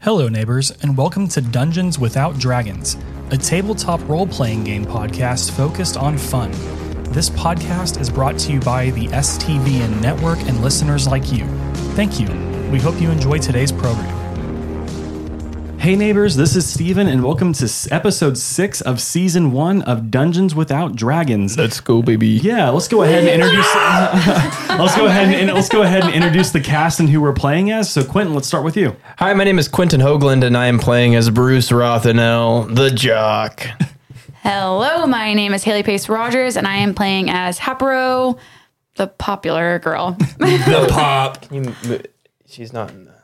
Hello, neighbors, and welcome to Dungeons Without Dragons, a tabletop role playing game podcast focused on fun. This podcast is brought to you by the STVN network and listeners like you. Thank you. We hope you enjoy today's program. Hey neighbors, this is Steven and welcome to s- episode 6 of season 1 of Dungeons Without Dragons. Let's go, baby. Yeah, let's go ahead and introduce Let's go ahead and let's go ahead and introduce the cast and who we're playing as. So Quentin, let's start with you. Hi, my name is Quentin Hoagland, and I am playing as Bruce Rothenell, the jock. Hello, my name is Haley Pace Rogers, and I am playing as Hapro, the popular girl. The pop. She's not in the.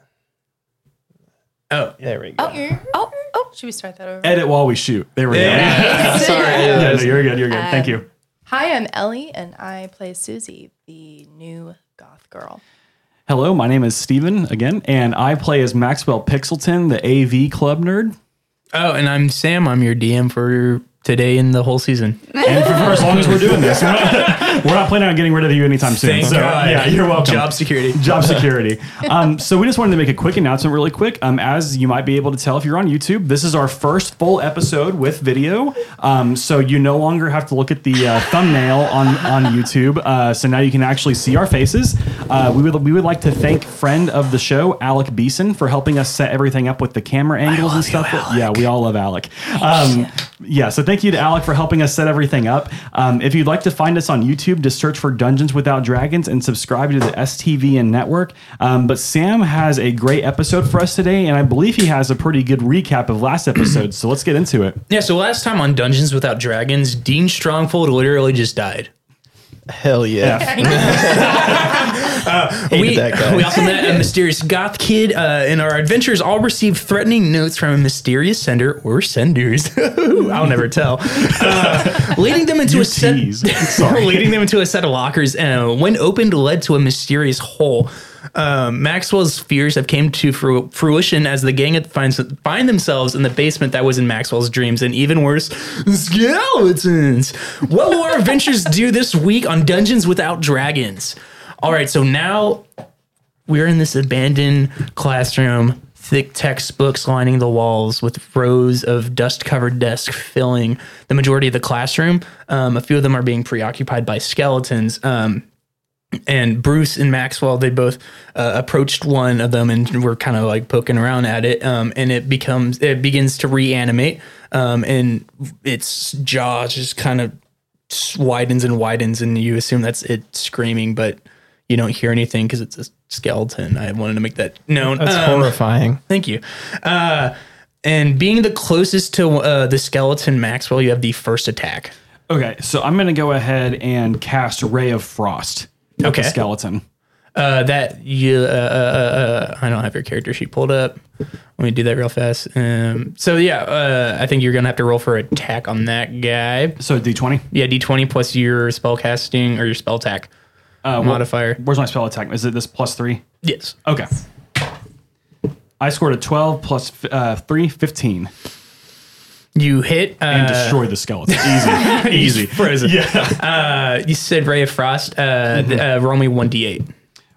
Oh, there we go. oh, oh, Should we start that over? Edit while we shoot. There we Sorry. go. yeah, Yeah, that's- no, you're good, you're good. Thank you. Hi, I'm Ellie, and I play Susie, the new goth girl. Hello, my name is Steven again, and I play as Maxwell Pixelton, the AV club nerd. Oh, and I'm Sam. I'm your DM for today and the whole season. And for, for as long as we're doing this, we're not, we're not planning on getting rid of you anytime soon. Thank so God. yeah, you're welcome. Job security. job security. Um, so we just wanted to make a quick announcement, really quick. Um, as you might be able to tell if you're on YouTube, this is our first full episode with video. Um, so you no longer have to look at the uh, thumbnail on on YouTube. Uh, so now you can actually see our faces. Uh, we would we would like to thank friend of the show Alec Beeson for helping us set everything up with the camera angles and stuff. Yeah, we all love Alec. Um, yeah, so thank you to Alec for helping us set everything up. Um, if you'd like to find us on YouTube, just search for Dungeons Without Dragons and subscribe to the STVN network. Um, but Sam has a great episode for us today, and I believe he has a pretty good recap of last episode. so let's get into it. Yeah, so last time on Dungeons Without Dragons, Dean Strongfold literally just died. Hell yeah. We, that guy. we also met a mysterious goth kid, uh, and our adventurers all received threatening notes from a mysterious sender or senders. I'll never tell. Uh, leading them into a set, tease. leading them into a set of lockers, and uh, when opened, led to a mysterious hole. Um, Maxwell's fears have came to fru- fruition as the gang finds find themselves in the basement that was in Maxwell's dreams, and even worse, skeletons. What will our adventures do this week on Dungeons Without Dragons? All right, so now we're in this abandoned classroom, thick textbooks lining the walls with rows of dust covered desks filling the majority of the classroom. Um, a few of them are being preoccupied by skeletons. Um, and Bruce and Maxwell, they both uh, approached one of them and were kind of like poking around at it. Um, and it becomes, it begins to reanimate. Um, and its jaw just kind of s- widens and widens, and you assume that's it screaming, but you don't hear anything because it's a skeleton. I wanted to make that known. That's Um, horrifying. Thank you. Uh, and being the closest to uh, the skeleton Maxwell, you have the first attack. Okay, so I'm going to go ahead and cast Ray of Frost. at Okay. The skeleton. Uh, that you, uh, uh, uh, uh, I don't have your character sheet pulled up. Let me do that real fast. Um, so yeah, uh, I think you're gonna have to roll for attack on that guy. So D20. Yeah, d20 plus your spell casting or your spell attack Uh, wh- modifier. Where's my spell attack? Is it this plus three? Yes. Okay. I scored a 12 plus uh, 3, 15. You hit. Uh, and destroy the skeleton. Easy, easy. frozen. Uh, you said Ray of Frost. Uh, th- uh, roll me 1d8.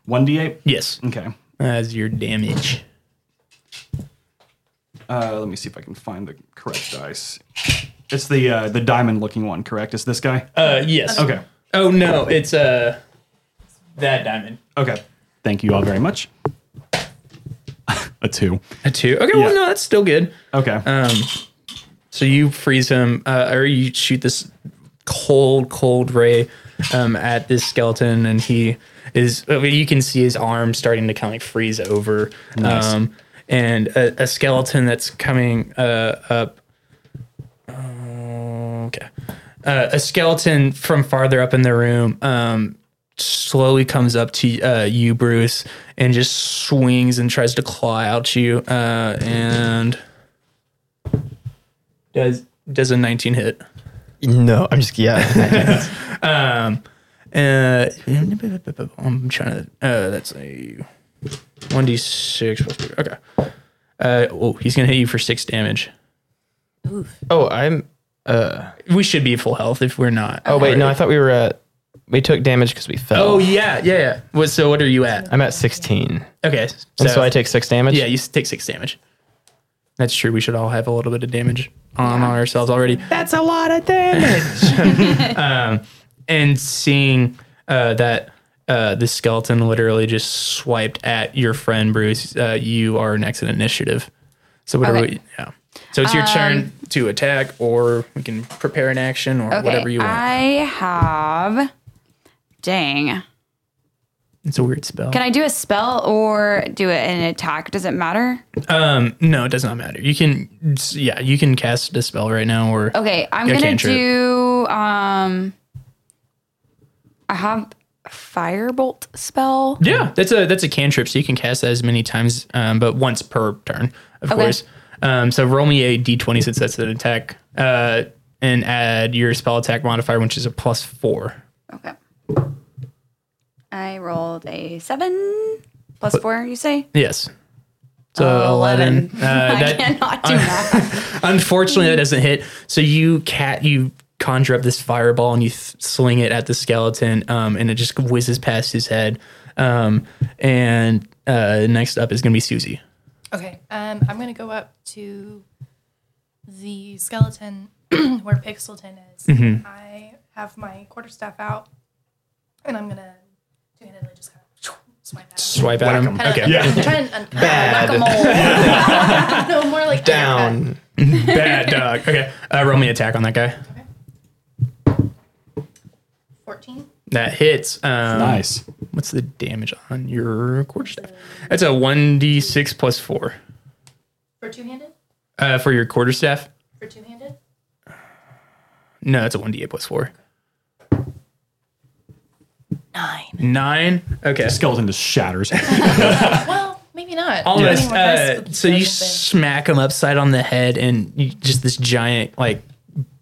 One d eight. Yes. Okay. As your damage. Uh, let me see if I can find the correct dice. It's the uh, the diamond looking one, correct? It's this guy. Uh, yes. Okay. Oh no, it's uh that diamond. Okay. Thank you all very much. a two. A two. Okay, Yeah. well no, that's still good. Okay. Um, So you freeze him, uh, or you shoot this cold, cold ray um, at this skeleton, and he is. I mean, you can see his arm starting to kind of like freeze over. Um, and a, a skeleton that's coming uh, up. Okay. Uh, a skeleton from farther up in the room um, slowly comes up to uh, you, Bruce, and just swings and tries to claw out you. Uh, and does does a 19 hit. No, I'm just, yeah. Uh, I'm trying to. Uh, that's a one d six plus three. Okay. Uh, oh, he's gonna hit you for six damage. oh, I'm. We should be full health if we're not. Oh, wait, no, I thought we were at. We took damage because we fell. Oh yeah, yeah. yeah. What, so what are you at? I'm at 16. Okay. and Oh, so I take six damage? Yeah, you s- take six damage. That's true. We should all have a little bit of damage on ourselves already. That's a lot of damage. um, and seeing uh, that uh, the skeleton literally just swiped at your friend Bruce, uh, you are next in initiative. So whatever. Okay. Um, We, yeah. So it's your turn to attack, or we can prepare an action, or Okay, whatever you want. I have. Dang. it's a weird spell. Can I do a spell or do it an attack? Does it matter? um, no, it does not matter. You can, yeah, you can cast a spell right now, or Okay, I'm Yeah, gonna cantrip. do. Um, I have a firebolt spell. Yeah, that's a that's a cantrip, so you can cast that as many times, um, but once per turn, of Okay. course. Um, so roll me a d20 since that's an attack, uh, and add your spell attack modifier, which is a plus four. Okay. I rolled a seven plus four. You say Yes. So Oh, eleven. Uh, I that, cannot do that. Unfortunately, that doesn't hit. So you cat you conjure up this fireball and you th- sling it at the skeleton, um, and it just whizzes past his head. Um, and uh, next up is going to be Susie. Okay. Um, I'm gonna go up to the skeleton where Pixelton is. Mm-hmm. I have my quarterstaff out, and I'm gonna two-handedly just kind of swipe at him. Swipe at him. Kinda- Okay. I'm trying to un- Bad. whack-a-mole. no, more like Down. uppercut. Bad dog. Okay. Uh, roll me attack on that guy. Fourteen. That hits. Um, Nice. What's the damage on your quarterstaff? That's a 1d6 plus 4 For two-handed? uh, for your quarterstaff. For two-handed? No, that's a 1d8 plus 4. Nine. 9. Okay. Skeleton just shatters. Well, maybe not. Maybe Almost. we're Uh, close, but so you doesn't smack him upside on the head, and you, just this giant like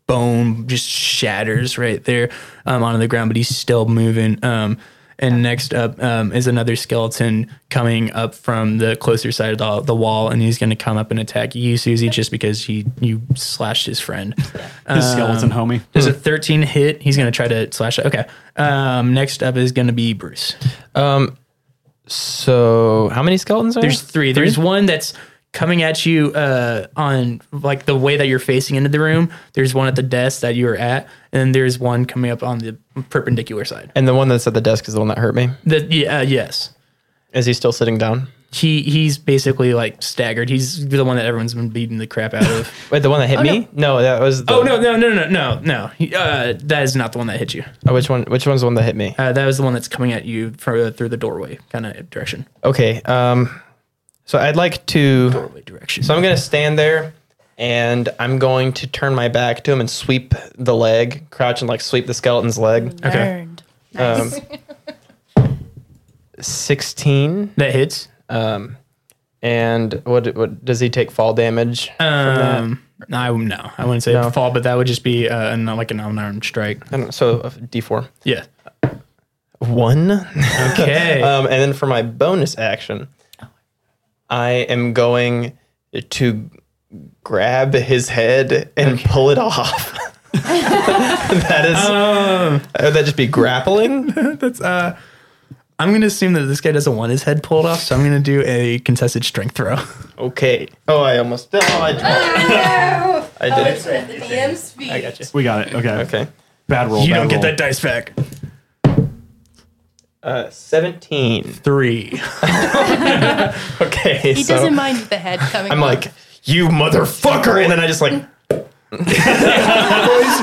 bone just shatters right there um, onto the ground. But he's still moving. Um, and next up um, is another skeleton coming up from the closer side of the, the wall, and he's going to come up and attack you, Susie, just because he you slashed his friend. um, His skeleton homie. There's a 13 hit. He's going to try to slash. it. Okay. Um, next up is going to be Bruce. Um, so how many skeletons are There's three. There's one that's coming at you uh, on like the way that you're facing into the room. There's one at the desk that you were at, and then there's one coming up on the perpendicular side. And the one that's at the desk is the one that hurt me. The, yeah, uh, yes. Is he still sitting down? He he's basically like staggered. He's the one that everyone's been beating the crap out of. Wait, the one that hit me? No. that was. The, oh no no no no no no. He- Uh, that is not the one that hit you. Oh, which one? Which one's the one that hit me? Uh, that was the one that's coming at you from through the doorway kind of direction. Okay. Um, so I'd like to. Doorway direction. So I'm gonna stand there, and I'm going to turn my back to him and sweep the leg, crouch and like sweep the skeleton's leg. fit. okay. Learned. Um, Sixteen. that hits. Um, and what? What does he take? Fall damage. Um, I no, I wouldn't say No. fall, but that would just be uh, an, like an unarmed strike. I don't, so uh, D4. Yeah. One. Okay. Um, and then for my bonus action, I am going to grab his head and pull it off. that is. would that just be grappling? uh, I'm going to assume that this guy doesn't want his head pulled off, so I'm going to do a contested strength throw. Okay. Oh, I almost. Oh, I dropped. I did. at the DM's feet. I got you. We got it. Okay. Okay. Bad roll. you bad don't get roll. that dice back. Uh, 17. Three. Okay. He so doesn't mind the head coming. I'm off. like, you motherfucker. And then I just like.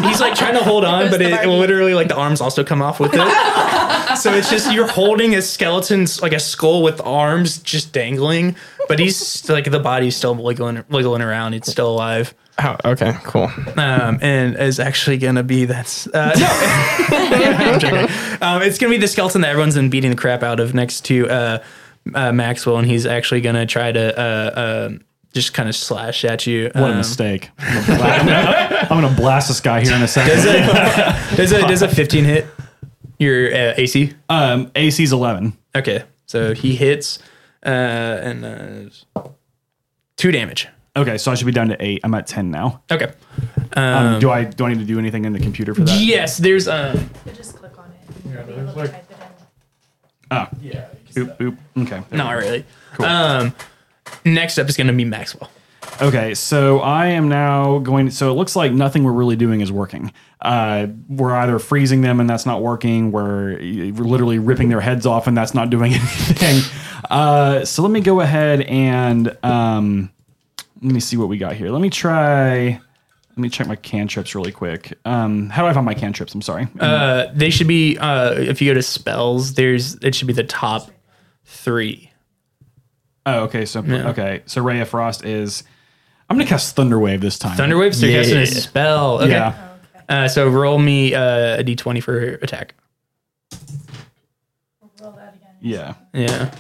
He's like trying to hold on, but the it, Barbie. literally like the arms also come off with it. so it's just you're holding a skeleton's like a skull with arms just dangling, but he's like the body's still wiggling, wiggling around. It's still alive. Oh, okay, cool. um, and is actually gonna be that's uh, no, I'm joking. Um, it's gonna be the skeleton that everyone's been beating the crap out of next to uh, uh, Maxwell, and he's actually gonna try to uh, uh, just kind of slash at you. What a Um, mistake. I'm gonna- I'm going to blast this guy here in a Does second. a, does a does a 15 hit your uh, AC? Um, AC's 11. Okay, so he hits uh, and uh, two damage. Okay, so I should be down to eight. I'm at 10 now. Okay. Um, do I do I need to do anything in the computer for that? Yes, there's um. You just click on it. and be able to type it in. Oh. Yeah. Oop, oop. Okay. Not really. Um, next up is going to be Maxwell. Okay, so I am now going. So it looks like nothing we're really doing is working. Uh, we're either freezing them and that's not working. We're, we're literally ripping their heads off and that's not doing anything. Uh, so let me go ahead and um, let me see what we got here. Let me try. Let me check my cantrips really quick. Um, how do I find my cantrips? I'm sorry. Uh, they should be uh, if you go to spells, there's it should be the top three. oh, okay. So okay. So Ray of Frost is. I'm gonna cast Thunderwave this time. Thunderwave, so you're casting Yeah. a spell. Okay. Yeah. Uh, so roll me uh, a d20 for attack. Roll that again. Yeah. Yeah.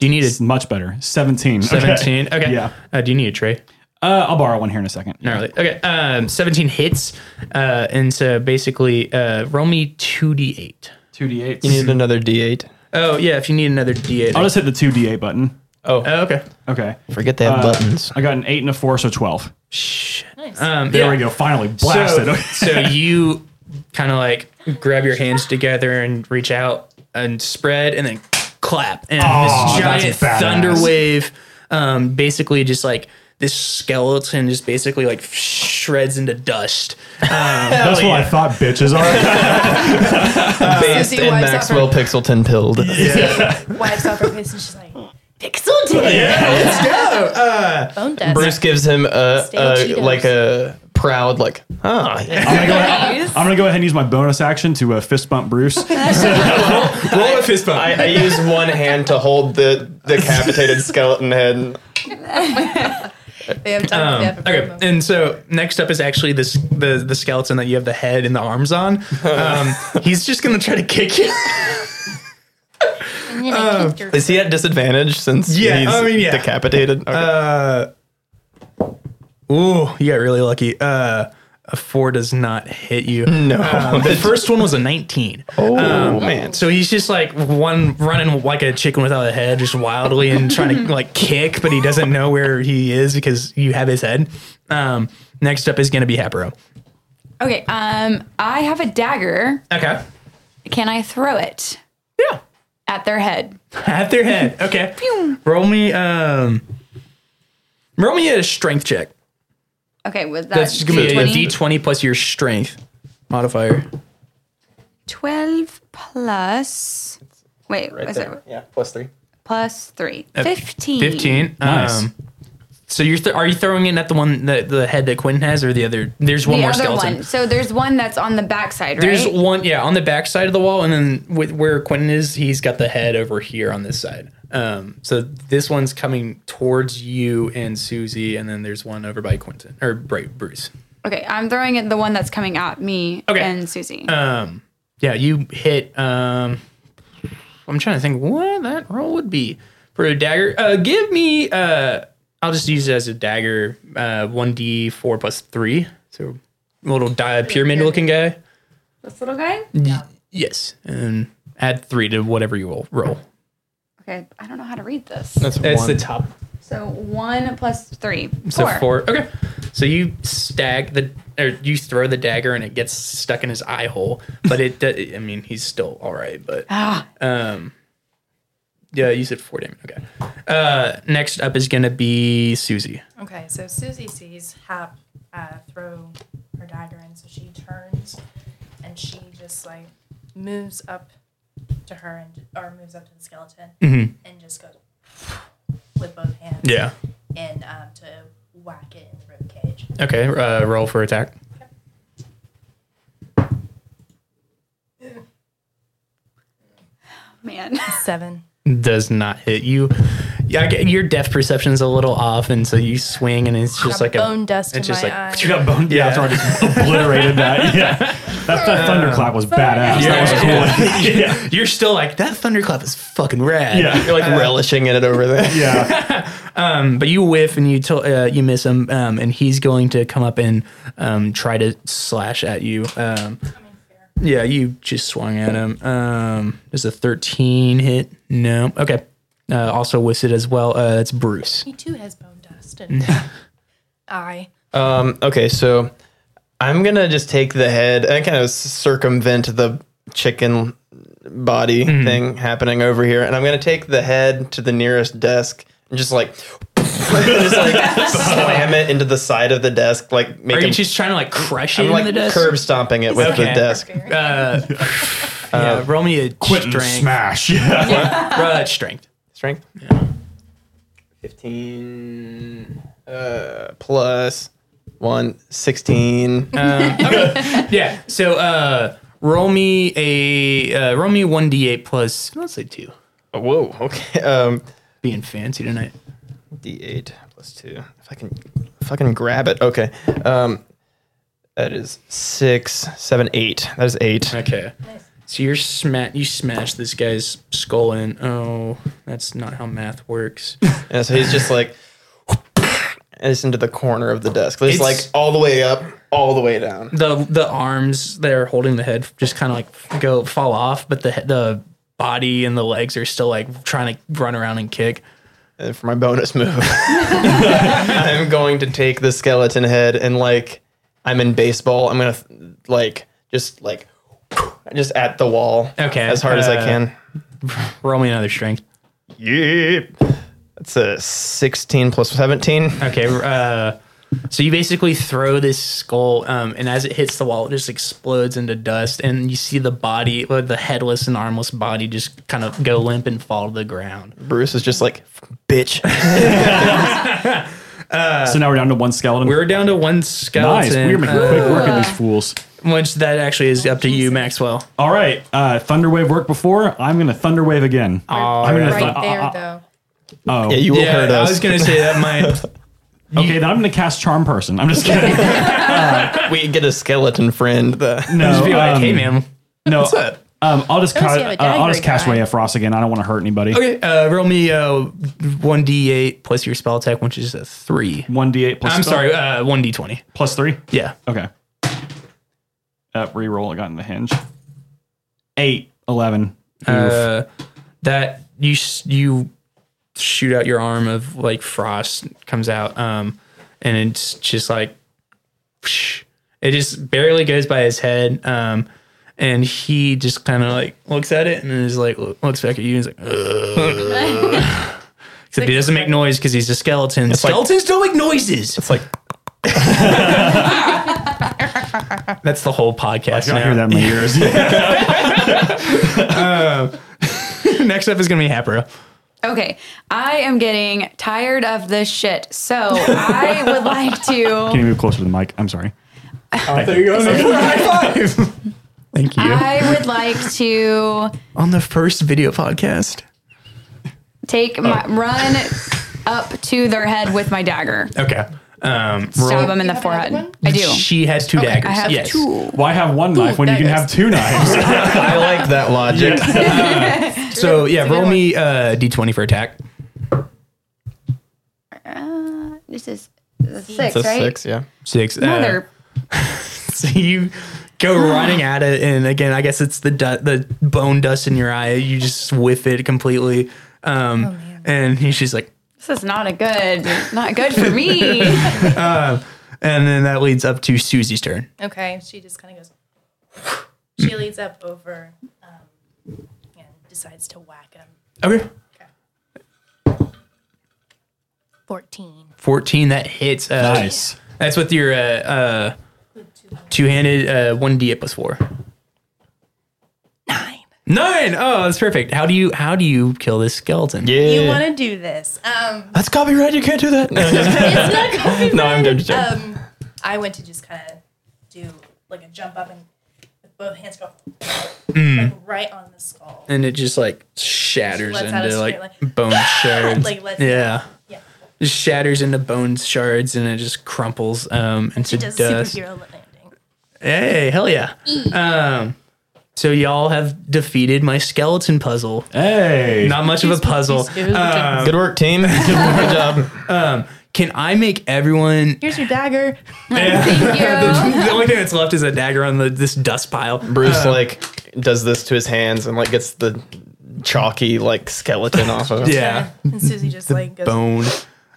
Do you need a It's much better. 17. Okay. 17? Okay. Yeah. Uh, do you need a tray? Uh, I'll borrow one here in a second. Not really. Okay. Um, 17 hits. Uh, and so basically, uh, roll me 2d8. Two d8s. You need another D8. Oh, yeah. If you need another d8. I'll just hit the two d8 button. Oh, oh, okay. Okay. forget they have Uh, buttons. I got an eight and a four, so twelve. Nice. Um, There yeah. we go. Finally So, blasted. so you kind of like grab your hands together and reach out and spread and then clap. And Oh, this giant that's badass. thunder wave um, basically just like this skeleton just basically like shreds into dust. Um, That's what I thought bitches are. Based Susie in wipes out Maxwell Pixelton pilled. Wipes off her face and she's like, Pixelton! Uh, let's go! Bone death. Bruce gives him a, Stale a Cheetos. like a proud like, oh, yeah. I'm gonna, go ahead, I'm gonna go ahead and use my bonus action to uh, fist bump Bruce. Roll a fist bump. I, I use one hand to hold the decapitated skeleton head. They have time. they have a Okay, problem. and so next up is actually this the the skeleton that you have the head and the arms on. Um, he's just gonna try to kick you. And you're gonna kick your- Is he at disadvantage since Yeah, he's I mean, yeah. Uh, decapitated? Okay. Ooh, you got really lucky. Uh, a four does not hit you. Um, no. The first one was a nineteen. oh man. um, So he's just like one running like a chicken without a head, just wildly and trying to like kick, but he doesn't know where he is because you have his head. Um, next up is gonna be Hapro. Okay. Um, I have a dagger. Okay. Can I throw it Yeah. at their head? At their head. Okay. roll me um roll me a strength check. Okay, was that That's gonna be a D20? D twenty plus your strength modifier. 12 plus wait was it Yeah, plus three. plus 3 15 Fifteen. Nice. Um, so you're th- are you throwing it at the one that the head that Quinn has or the other? There's the one more other skeleton. one so there's one that's on the backside right There's one, yeah, on the back side of the wall, and then with where Quentin is, he's got the head over here on this side. Um, so this one's coming towards you and Susie, and then there's one over by Quentin or by Bruce. okay i'm throwing it the one that's coming at me Okay. and susie Um, yeah, you hit. Um, I'm trying to think what that roll would be for a dagger. Uh, give me. Uh, I'll just use it as a dagger. uh, One d four plus three. So little di- pyramid looking guy. this little guy Yes, and add three to whatever you will roll. okay i don't know how to read this That's It's one. the top. so 1 plus 3 4 So four. Okay. So you stag the or you throw the dagger and it gets stuck in his eye hole, but it. do- I mean, he's still all right, but ah um, yeah, you said four damage. Okay. Uh, next up is gonna be Susie. Okay, so Susie sees Hap uh, throw her dagger in, so she turns and she just like moves up to her and or moves up to the skeleton and just goes with both hands Yeah. and um, to whack it in the rib cage. Okay. Uh, roll for attack. man Seven. Does not hit you. Yeah, I get- your depth perception's a little off, and so you swing, and it's just Got like bone a dust in it's just my like- eye. you got boned. Yeah, that's already obliterated that. Yeah, that, that thunderclap was badass. Yeah, that was cool. yeah, You're still like that thunderclap is fucking rad. yeah, You're uh, like relishing in it over there. yeah. Um, but you whiff and you to, uh, you miss him, um, and he's going to come up and um, try to slash at you. Um, yeah, you just swung at him. Um, there's a 13 hit. No, okay. Uh, also whiffs it as well. Uh, that's Bruce. He too has bone dust in his eye. Um, okay, so I'm gonna just take the head and kind of circumvent the chicken body Mm-hmm. thing happening over here, and I'm gonna take the head to the nearest desk and just like just like slam it into the side of the desk, like Are making you just trying to like crush it I'm in like the desk? curb stomping it with the Okay. desk. Uh, yeah, roll me a strength. smash. Yeah. Roll that strength. Strength. Fifteen uh, plus one, 16. Uh, Yeah. So uh, roll me a uh, roll me one d eight plus. Let's say two. Oh, whoa. Okay. Um, Being fancy tonight. D8 plus two. If I can, if I can grab it. Okay. Um, that is six, seven, eight. That is eight. Okay. So you're sma- you smash this guy's skull in. Oh, that's not how math works. And so he's just like, and it's into the corner of the desk. It's, It's- like all the way up, all the way down. the the arms that are holding the head just kind of like go fall off, but the he- the body and the legs are still like trying to run around and kick. And for my bonus move, I'm going to take the skeleton head and like I'm in baseball. I'm gonna like just like just at the wall. Okay, As hard as I uh, can. Roll me another strength. Yep. That's a 16 plus 17. Okay. Uh, so you basically throw this skull, um, and as it hits the wall, it just explodes into dust, and you see the body, or the headless and armless body, just kind of go limp and fall to the ground. Bruce is just like, bitch. So now we're down to one skeleton. We're down to one nice. skeleton. We're making uh, quick work of these fools. which that actually is up to you, Maxwell. All right. Uh, Thunderwave worked before. I'm gonna Thunderwave again. I'm I'm gonna right thun- there uh, uh, though. oh. Yeah, you will hurt I us. was gonna say that might. okay, then I'm gonna cast Charm Person. I'm just kidding. we get a skeleton friend. The, no, Just be like, um, hey, man. No, up? um, I'll just Unless ca- you have uh, a I'll dagger just cast guy. Ray of Frost again. I don't want to hurt anybody. Okay, uh, roll me one d eight plus your spell attack, which is a three. One d8 plus. I'm spell- sorry, uh, one d twenty. Plus three. Yeah. Okay. Uh, reroll. I got in the hinge. Eight. Eleven. Oof. Uh, that you s- you shoot out your arm of like frost comes out, um, and it's just like psh. it just barely goes by his head, um, and he just kind of like looks at it and is like lo- looks back at you and is like, "Ugh." except he doesn't make noise because he's a skeleton. like- Skeletons don't make noises. it's like, That's the whole podcast. I now. hear that in my ears. Next up is gonna be Hapro. Okay, I am getting tired of this shit, so I would like Can to. you move closer to the mic? I'm sorry. Thank you. I would like to On the first video podcast. take my run up to their head with my dagger, Okay. Um, stab roll- them in the have another forehead. one? I do. She has two daggers. I have yes. two. Why have one knife when you can daggers. have two knives? I like that logic. So yeah, It's a roll good me uh, d20 for attack. This is this is six, It's a right? six, yeah. Six. Uh, Mother. so you go running at it, and again, I guess it's the du- the bone dust in your eye. You just whiff it completely. Um, Oh, and he's just like, This is not a good, not good for me. and then that leads up to Susie's turn. Okay, she just kind of goes. She leads up over um, and decides to whack him. Okay. Fourteen. 14 that hits. Uh, nice. That's with your uh, uh, two-handed uh, one d8 plus four. Nine. Nine. Oh, that's perfect. How do you how do you kill this skeleton? Yeah. You want to do this? Um, That's copyright. You can't do that. No, no I'm just joking. um, I went to just kind of do like a jump up and with both hands go Mm. like right on the skull. and it just like shatters Lets out a into like scream, bone shards. Like, lets- yeah. Yeah. Just shatters into bone shards and it just crumples um into Does dust. superhero landing. Hey, hell yeah. Um so y'all have defeated my skeleton puzzle. Hey. Not much of a puzzle. Um, Good work, team. Good job. can I make everyone Here's your dagger. Thank you. the only thing that's left is a dagger on the this dust pile. Bruce like does this to his hands and like gets the chalky like skeleton off of him. Yeah. And Susie just like goes. Bone.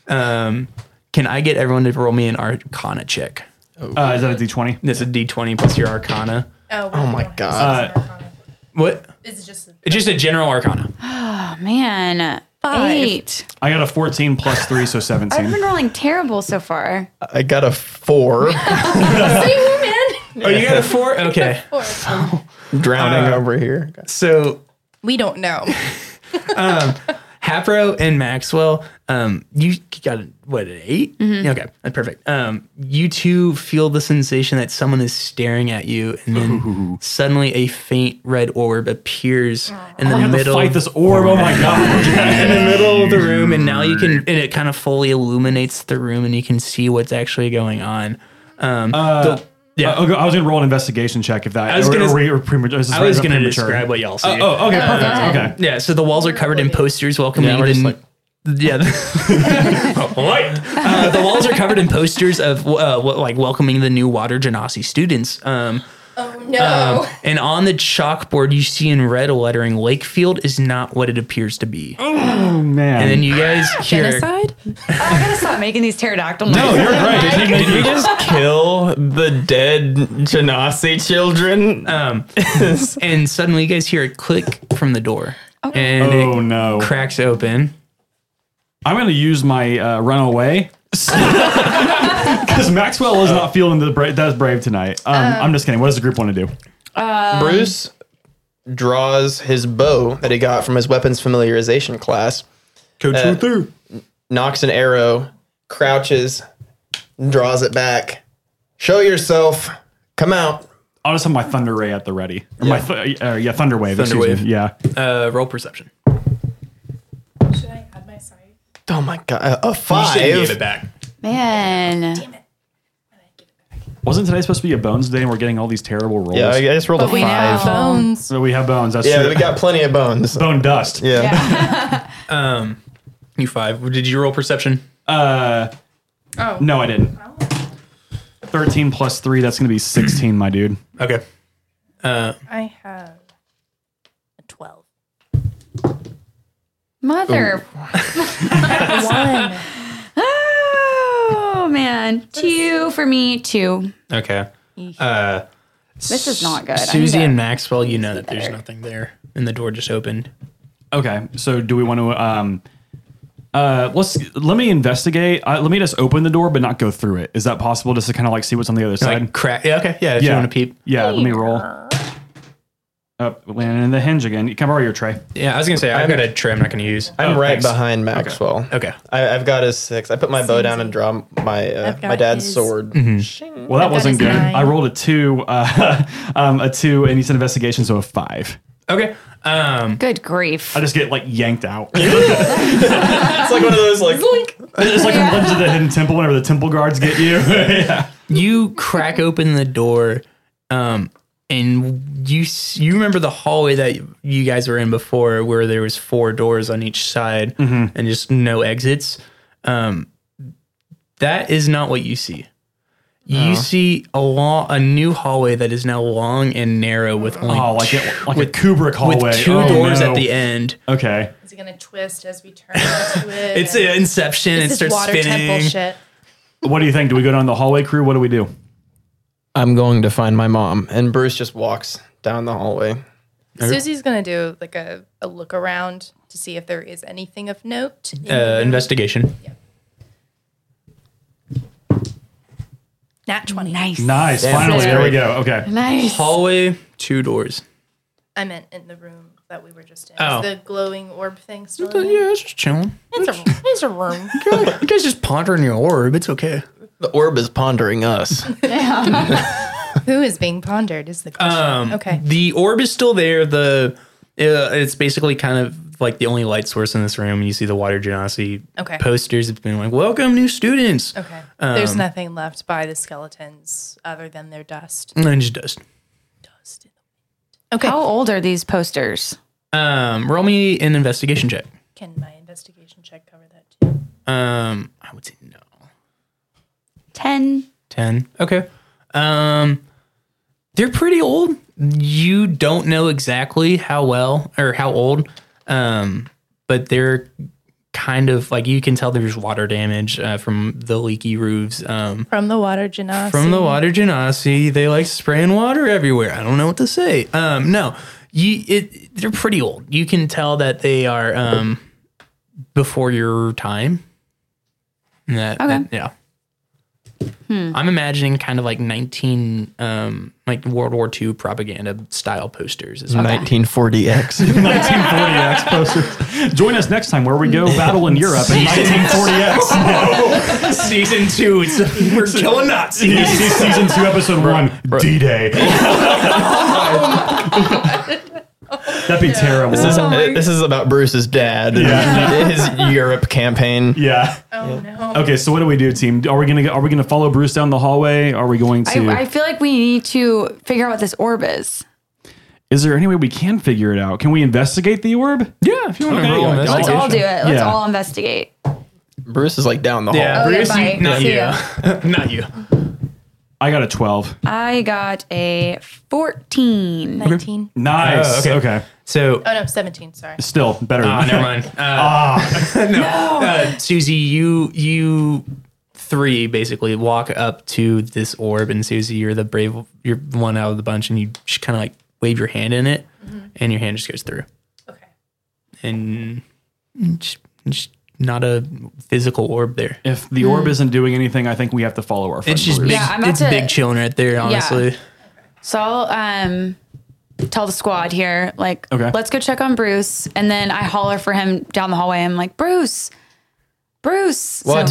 Um can I get everyone to roll me an arcana check? Uh, is that a d20? That's a D twenty plus your arcana. Oh, we my don't have God. Uh, Susan Arcana. What? It's just It's just a general arcana. Man, Five. Eight. I got a 14 plus three, so 17. I've been rolling terrible so far. I got a four. Oh, you got a four? Okay. Four. Drowning over here. So We don't know. Hapro and Maxwell, um, you got a- what an 8 Okay, that's perfect. Um, you two feel the sensation that someone is staring at you, and then suddenly a faint red orb appears in the I have to middle fight this orb. Oh my god. in the middle of the room, and now you can, and it kind of fully illuminates the room, and you can see what's actually going on. Um, the- yeah. I was gonna roll an investigation check if that. I was or- gonna- or we were premature- this is I was right, going to premature. describe what y'all see. Oh, okay, perfect. Okay. Yeah, so the walls are covered in posters welcoming Yeah, we're the just like- yeah. Uh, the walls are covered in posters of uh, what, like welcoming the new Water Genasi students. Um, Oh no. um, and on the chalkboard, you see in red lettering, Lakefield is not what it appears to be. Oh man. And then you guys hear Genocide? Oh, I gotta stop making these pterodactyl noises. Oh, you're right. Didn't Did even- we just kill the dead Janasi children? and suddenly you guys hear a click from the door, and Oh it no. cracks open. I'm gonna use my uh, runaway. Because Maxwell is not feeling the bra- that's brave tonight. Um, I'm just kidding. What does the group want to do? Um, Bruce draws his bow that he got from his weapons familiarization class, Uh, Coach Luther. knocks an arrow, crouches, draws it back. Show yourself. Come out. I'll just have my thunder ray at the ready. Or my th- uh, yeah, thunder wave. excuse wave. me. Yeah. Uh, roll perception. Should I add my sight? Oh my god, a- a You five. should have gave it back. Man. Wasn't today supposed to be a bones day, and we're getting all these terrible rolls? Yeah, I just rolled a we five. know. Bones. So we have bones. That's Yeah, true. we got plenty of bones. bone dust. Yeah. You five. Did you roll perception? Oh. No, I didn't. 13 plus 3, that's going to be 16, my dude. Okay. Um, I have a 12. Mother. One. Oh, man. Two for me, two. Okay. Uh, This is not good. I Susie need to- and Maxwell, you know that better. there's nothing there, and the door just opened. Okay, so do we want to. um uh, let's let me investigate. Uh, let me just open the door, but not go through it. Is that possible? Just to kind of like see what's on the other side. Like crack. Yeah. Okay. Yeah. If you yeah, want to peep. yeah. Let me roll. Up, landing in the hinge again. You can borrow your tray. Yeah. I was gonna say I've got a tray I'm not gonna use. I'm Oh, right thanks. behind Maxwell. Okay. I, I've got a six. I put my bow down and draw my uh, I've my got dad's his- sword. Mm-hmm. Well, that wasn't is good. nine. I rolled a two, uh, um, a two, and you said investigation, so a five. Okay. Um. Good grief. I just get like yanked out. It's like one of those like it's like in Legend of the Hidden Temple whenever the temple guards get you. yeah. You crack open the door, um, and you s- you remember the hallway that you guys were in before, where there was four doors on each side Mm-hmm. and just no exits. Um, that is not what you see. Oh. You see a long, a new hallway that is now long and narrow with only Oh, like it, like a Kubrick hallway. with two Oh, doors no. at the e-, end. Okay. Is it going to twist as we turn into it? It's an inception. This it is starts water temple spinning. shit. What do you think? Do we go down the hallway crew? What do we do? I'm going to find my mom, and Bruce just walks down the hallway. Susie's going to do like a, a look around to see if there is anything of note. in the Uh, room. investigation. Nat 20. nice. Nice. Finally, there we go. Okay. Nice. Hallway, two doors. I meant in the room that we were just in. Oh. Is the glowing orb thing still in there? Uh, Yeah, it's just chilling. It's a, it's a room. you guys just pondering your orb. It's okay. The orb is pondering us. Who is being pondered is the question. Um, Okay. The orb is still there. The uh, it's basically kind of like the only light source in this room. You see the water genasi Okay. posters. It's been like, welcome new students. okay. There's nothing left by the skeletons other than their dust. And then just dust. Okay. How old are these posters? Um, roll me an investigation check. Can my investigation check cover that too? Um, I would say no. 10. 10 okay um they're pretty old you don't know exactly how well or how old um but they're kind of like you can tell there's water damage uh, from the leaky roofs um From the water, Janasi. from the water genasi they like spraying water everywhere i don't know what to say um no you it they're pretty old you can tell that they are um before your time. And That, Okay. that- yeah. I'm imagining kind of like 19, um, like World War II propaganda style posters. Is 1940X. 1940X posters. Join us next time where we go battle in Europe in 1940X. season two. It's, we're killing Nazis. Season 2, Episode 1, D Day. That'd be terrible. this, is, Oh my- this is about Bruce's dad. and Yeah. His Europe campaign. yeah. Oh no. Okay, so what do we do, team? Are we gonna are we gonna follow Bruce down the hallway? Are we going to? I, I feel like we need to figure out what this orb is. is there any way we can figure it out? Can we investigate the orb? Yeah, if you want Okay, to roll yeah, Let's all do it. Let's Yeah. all investigate. Bruce is like down the hall. Yeah, Oh, yeah, Bruce, bye. you, not See you. not you. I got a twelve. I got a 14. 19. Nice. okay. Oh, okay. So, Oh no, 17. Sorry. Still better. ah, never mind. Uh, no. Uh, Susie, you you three basically walk up to this orb, and Susie, you're the brave, you're the one out of the bunch, and you just kind of like wave your hand in it, Mm-hmm. and your hand just goes through, Okay. and just, just not a physical orb there. if the orb isn't doing anything, I think we have to follow our. friend It's just Bruce. big. Yeah, I'm about it's to- big chilling right there, honestly. So I'll um, tell the squad here, like, Okay. let's go check on Bruce. And then I holler for him down the hallway. I'm like, Bruce, Bruce. What?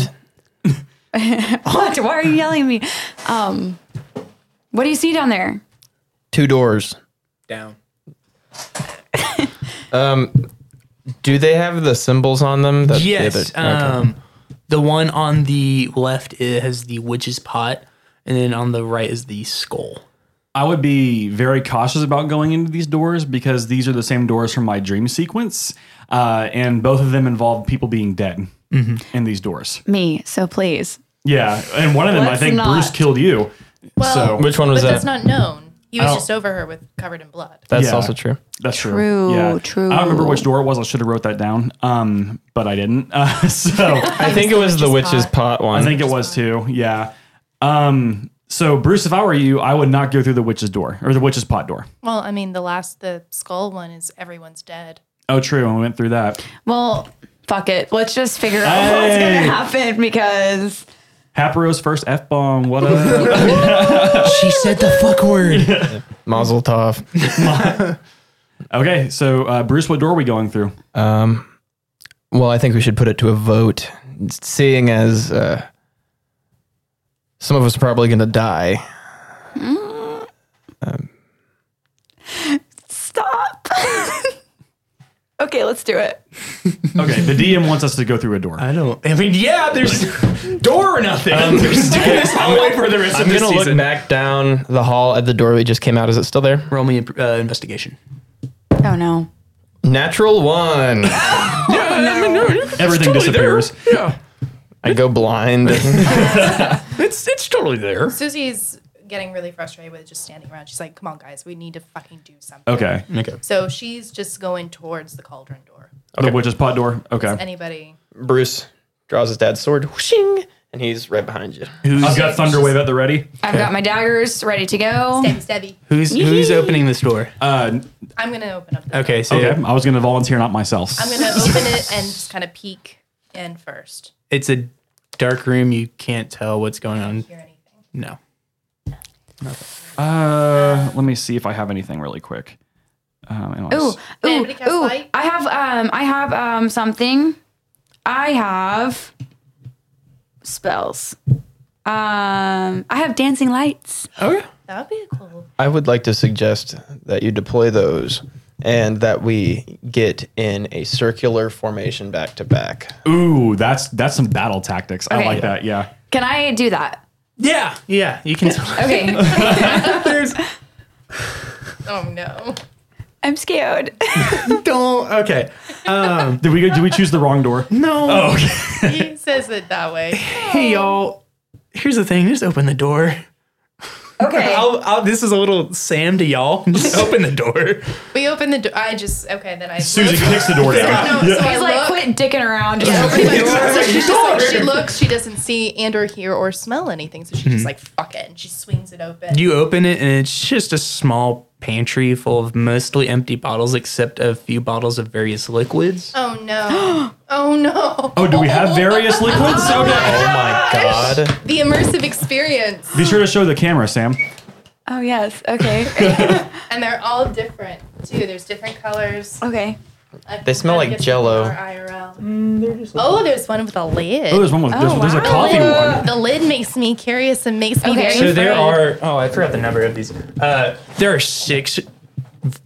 So- what? Why are you yelling at me? Um, what do you see down there? Two doors. Down. Um, Do they have the symbols on them? That's the Yes. other- okay. um, The one on the left it has the witch's pot, and then on the right is the skull. I would be very cautious about going into these doors because these are the same doors from my dream sequence, uh, and both of them involve people being dead in these doors. Me. So please. Yeah, and one of them, I Let's think not. Bruce killed you. Well, so Which one was but that? that's not known. He was don't- just over her with covered in blood. that's Yeah. also true. that's true. True, Yeah. true. I don't remember which door it was. I should have wrote that down, um, but I didn't. Uh, so I think it was the witch's pot one. I think it was too. Yeah. Um, so Bruce, if I were you, I would not go through the witch's door or the witch's pot door. Well, I mean, the last, the skull one is everyone's dead. Oh, true. And we went through that. Well, fuck it. Let's just figure out what's Hey. gonna happen because Haparo's first f bomb. What up? She said the fuck word. Mazel tov. okay, so uh, Bruce, what door are we going through? Well, I think we should put it to a vote, seeing as uh, some of us are probably going to die. stop. okay, let's do it. Okay, the DM wants us to go through a door. I Um, don't. I mean, yeah. There's door or nothing. there's doing this all the way for the rest I'm of going this to look season. back down the hall at the door we just came out. Is it still there? Roll me an uh, investigation. Oh no. Natural one. Everything disappears. Yeah, I go blind. it's it's totally there. Susie's getting really frustrated with just standing around. She's like, come on, guys, we need to fucking do something. Okay, Okay. So she's just going towards the cauldron door. the witch's pot door. Okay, Anybody? Bruce draws his dad's sword, whooshing, and he's right behind you. I've got Thunderwave at the ready. I've got my daggers ready to go. Stabby, stabby. Who's who's opening this door? Uh, I'm going to open up the Okay. So okay, I was gonna volunteer, not myself. I'm going to open it and just kind of peek in first. it's a dark room. You can't tell what's going on. Hear anything? No. Uh, let me see if I have anything really quick. Um, and I'll Ooh, s- ooh, Anybody cast ooh. light? I have um I have um something. I have spells. Um I have dancing lights. Okay. That would be cool. I would like to suggest that you deploy those and that we get in a circular formation back to back. Ooh, that's that's some battle tactics. I Okay. like that. Yeah. Can I do that? Yeah. Yeah. You can. Tell. Okay. There's Oh, no. I'm scared. don't. Okay. Um. Did we did we choose the wrong door? No. He says it that way. Hey y'all. Here's the thing. Just open the door. Okay. I'll, I'll, this is a little Sam to y'all. Just open the door. We opened the door. I just okay. Then I Susie looked. kicks the door No, down. so I He's look. like, quit dicking around. Just Opening my open my door. door. So she's just like, she looks. She doesn't see and or hear or smell anything. So she's Mm-hmm. just like fuck it, and she swings it open. You open it, and it's just a small pantry full of mostly empty bottles, except a few bottles of various liquids. oh no! oh no! Oh, do we have various liquids? Okay. Oh my god. The immersive experience, Be sure to show the camera, Sam. Oh yes. Okay. and they're all different too. There's different colors. okay. I've They smell gotta like get some Jell-O. more IRL. Mm, oh, there's one with a lid. Oh, there's one with there's, there's a wow. coffee one. the lid makes me curious and makes me Okay. very. So there afraid. are. Oh, I forgot the number of these. Uh, there are six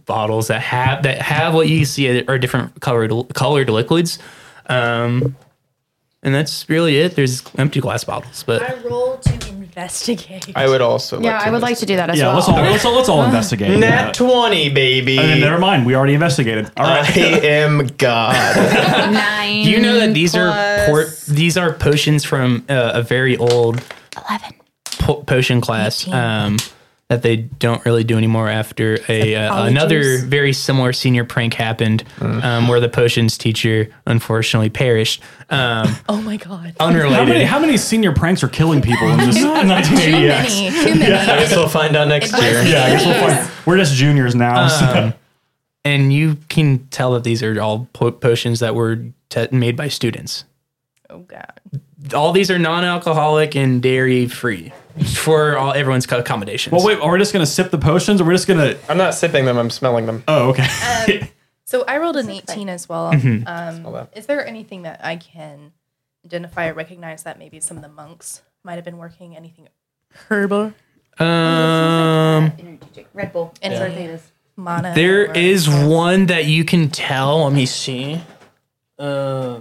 bottles that have that have what you see are different colored colored liquids, um, and that's really it. There's empty glass bottles, but I roll to investigate. I would also like Yeah, I would like to do that as Yeah, well. let's all let's all, let's all investigate. Nat Yeah. 20, baby. And then never mind, we already investigated. All I right. am God. Nine. Do you know that these are plus port, these are potions from uh, a very old Eleven. po- potion class um, that they don't really do anymore after a uh, another very similar senior prank happened Uh-huh. um, where the potions teacher unfortunately perished um, oh my god. How many, unrelated how many senior pranks are killing people in this in Too 1980s? many. Too many. I guess we'll find out next It year. was- Yeah, I guess we'll find. We're just juniors now. so- and you can tell that these are all po- potions that were te- made by students Oh god. all these are non-alcoholic and dairy free for all everyone's accommodations Well, oh, wait, are we just gonna sip the potions, or we're just gonna? I'm not sipping them, I'm smelling them. Oh, okay. So I rolled an 18 as well. Um, that. is there anything that I can identify or recognize that maybe some of the monks might have been working? Anything herbal? um Red Bull. Any mana? There or- is one that you can tell. Let me see. Uh,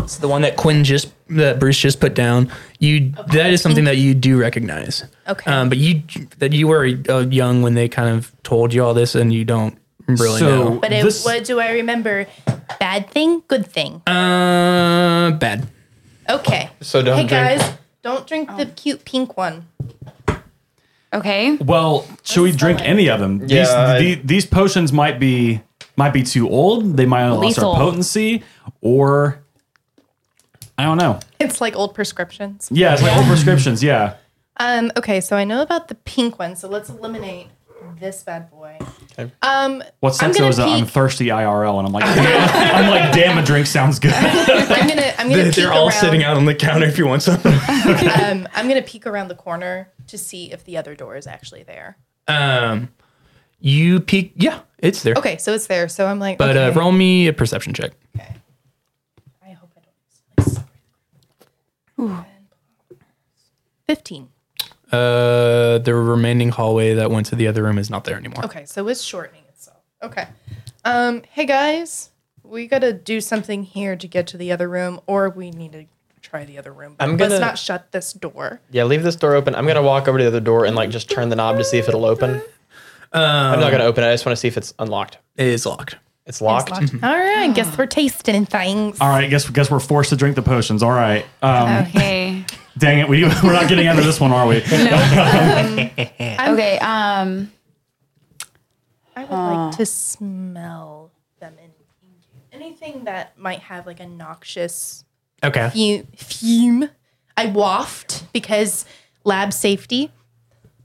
it's the one that Quinn just that Bruce just put down. You that is something that you do recognize. Okay. Um, but you that you were uh, young when they kind of told you all this, and you don't really So, but it, this, what do I remember? Bad thing, good thing. know. Uh, bad. Okay. So don't hey drink- guys, don't drink the cute pink one. Okay. well, should we drink any of them? Yeah, I- These, the, these potions might be might be too old. They might have lost their Lethal. potency, or I don't know. It's like old prescriptions. Yeah, it's like old prescriptions. Yeah. Um, okay, so I know about the pink one, so let's eliminate this bad boy. Um, What I'm sucks though gonna is that I'm peek- thirsty IRL, and I'm like, damn, I'm like, damn, a drink sounds good. I'm gonna I'm gonna peek around. out on the counter if you want some. Um, I'm gonna peek around the corner to see if the other door is actually there. um, you peek. Yeah, it's there. Okay, so it's there. So I'm like, But okay. uh, roll me a perception check. I hope I don't. miss this. Fifteen. Uh, the remaining hallway that went to the other room is not there anymore. Okay, so it's shortening itself. Okay. Um, hey guys, we gotta do something here to get to the other room, or we need to try the other room. But I'm let's gonna- not shut this door. Yeah, leave this door open. I'm gonna walk over to the other door and like just turn the knob to see if it'll open. I'm not gonna open it. I just want to see if it's unlocked. It is locked. It's locked. All right, guess we're tasting things. All right, guess guess we're forced to drink the potions. All right. Um, Okay. dang it, we we're not getting out of this one, are we? okay. Um. I would like to smell them in anything that might have like a noxious Okay. fume. fume. I waft because lab safety.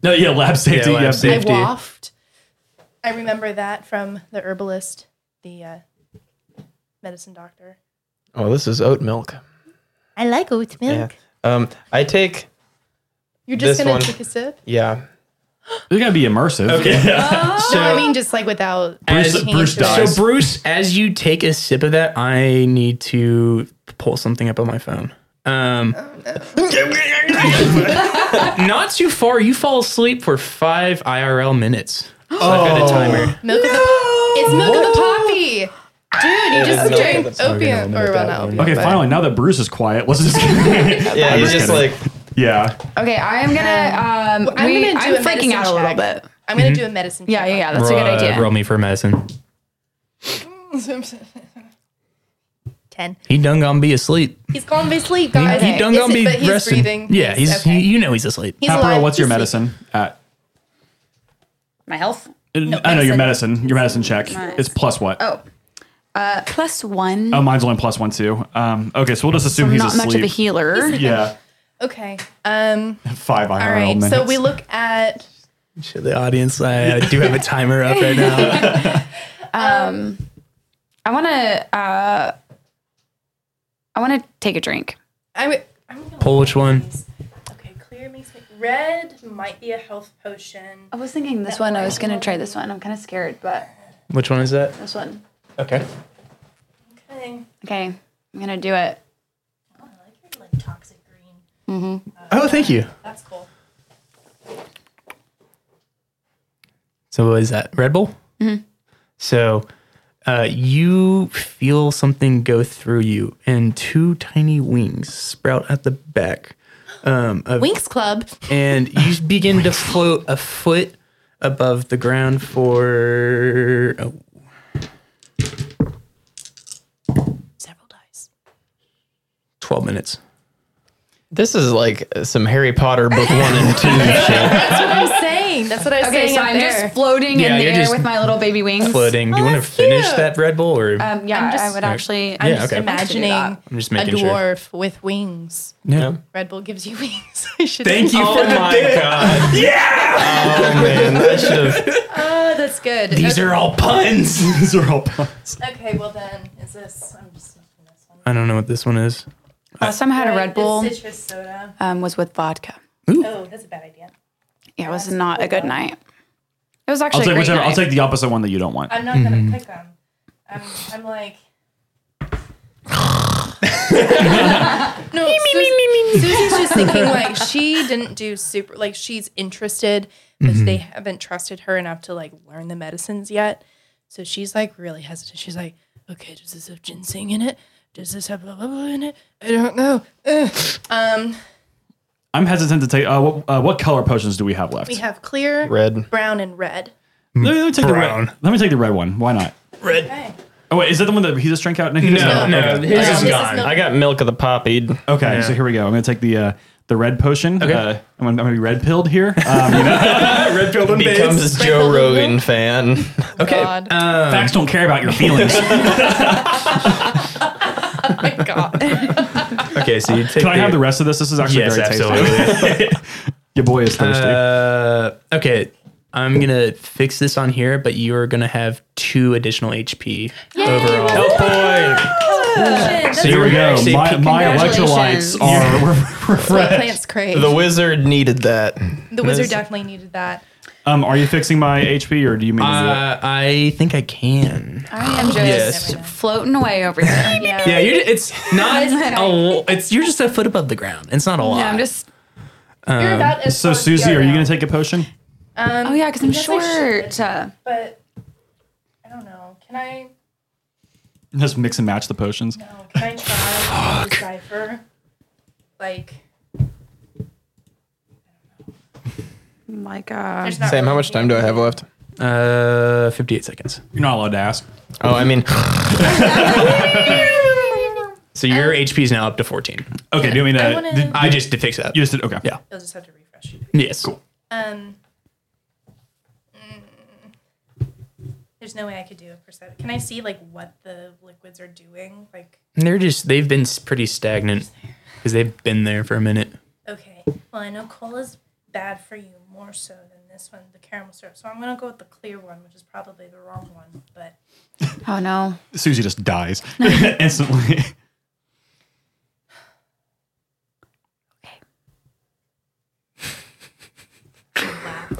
No, yeah, lab safety. Yeah, lab yeah, safety. I waft. I remember that from the herbalist, the uh, medicine doctor. Oh, this is oat milk. I like oat Yeah. Um, I take. You're just This gonna one. take a sip. Yeah. It's gotta be immersive. Okay. no, I mean just like without. Bruce- changing Bruce it. dies. So Bruce, as you take a sip of that, I need to pull something up on my phone. Um, not too far. You fall asleep for five IRL minutes. So I've got a timer. Milk of the, it's milk of the poppy. Dude, you just milk of drank the- opium or well, not opium. Okay, but- finally, now that Bruce is quiet, let's just Yeah, Yeah, he's just like Yeah. Okay. I am gonna. Um. I'm we- gonna do a I'm freaking medicine out a little check. bit. I'm Mm-hmm. gonna do a medicine. Yeah. check Yeah. on Yeah. That's a good Roll- idea. Roll me for medicine. Ten. He done gone be asleep. He's gone to sleep, He, guys. he done Is gone it- be but he's resting. breathing. Yeah, he's, okay. you, you know he's asleep. He's Pepper, alive. what's He's your asleep. medicine at? My health. No, I know your medicine. Your medicine check. It's plus what? Oh. Oh, uh, plus one. mine's only plus one too. Um, okay, so we'll just assume I'm he's not asleep. much of a healer. yeah, Okay. Um. five IRL All right. minutes. So we look at To the audience, I, I do have a timer up right now. um, I want to. Uh, I want to take a drink. I'm. I'm gonna Pull which one? Okay. Clear makes me red. Might be a health potion. I was thinking this one. I was gonna try this one. I'm kind of scared, but Which one is that? this one. Okay. Okay. Okay, I'm gonna do it. I like your like toxic green. Oh, thank you. That's cool. So what is that? Red Bull? Mm-hmm. So uh, you feel something go through you, and two tiny wings sprout at the back. Um, of, Winx Club. and you begin to float a foot above the ground for oh, Several dice. 12 minutes. This is like some Harry Potter book one and two shit. That's what I'm saying. That's what I was Okay, saying. so up I'm there. just floating Yeah, in the you're air just with my little baby wings. Floating. Do you want to that's finish cute. that Red Bull? Or Um, yeah, I'm just- I would actually. Yeah, I'm just okay. imagining. imagining that. I'm just a making sure. dwarf with wings. yeah. Red Bull gives you wings. I should Thank you Oh, for the dip. Oh man, that should have. Oh, that's good. These okay. are all puns. these are all puns. Okay, well then, is this? I'm just making this one. I don't know what this one is. Last time I had a Red Bull citrus soda. um, was with vodka. Oh, that's a bad idea. Yeah, it was not a good night. It was I'll actually. a take great whichever. I'll night. take the opposite one that you don't want. I'm not gonna pick them. I'm, I'm like. no, Susie, Susie's just thinking like she didn't do super. Like she's interested, but they haven't trusted her enough to like learn the medicines yet. So she's like really hesitant. She's like, okay, does this have ginseng in it? Does this have blah blah blah in it? I don't know. Ugh. Um, I'm hesitant to take. Uh, what, uh, what color potions do we have left? we have clear, Red. brown, and red. let, me, let me take the Brown. red. Let me take the red one. Why not? Okay. Oh wait, is that the one that he just drank out? No, he doesn't. No, no, Okay. his this is is gone. not- I got milk of the poppy. Okay, so here we go. I'm gonna take the uh, the red potion. Okay. Uh, I'm, gonna, I'm gonna be red pilled here. Um, you know, Red Bull and Becomes a Joe Rogan fan. Okay. God. um, facts don't care about your feelings. okay, so you take Can I have the rest of this? This is actually Yes, very tasty. absolutely. Your boy is thirsty. uh, okay. I'm gonna fix this on here, but you're gonna have two additional HP overall. so here we go. oh, actually My, picking- my Congratulations. electrolytes are re- refreshed. Plants crave. The wizard needed that. The wizard definitely needed that. Um, are you fixing my HP or do you mean? Uh, I think I can. I am just Yes. floating away over here. Yeah. Yeah, you're. It's not. a, it's you're just a foot above the ground. It's not a lot. Yeah, I'm just. You're about as so close Susie, as are you now. gonna take a potion? Um, Oh yeah, because I'm Yes, I short. Uh, but I don't know. Can I? Just mix and match the potions. No, can I try to decipher? Like, like uh, there's not Sam, how really much time do I have left? Uh, 58 seconds. You're not allowed to ask. Oh, I mean, So your Um, HP is now up to 14. Okay, do you mean I that? wanna- did- I just did fix that. you just did okay. Yeah. You'll just have to refresh. Yes. Cool. Um. mm, There's no way I could do a percent. Can I see like what the liquids are doing? Like, They're just. They've been s- pretty stagnant because they've been there for a minute. okay. Well, I know cola's bad for you more so than this one, the caramel syrup. So I'm gonna go with the clear one, which is probably the wrong one. But oh no. Susie just dies instantly.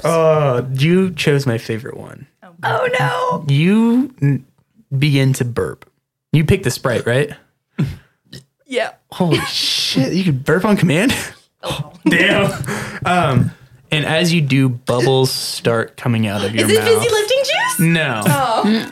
Oh, you chose my favorite one. oh, no. You n- begin to burp. You picked the sprite, right? yeah. Holy shit! You could burp on command. Damn. Um, and as you do, bubbles start coming out of your mouth. lifting juice? no.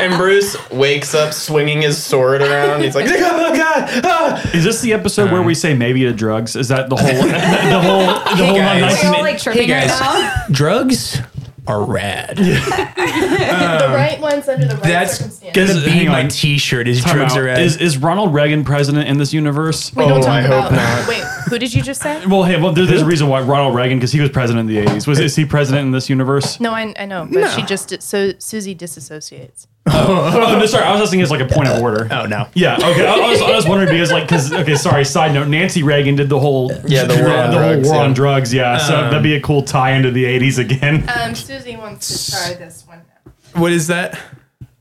and Bruce wakes up swinging his sword around. He's like, oh god, ah." Is this the episode where we say maybe to drugs? Is that the whole the whole the whole guys. nice We're all Hey, like chirping right guys. now. Drugs are rad. Um, the right ones under the right That's circumstances. gonna Hang be my on. T-shirt. Is Time drugs out. are rad? Is is Ronald Reagan president in this universe? We don't Oh, talk I hope about not. Wait, Who did you just say? Well, hey, well, there, there's a reason why Ronald Reagan, because he was president in the 80s. Was is he president in this universe? No, I, I know, but she just di- so Susie disassociates. Oh, no, sorry. I was asking as like a point of order. Oh no. Yeah. Okay. I, I was, I was wondering because like because okay. Sorry. Side note. Nancy Reagan did the whole Yeah, the war on the drugs, whole war on yeah. drugs. Yeah. so that'd be a cool tie into the '80s again. Um, Susie wants to try this one now. What is that?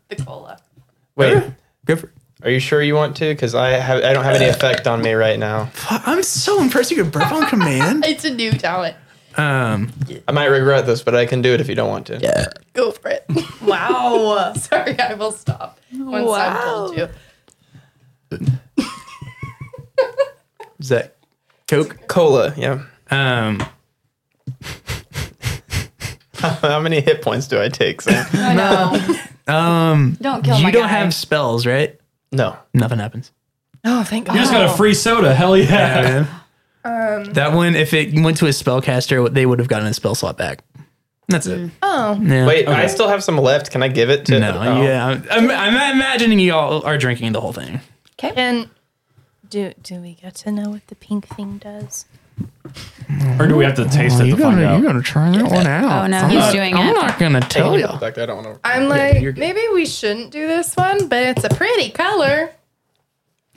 The cola. Wait, Go for are you sure you want to? Because I have I don't have any effect on me right now. I'm so impressed you could burp on command. It's a new talent. Um, I might regret this, but I can do it if you don't want to. Yeah. Go for it. Wow. Sorry, I will stop once I'm told you. is that Coke? Cola. Yeah. Um, How many hit points do I take? Sam? I know. um, Don't kill you my don't guy. have spells, right? no. Nothing happens. Oh, thank You God. just got a free soda. Hell yeah. Um, That one, if it went to a spellcaster, they would have gotten a spell slot back. That's Mm. it. oh, Yeah. Wait, I still have some left. Can I give it to? No, oh. yeah, I'm, I'm, I'm imagining you all are drinking the whole thing. and do do we get to know what the pink thing does? Or do we have to taste it to find out? gonna try that one out. Oh, no, he's doing it. gonna Hey, give tell me the effect. Oh, I don't want to. I'm like, maybe we shouldn't do this one, but it's a pretty color.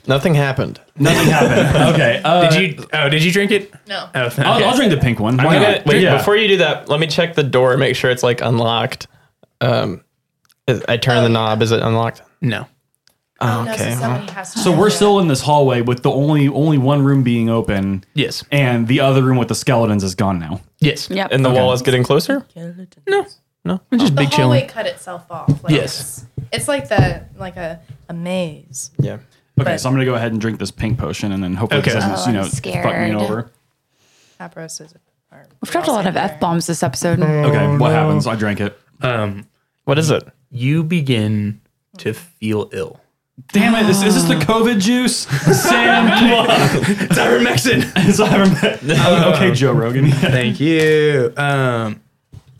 Nothing happened. Nothing happened. okay. Uh, Did you? Oh, did you drink it? No. Oh, okay. I'll, I'll drink the pink one. Why I'm not? gonna- wait, yeah. before you do that, let me check the door, make sure it's like unlocked. Um, is- I turn the knob. Is it unlocked? No. Oh, No, okay. so well, somebody has to so we're still in this hallway with the only only one room being open, Yes. and the other room with the skeletons is gone now. Yes. Yep. and the wall is getting closer. No. No. It's just the big hallway chilling. cut itself off. Like, Yes. It's, it's like the like a, a maze. Yeah. Okay, But- so I'm gonna go ahead and drink this pink potion, and then hopefully Okay. this doesn't, Oh, you I'm know, fuck me scared. over. Capros is. or- We've dropped a lot of f bombs this episode. Okay, what happens? I drank it. Um, What is it? you begin to feel ill. Damn it! Is, is this the COVID juice? Sam, Tyromexin. is okay, Joe Rogan. Thank you. Um,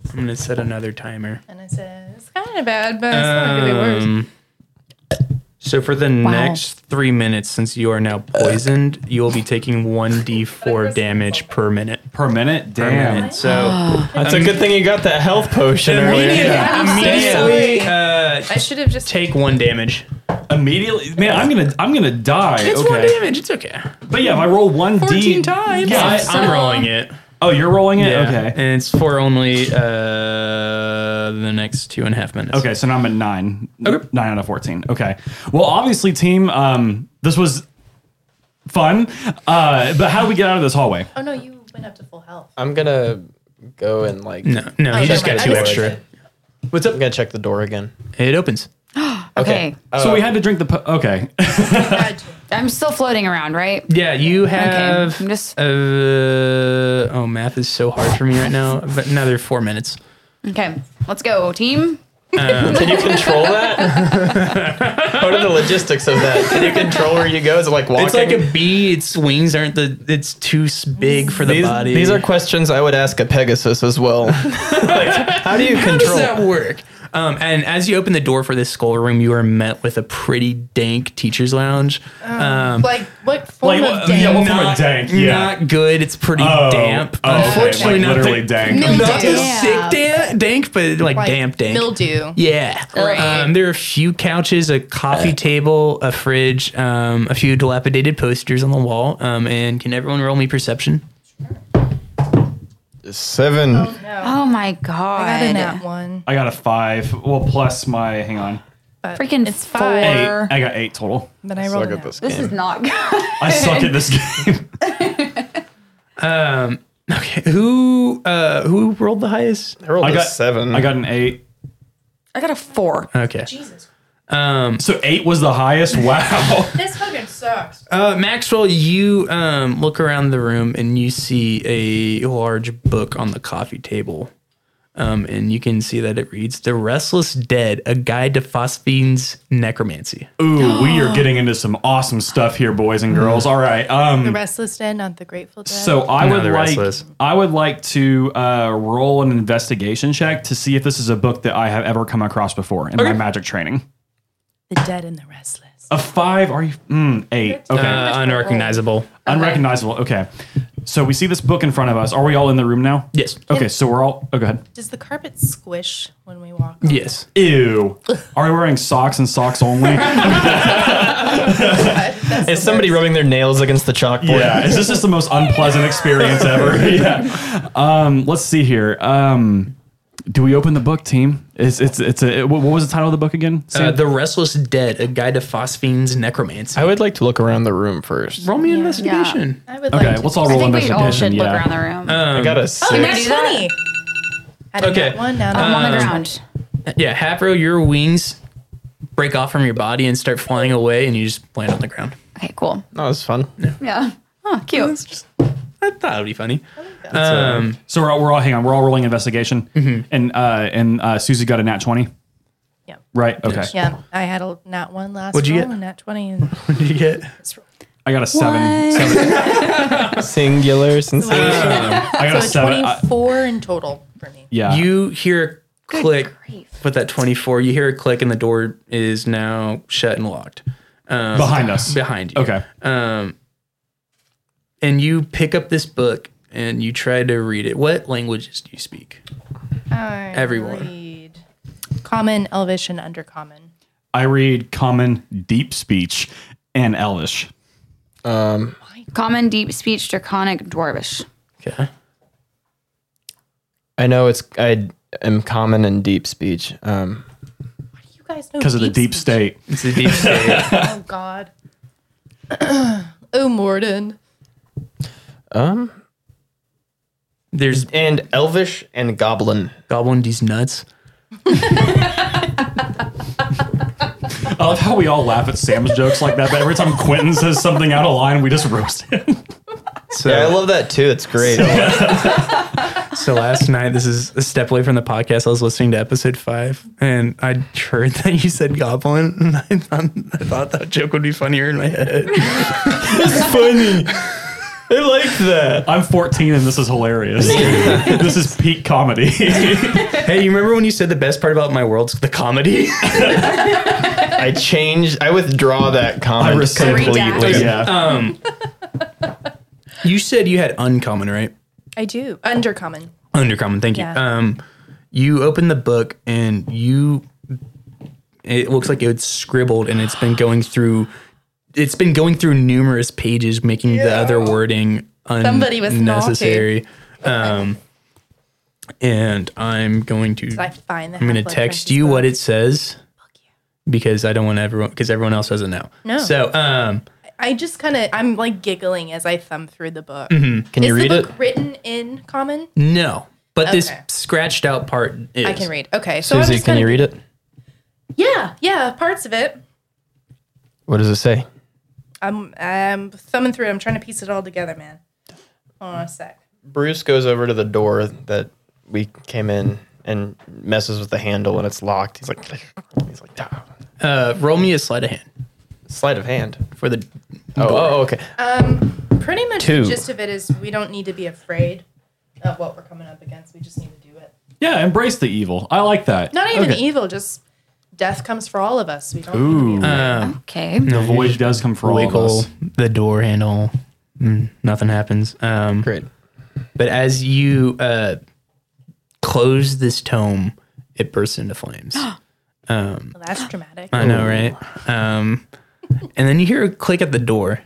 I'm gonna set another timer. And I said it's kind of bad, but it's not gonna be worse. Um, so for the next three minutes, since you are now poisoned, you will be taking one d4 damage per minute. per minute. Per Damn. minute. So That's a good thing you got that health potion earlier. immediately, uh, immediately uh, I should have just take one damage. Immediately, man, I'm gonna I'm gonna die. It's okay, one damage. It's okay. but yeah, if I roll one 14 d times. Yeah, I, I, am rolling it. oh, you're rolling it. Yeah. Okay. And it's for only uh, the next two and a half minutes. Okay, so now I'm at nine. Nine out of fourteen. Okay. Well, obviously, team, um, this was fun. Uh, but how do we get out of this hallway? Oh no, you went up to full health. I'm gonna go and like. No, no, never you just mind. got I two just- extra. What's up? I'm gonna check the door again. It opens. Okay. Uh, so we had to drink the. Po- okay. Gotcha. I'm still floating around, right? Yeah, you have. I'm just- uh, oh, math is so hard for me right now. But another four minutes. Okay. Let's go, team. uh, Can you control that? what are the logistics of that? Can you control where you go? Is it like walking? It's like a bee. Its wings aren't the. It's too s- big for the these, body. these are questions I would ask a Pegasus as well. Like, how do you How control? does that work? Um, and as you open the door for this schoolroom, you are met with a pretty dank teacher's lounge. Um, Like what form Like, of uh, day? yeah, what form of dank? Yeah. Not good. It's pretty Oh, damp. oh, okay, Unfortunately, like not literally the, dank. Mildew. Not the Damp. sick dan- dank, but like, Like damp dank. mildew. Yeah. great. Um, there are a few couches, a Uh. coffee table, a fridge, um, a few dilapidated posters on the wall. Um, and can everyone roll me perception? Seven. No, Oh my I got in that god. one. I got a five. Well, plus my hang on. But Freaking it's five. Eight. Four. I got eight total. Then I rolled Look an at this out. game. This is not good. I suck at this game. Um, Okay. Who uh, who rolled the highest? I rolled I got a seven. I got an eight. I got a four. Okay. Um, So eight was the highest. Wow. This fucking sucks. Uh, Maxwell, you um, look around the room and you see a large book on the coffee table. Um, and you can see that it reads The Restless Dead, A Guide to Phosphene's Necromancy. Ooh, we are getting into some awesome stuff here, boys and girls. All right. The Um. Restless Dead, not the Grateful Dead. So I No, would the like Restless. I would like to uh, roll an investigation check to see if this is a book that I have ever come across before in my magic training. the Dead and the Restless. A five? Are you? Mm, eight. Okay. Uh, unrecognizable. Unrecognizable. Okay. So we see this book in front of us. Are we all in the room now? Yes. Okay. So we're all. Oh, go ahead. Does the carpet squish when we walk? on Yes. Ew. Are we wearing socks and socks only? Is somebody rubbing their nails against the chalkboard? yeah. Is this just the most unpleasant experience ever? yeah. Um, let's see here. Um, do we open the book, team? It's it's it's a. What what was the title of the book again? Uh, Sam? the Restless Dead, a guide to phosphenes necromancy. I would like to look around the room first. Roll me an investigation. I would okay. like to. Let's all I roll think we investigation. all should yeah. look around the room. I got a six. oh, Can I that's do that? funny. I did Okay. Uh, okay. one down. I'm on the ground. Yeah, Havro, your wings break off from your body and start flying away, and you just land on the ground. Okay, cool. That was fun. Yeah. Oh, cute. I thought it would be funny. uh, um, So we're all, we're all hang on. We're all rolling investigation, and uh, and uh, Susie got a nat twenty. Yeah. Right. Okay. Yeah, I had a not one last What'd you roll get? and not twenty. And What did you get? I got a seven. seven. Um, singular sensation. I got a so seven. I- twenty-four in total for me. yeah. You hear a click. grief. Put that 24. You hear a click, and the door is now shut and locked. Um, Behind us. Behind you. Okay. Um, and you pick up this book and you try to read it. What languages do you speak? I Everyone. read Common, Elvish, and Undercommon. I read common, deep speech, and Elvish. Um, Common, deep speech, draconic, dwarvish. Okay. I know it's I am common in deep speech. Um, You guys Oh, know Because of the deep speech. state. It's a deep state. Oh God. oh Morden. um, There's and Elvish and Goblin. goblin these nuts. I love how we all laugh at Sam's jokes like that, but every time Quentin says something out of line, we just roast him. So, Yeah, I love that too. It's great. so last night, this is a step away from the podcast. I was listening to episode five, and I heard that you said goblin, and I thought, I thought that joke would be funnier in my head. Funny. I like that. Uh, I'm 14 and this is hilarious. this is peak comedy. Hey, you remember when you said the best part about my world's the comedy? I change. I withdraw that comment rescind. completely. Redact. yeah. you said you had uncommon, right? I do. Undercommon. Undercommon, thank you. Yeah. Um, you open the book and you, it looks like it's scribbled and it's been going through, it's been going through numerous pages, making the other wording Somebody was unnecessary. Um, and I'm going to, I find that I'm going to text you what it says because I don't want everyone, because everyone else doesn't know. No. So, um, I just kind of I'm like giggling as I thumb through the book. Can you Is Mm-hmm. read the it? book written in common? no, but this Okay. scratched out part is. I can read. Okay, so I'm Susie, just can gonna, you read it? Yeah, yeah, parts of it. What does it say? I'm I'm thumbing through. it. I'm trying to piece it all together, man. Hold on a sec. Bruce goes over to the door that we came in and messes with the handle and it's locked. He's like, he's like, "Ah." Uh, roll me a sleight of hand sleight of hand. for the Oh, oh, okay. Pretty much Two. the gist of it is we don't need to be afraid of what we're coming up against. We just need to do it. yeah, embrace the evil. I like that. Not even Okay. evil, just death comes for all of us. We don't Ooh. Okay. the voyage does come for all of wiggle us. the door handle. Mm, nothing happens. Um, Great. but as you uh, close this tome, it bursts into flames. Well, that's dramatic. I know, right? Um, and then you hear a click at the door.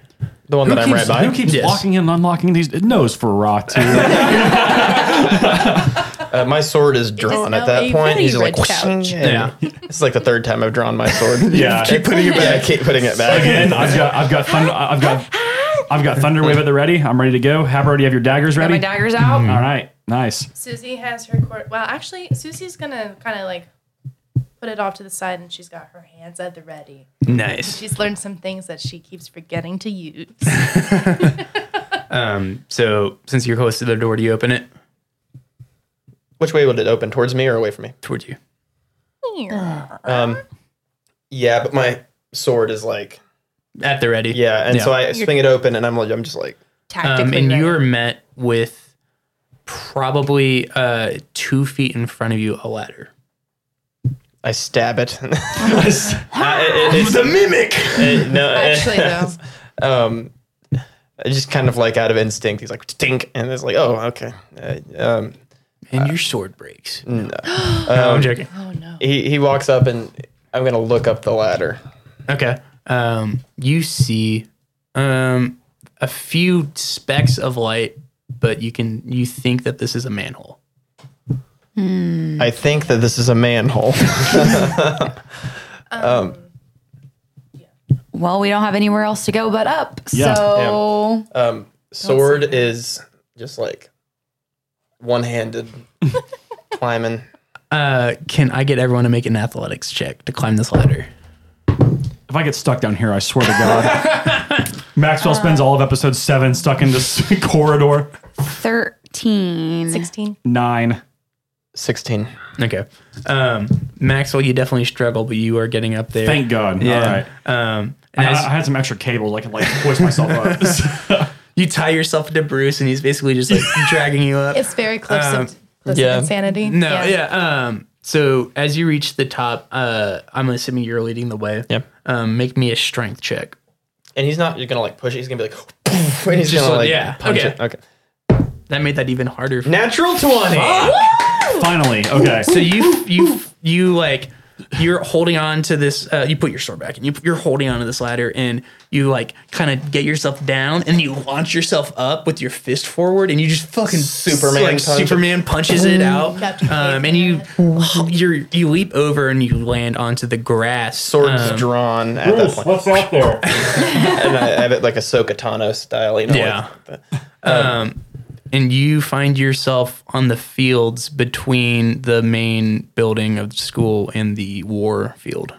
The one that I'm right by. Who keeps Yes. locking and unlocking these? It knows for rot too. Uh, my sword is drawn at now that a point. very He's just like, red couch. yeah. It's like the third time I've drawn my sword. Yeah. Keep putting it back. keep putting it back. Again, I've got, I've got thunder, I've got, I've got Thunderwave at the ready. I'm ready to go. Haber, do you have your daggers Got ready? my daggers out. All right, nice. Susie has her cord. Well, actually, Susie's gonna kind of like put it off to the side, and she's got her hands at the ready. Nice. She's learned some things that she keeps forgetting to use. So since you're close to the door, do you open it Which way would it open? Towards me or away from me? Um, towards you? Yeah, but my sword is like, At the ready. yeah. And so I swing it open and I'm, like- I'm just like, Tactically, Um, and right. you are met with probably uh, two feet in front of you a ladder. I stab it. it's a mimic. no, Actually, though, um, I just kind of like out of instinct, he's like tink, and it's like, oh, okay. Uh, um, And your sword breaks. No, um, I'm joking. he he walks up, and I'm gonna look up the ladder. Okay. Um, you see um, a few specks of light, but you can you think that this is a manhole. I think that this is a manhole. Well, we don't have anywhere else to go but up. Yeah. so Um, sword is just like one-handed climbing. Uh, can I get everyone to make an athletics check to climb this ladder? If I get stuck down here, I swear to God. Maxwell spends all of episode seven stuck in this corridor. 13. 16. Nine. Sixteen. Okay. Um, Maxwell, you definitely struggle, but you are getting up there. Thank God. All right. Um, I, and as I had some extra cables. I can like hoist myself up. you tie yourself to Bruce, and he's basically just like dragging you up. It's very close Um, to close yeah. to insanity. No, yeah. Um, so as you reach the top, uh, I'm assuming you're leading the way. Yep. Um, make me a strength check. And he's not. You're gonna like push it. He's gonna be like. And he's Just gonna like- like yeah, punch okay. it. Okay. That made that even harder. for- Natural twenty. Finally. Okay. So you you you like you're holding on to this. Uh, you put your sword back, and you, you're holding on to this ladder, and you like kind of get yourself down, and you launch yourself up with your fist forward, and you just fucking Superman like punch. Superman punches it out, Captain um, and you you you leap over and you land onto the grass. Swords um, drawn at that point. what's out there? and I have it like a Tano style. You know. Yeah. Um, Like, and you find yourself on the fields between the main building of the school and the war field.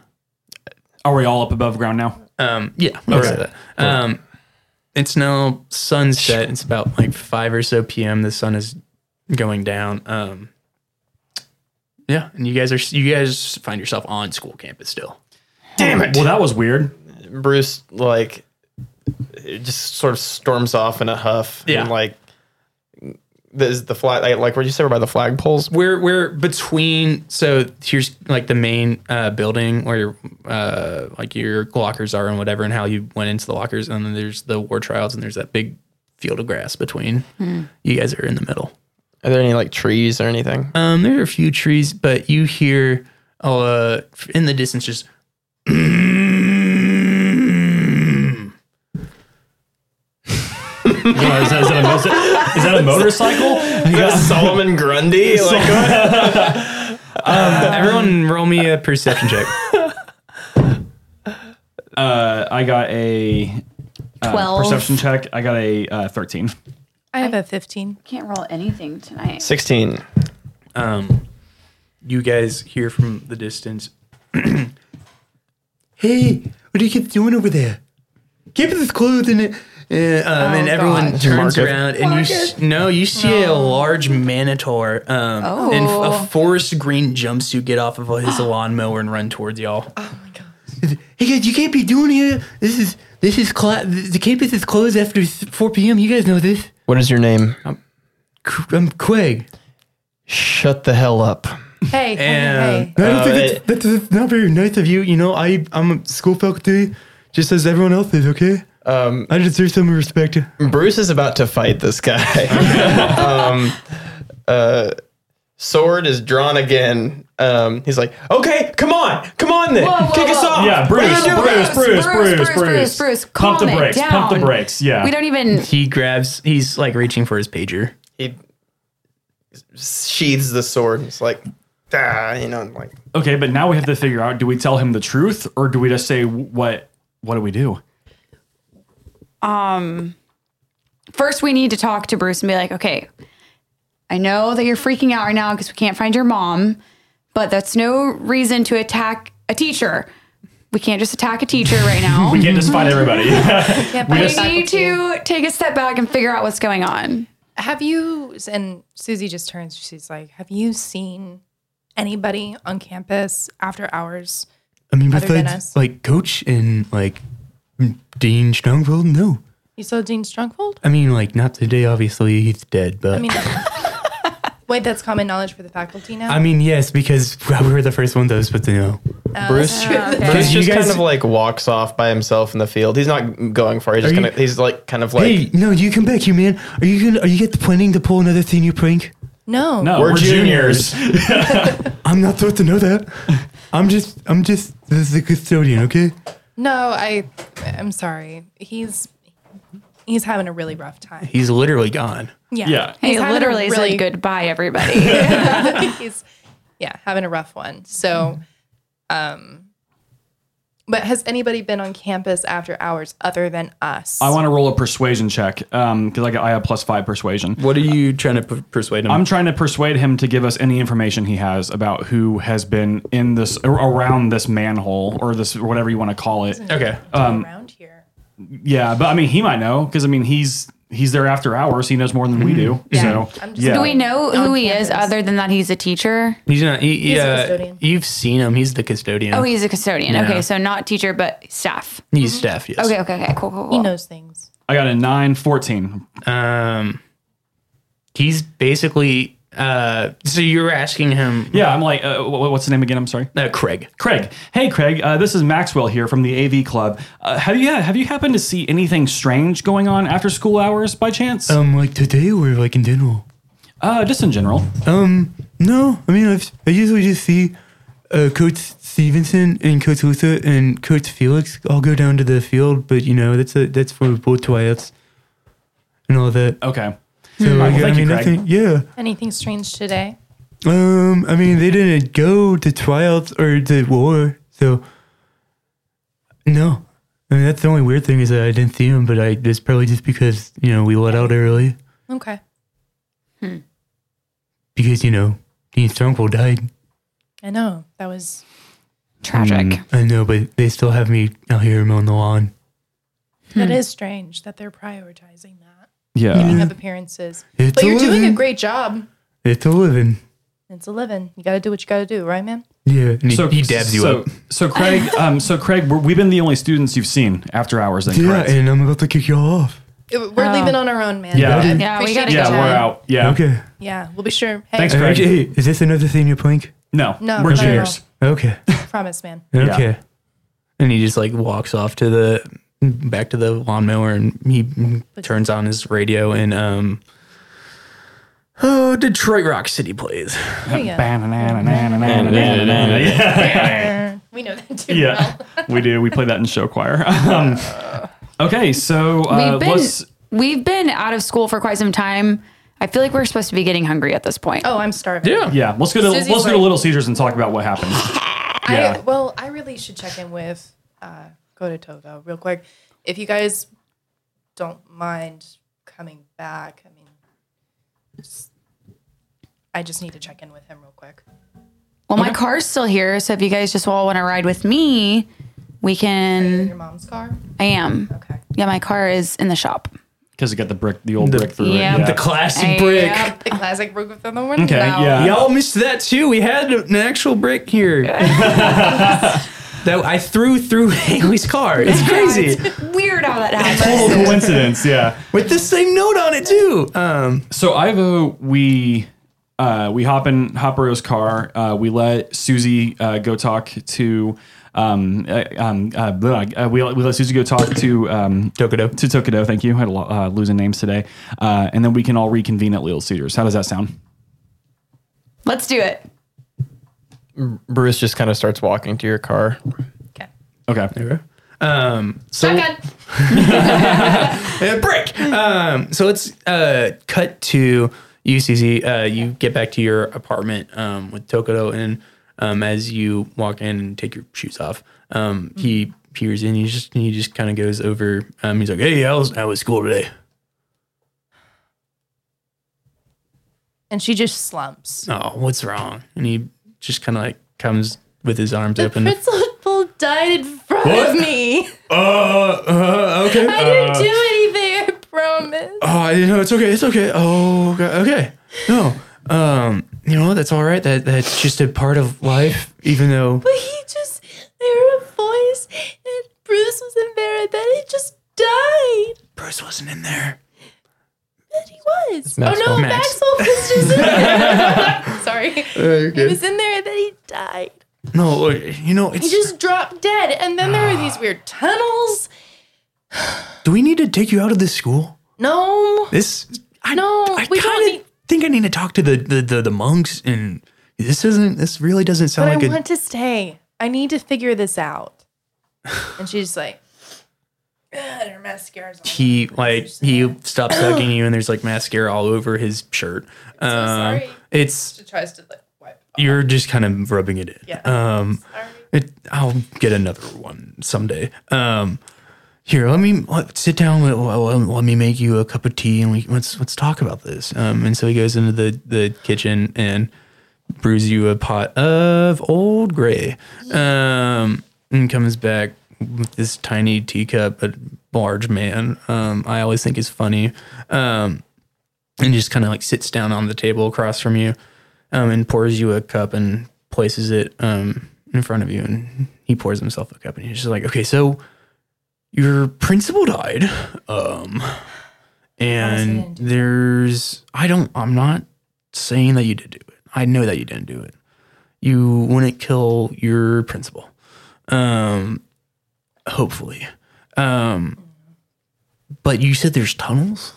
Are we all up above ground now? Um, yeah, I'll say that. Um, it's now sunset. It's about like five or so p.m. The sun is going down. Um, yeah, and you guys are you guys find yourself on school campus still. Damn it. Well, that was weird. Bruce like it just sort of storms off in a huff. Yeah. And like this the flag like, like what you said about the flagpoles. We're we're between. So here's like the main uh, building where your uh, like your lockers are and whatever, and how you went into the lockers, and then there's the war trials, and there's that big field of grass between. You guys are in the middle. Are there any like trees or anything? Um, there are a few trees, but you hear uh in the distance just. Is that, is that, a, mo- is that- is that a motorcycle? Solomon Grundy. Like, Everyone, roll me a perception check. Uh, I got a 12. perception check. I got a uh, 13. I have a 15. Can't roll anything tonight. Sixteen. Um, you guys hear from the distance. hey, what are you kids doing over there? Keep this clothes in it. Uh, um, and everyone turns around, and you s- no, you see a large minotaur um, in f- a forest green jumpsuit get off of his lawnmower and run towards y'all. Hey guys, you can't be doing here. This is this is cla- the campus is closed after s- 4 p.m. You guys know this. um, What is your name? Qu- I'm Quig. Shut the hell up. Hey, hey, And hey. I don't Uh, think it- that's, that's, that's not very nice of you. You know, I I'm a school faculty, just as everyone else is. Okay, Um, I deserve some respect. Bruce is about to fight this guy. um, uh, sword is drawn again. Um, he's like, okay, come on, come on then, Whoa, whoa, kick us whoa. off. Yeah, What are Bruce, you doing? Bruce, Bruce, Bruce, Bruce, Bruce, Bruce, calm pump the it brakes. Pump the down. brakes. Yeah. We don't even. He grabs. He's like reaching for his pager. He sheathes the sword. and It's like, ah, you know, and like e- okay, but now we have to figure out: do we tell him the truth, or do we just say what? What do we do? Um, first, we need to talk to Bruce and be like, okay, I know that you're freaking out right now because we can't find your mom, but that's no reason to attack a teacher. We can't just attack a teacher right now. We can't just fight everybody. Can't buy just- a We need faculty. to take a step back and figure out what's going on. Have you, and Susie just turns, she's like, Have you seen anybody on campus after hours? I mean, Other than us. like coach and like Dean Strongfeld, no. You saw Dean Stronghold? I mean, like not today. Obviously, he's dead. But I mean, Wait, that's common knowledge for the faculty now. I mean, yes, because we were the first one those, but you know. Oh, Uh, Bruce, Bruce You just guys- kind of like walks off by himself in the field. He's not going for it. He's just Are you- kind of he's like kind of like hey, no, you come back here, man. Are you gonna? Are you get planning to pull another senior prank? No. No, we're, juniors. I'm not supposed to know that. I'm just, I'm just the, the custodian, okay? No, I I'm sorry. He's he's having a really rough time. He's literally gone. Yeah. Yeah. He's He having a literally really- said goodbye, everybody. he's yeah, having a rough one. So um but has anybody been on campus after hours other than us? I want to roll a persuasion check because I, got- I have plus five persuasion. What are you trying to per- persuade him? I'm trying to persuade him to give us any information he has about who has been in this or around this manhole or this or whatever you want to call it. okay. um, around here. Yeah, but I mean, he might know because I mean, he's he's there after hours. He knows more than we do. So Mm-hmm. I'm just- yeah, Do we know who he is campus. other than that he's a teacher? He's not. He, a yeah, custodian. You've seen him. He's the custodian. Oh, he's a custodian. Yeah. Okay, so not teacher, but staff. he's staff. Yes. Okay, okay, okay. Cool, cool, He cool. knows things. I got a nine fourteen. Um, he's basically. Uh, so you're asking him. Yeah, I'm like, uh, wh- what's the name again? I'm sorry. Uh, Craig. Craig. Hey, Craig. Uh, this is Maxwell here from the AV Club. Uh, have you have you happened to see anything strange going on after school hours by chance? Um, like today or like in general. uh, just in general. Um, no. I mean, I've, I usually just see uh, Coach Stevenson and Coach Luther and Coach Felix all go down to the field, but you know that's a, that's for both tryouts and all that. Okay. So Alright, like, well, I thank you, mean, Craig. nothing. Yeah. Anything strange today? Um, I mean, they didn't go to tryouts or to war, so no. I mean, that's the only weird thing is that I didn't see him, but I it's probably just because you know we let out early Okay. because you know Dean Strongful died. I know. That was Tragic. Mm. I know, but they still have me out here mowing the lawn. that is strange that they're prioritizing that. Yeah. Of appearances. It's But a you're doing a living. great job. It's a living. It's a living. You gotta do what you gotta do, right, man? Yeah, and he, he dabs you so, up. So Craig, um, so Craig, we're, we've been the only students you've seen after hours. Then, Yeah, correct? and I'm about to kick y'all off. Uh, We're leaving on our own, man. Yeah. I Yeah, we appreciate gotta your yeah, go. time. we're out. Yeah. Okay. Yeah, we'll be sure. Hey, Thanks, Hey, Craig. hey, is this another senior plank? No, No, we're not at juniors. Okay. promise, man. Okay. And he just like walks off to the back to the lawnmower and he turns on his radio and um Oh, Detroit Rock City plays. There you go. Yeah. We know that too Yeah, we do. We play that in show choir. Um, okay, so uh, We've been let's. we've been out of school for quite some time. I feel like we're supposed to be getting hungry at this point. Oh, I'm starving. Yeah, let's go to Susie's let's go to like- Little Caesars and talk about what happened. I, Yeah. well, I really should check in with uh, Go to Togo real quick. If you guys don't mind coming back, I mean, just- I just need to check in with him real quick. well, my car's still here, so if you guys just all want to ride with me, we Mm-hmm. can. Your mom's car? I am. Okay. Yeah, my car is in the shop. Because it got the brick, the old brick through yeah. it. Yeah. The classic Hey, brick. yeah. The classic Rook of the Window. okay, yeah. Y'all missed that too. We had an actual brick here. that I threw through Haley's car. It's crazy. Weird how that happens. Total coincidence. Yeah. With the same note on it too. Um So Ivo, we uh, we hop in Hoppero's car. Uh, we let Susie uh, go talk to. Um, uh, um, uh, blah, uh, we, we let Susie go talk to um, Tokido. to Tokido. Thank you. I had a lot uh, losing names today, uh, and then we can all reconvene at Little Cedars. How does that sound? Let's do it. Bruce just kind of starts walking to your car. Okay. Okay. Um so Oh. Shotgun. a break. Um, so let's uh, cut to UCZ. Uh, you get back to your apartment um, with Tokoto, and um, as you walk in and take your shoes off, um, he peers in. He just he just kind of goes over. Um, he's like, "Hey, how was how was school today?" And she just slumps. Oh, what's wrong? And he just kind of like comes with his arms open. Principal died in front What? of me. Uh, uh, okay. I didn't do anything, I promise. Oh, you know, it's okay. It's okay. Oh, okay. okay. No. Um, you know, that's all right. That that's just a part of life, even though But he just, I heard a voice, and Bruce was embarrassed that he just died. Bruce wasn't in there. But he was. was. Maxwell. Oh no, Max. Maxwell Fist was in there. Sorry. He was in there and then he died. No, you know, it's, He just dropped dead. And then there were these weird tunnels. do we need to take you out of this school? No. This I No, I we don't kind need- of think I need to talk to the, the the the monks and this isn't this really doesn't sound But I like a want to stay. I need to figure this out. And she's like, God, her mascara's on. he like he stops hugging you and there's like mascara all over his shirt. Um, sorry. It's She tries to like wipe. you're just kind of rubbing it in. Yeah. Um, it, I'll get another one someday. Um, here, let me let, sit down. Let, let, let me make you a cup of tea, and we let's let's talk about this. Um, and so he goes into the the kitchen and brews you a pot of old gray. Um, and comes back with this tiny teacup, a large man. Um, I always think is funny. Um, and just kind of like sits down on the table across from you um, and pours you a cup and places it um, in front of you. And he pours himself a cup and he's just like, okay, so your principal died. Um, and there's, I don't, I'm not saying that you did do it. I know that you didn't do it. You wouldn't kill your principal. Um, hopefully. Um, but you said there's tunnels?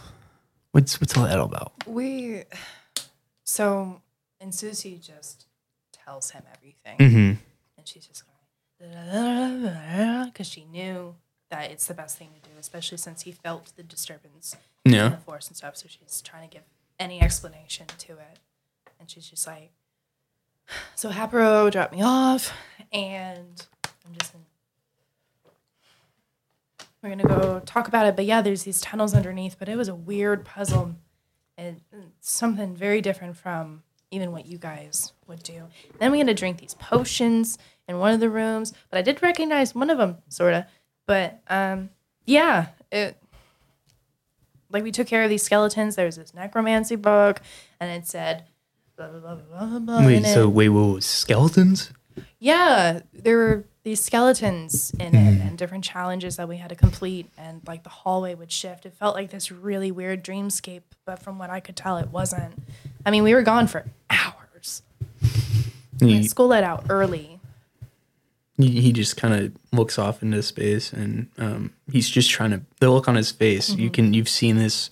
What's, what's all that all about? We. So, and Susie just tells him everything. Mm-hmm. And she's just going, because she knew that it's the best thing to do, especially since he felt the disturbance in Yeah. the forest and stuff. So she's trying to give any explanation to it. And she's just like, so Hapro dropped me off, and I'm just in. We're gonna go talk about it, but yeah, there's these tunnels underneath. But it was a weird puzzle, and something very different from even what you guys would do. Then we had to drink these potions in one of the rooms, but I did recognize one of them, sorta. But um, yeah, it like we took care of these skeletons. There was this necromancy book, and it said blah blah blah blah blah. blah in Wait, it. so wait, whoa, skeletons? Yeah, there were these skeletons in it and different challenges that we had to complete, and like the hallway would shift. It felt like this really weird dreamscape, but from what I could tell, it wasn't. I mean, we were gone for hours. And He, school let out early. he he just kind of looks off into space, and um, he's just trying to. The look on his face, you can you've seen this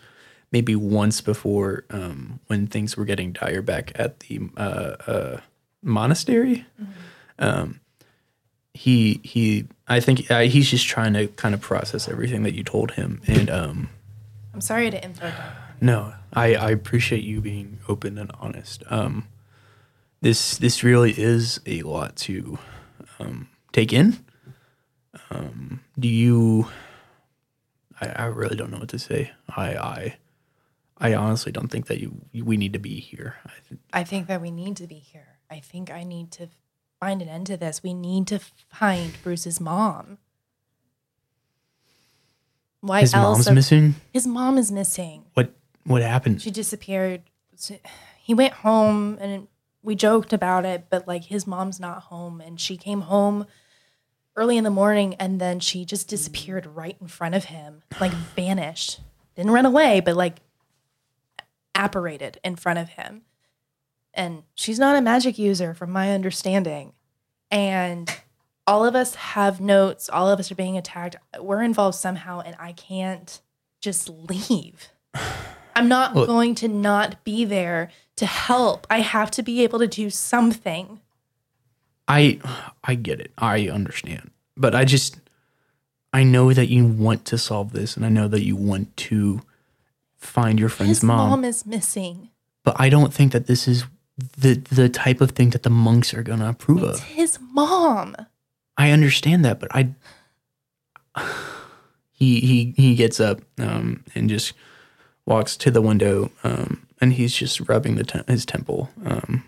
maybe once before um, when things were getting dire back at the uh, uh, monastery. Um, he he, I think uh, he's just trying to kind of process everything that you told him, and um, I'm sorry to info dump. No, I, I appreciate you being open and honest. Um, this this really is a lot to um, take in. Um, do you? I, I really don't know what to say. I I, I honestly don't think that you we need to be here. I th- I think that we need to be here. I think I need to find an end to this. We need to find Bruce's mom. Why His else? mom's are- missing. His mom is missing. What what happened? she disappeared. So- He went home and we joked about it, but like his mom's not home and she came home early in the morning and then she just disappeared right in front of him, like vanished. Didn't run away, but like apparated in front of him. And she's not a magic user from my understanding. And all of us have notes, all of us are being attacked. We're involved somehow and I can't just leave. I'm not Look. going to not be there to help. I have to be able to do something. I I get it. I understand. But I just I know that you want to solve this and I know that you want to find your friend's His mom. mom, is missing. but I don't think that this is the the type of thing that the monks are going to approve It's of. his mom. I understand that, but I he he he gets up um and just walks to the window um and he's just rubbing the te- his temple. Um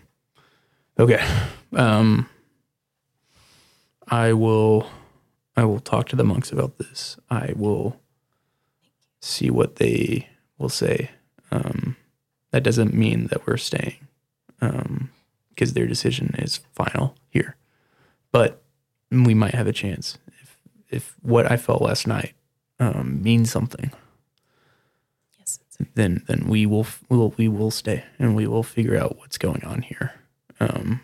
okay. Um I will I will talk to the monks about this. I will see what they will say. Um that doesn't mean that we're staying. Um because their decision is final here. But we might have a chance if if what I felt last night um, means something. Yes, it's then then we will f- we will we will stay and we will figure out what's going on here. Um,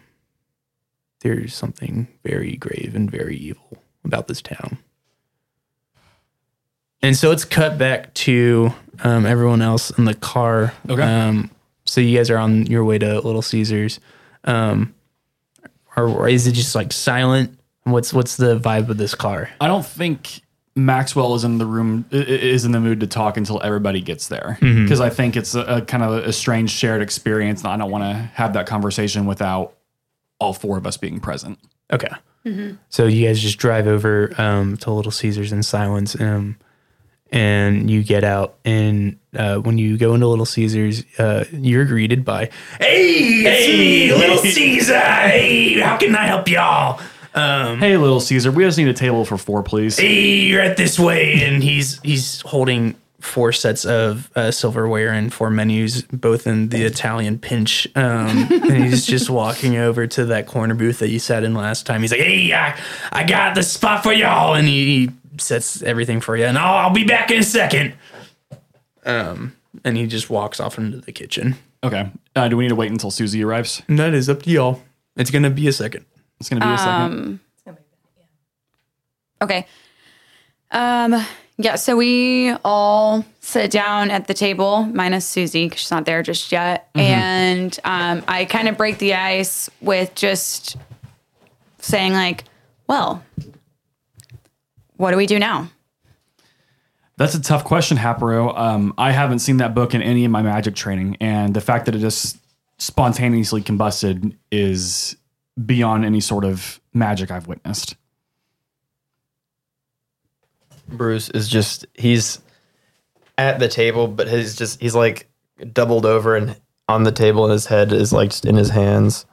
there's something very grave and very evil about this town. And so it's cut back to um, everyone else in the car. Okay. Um, so you guys are on your way to Little Caesars. Um, or, or is it just like silent? What's what's the vibe of this car? I don't think Maxwell is in the room i- i- is in the mood to talk until everybody gets there because I think it's a, a kind of a strange shared experience, and I don't want to have that conversation without all four of us being present. Okay. So you guys just drive over um, to Little Caesars in silence, um, and you get out. And uh, when you go into Little Caesars, uh, you're greeted by, "Hey, it's me, Little Caesar. Hey, how can I help y'all?" Um, Hey, little Caesar, we just need a table for four, please. hey, you're at this way, and he's he's holding four sets of uh, silverware and four menus, both in the Italian pinch. Um, and he's just walking over to that corner booth that you sat in last time. He's like, "Hey, I, I got the spot for y'all," and he, he sets everything for you. And I'll, I'll be back in a second. Um, and he just walks off into the kitchen. Okay. Uh, do we need to wait until Susie arrives? And that is up to y'all. It's gonna be a second. It's gonna be a second. Okay. Um, yeah, so we all sit down at the table, minus Susie, because she's not there just yet. Mm-hmm. And um, I kind of break the ice with just saying, like, well, what do we do now? That's a tough question, Hapro. Um, I haven't seen that book in any of my magic training, and the fact that it just spontaneously combusted is beyond any sort of magic I've witnessed. Bruce is just he's at the table, but he's just he's like doubled over and on the table, and his head is like just in his hands,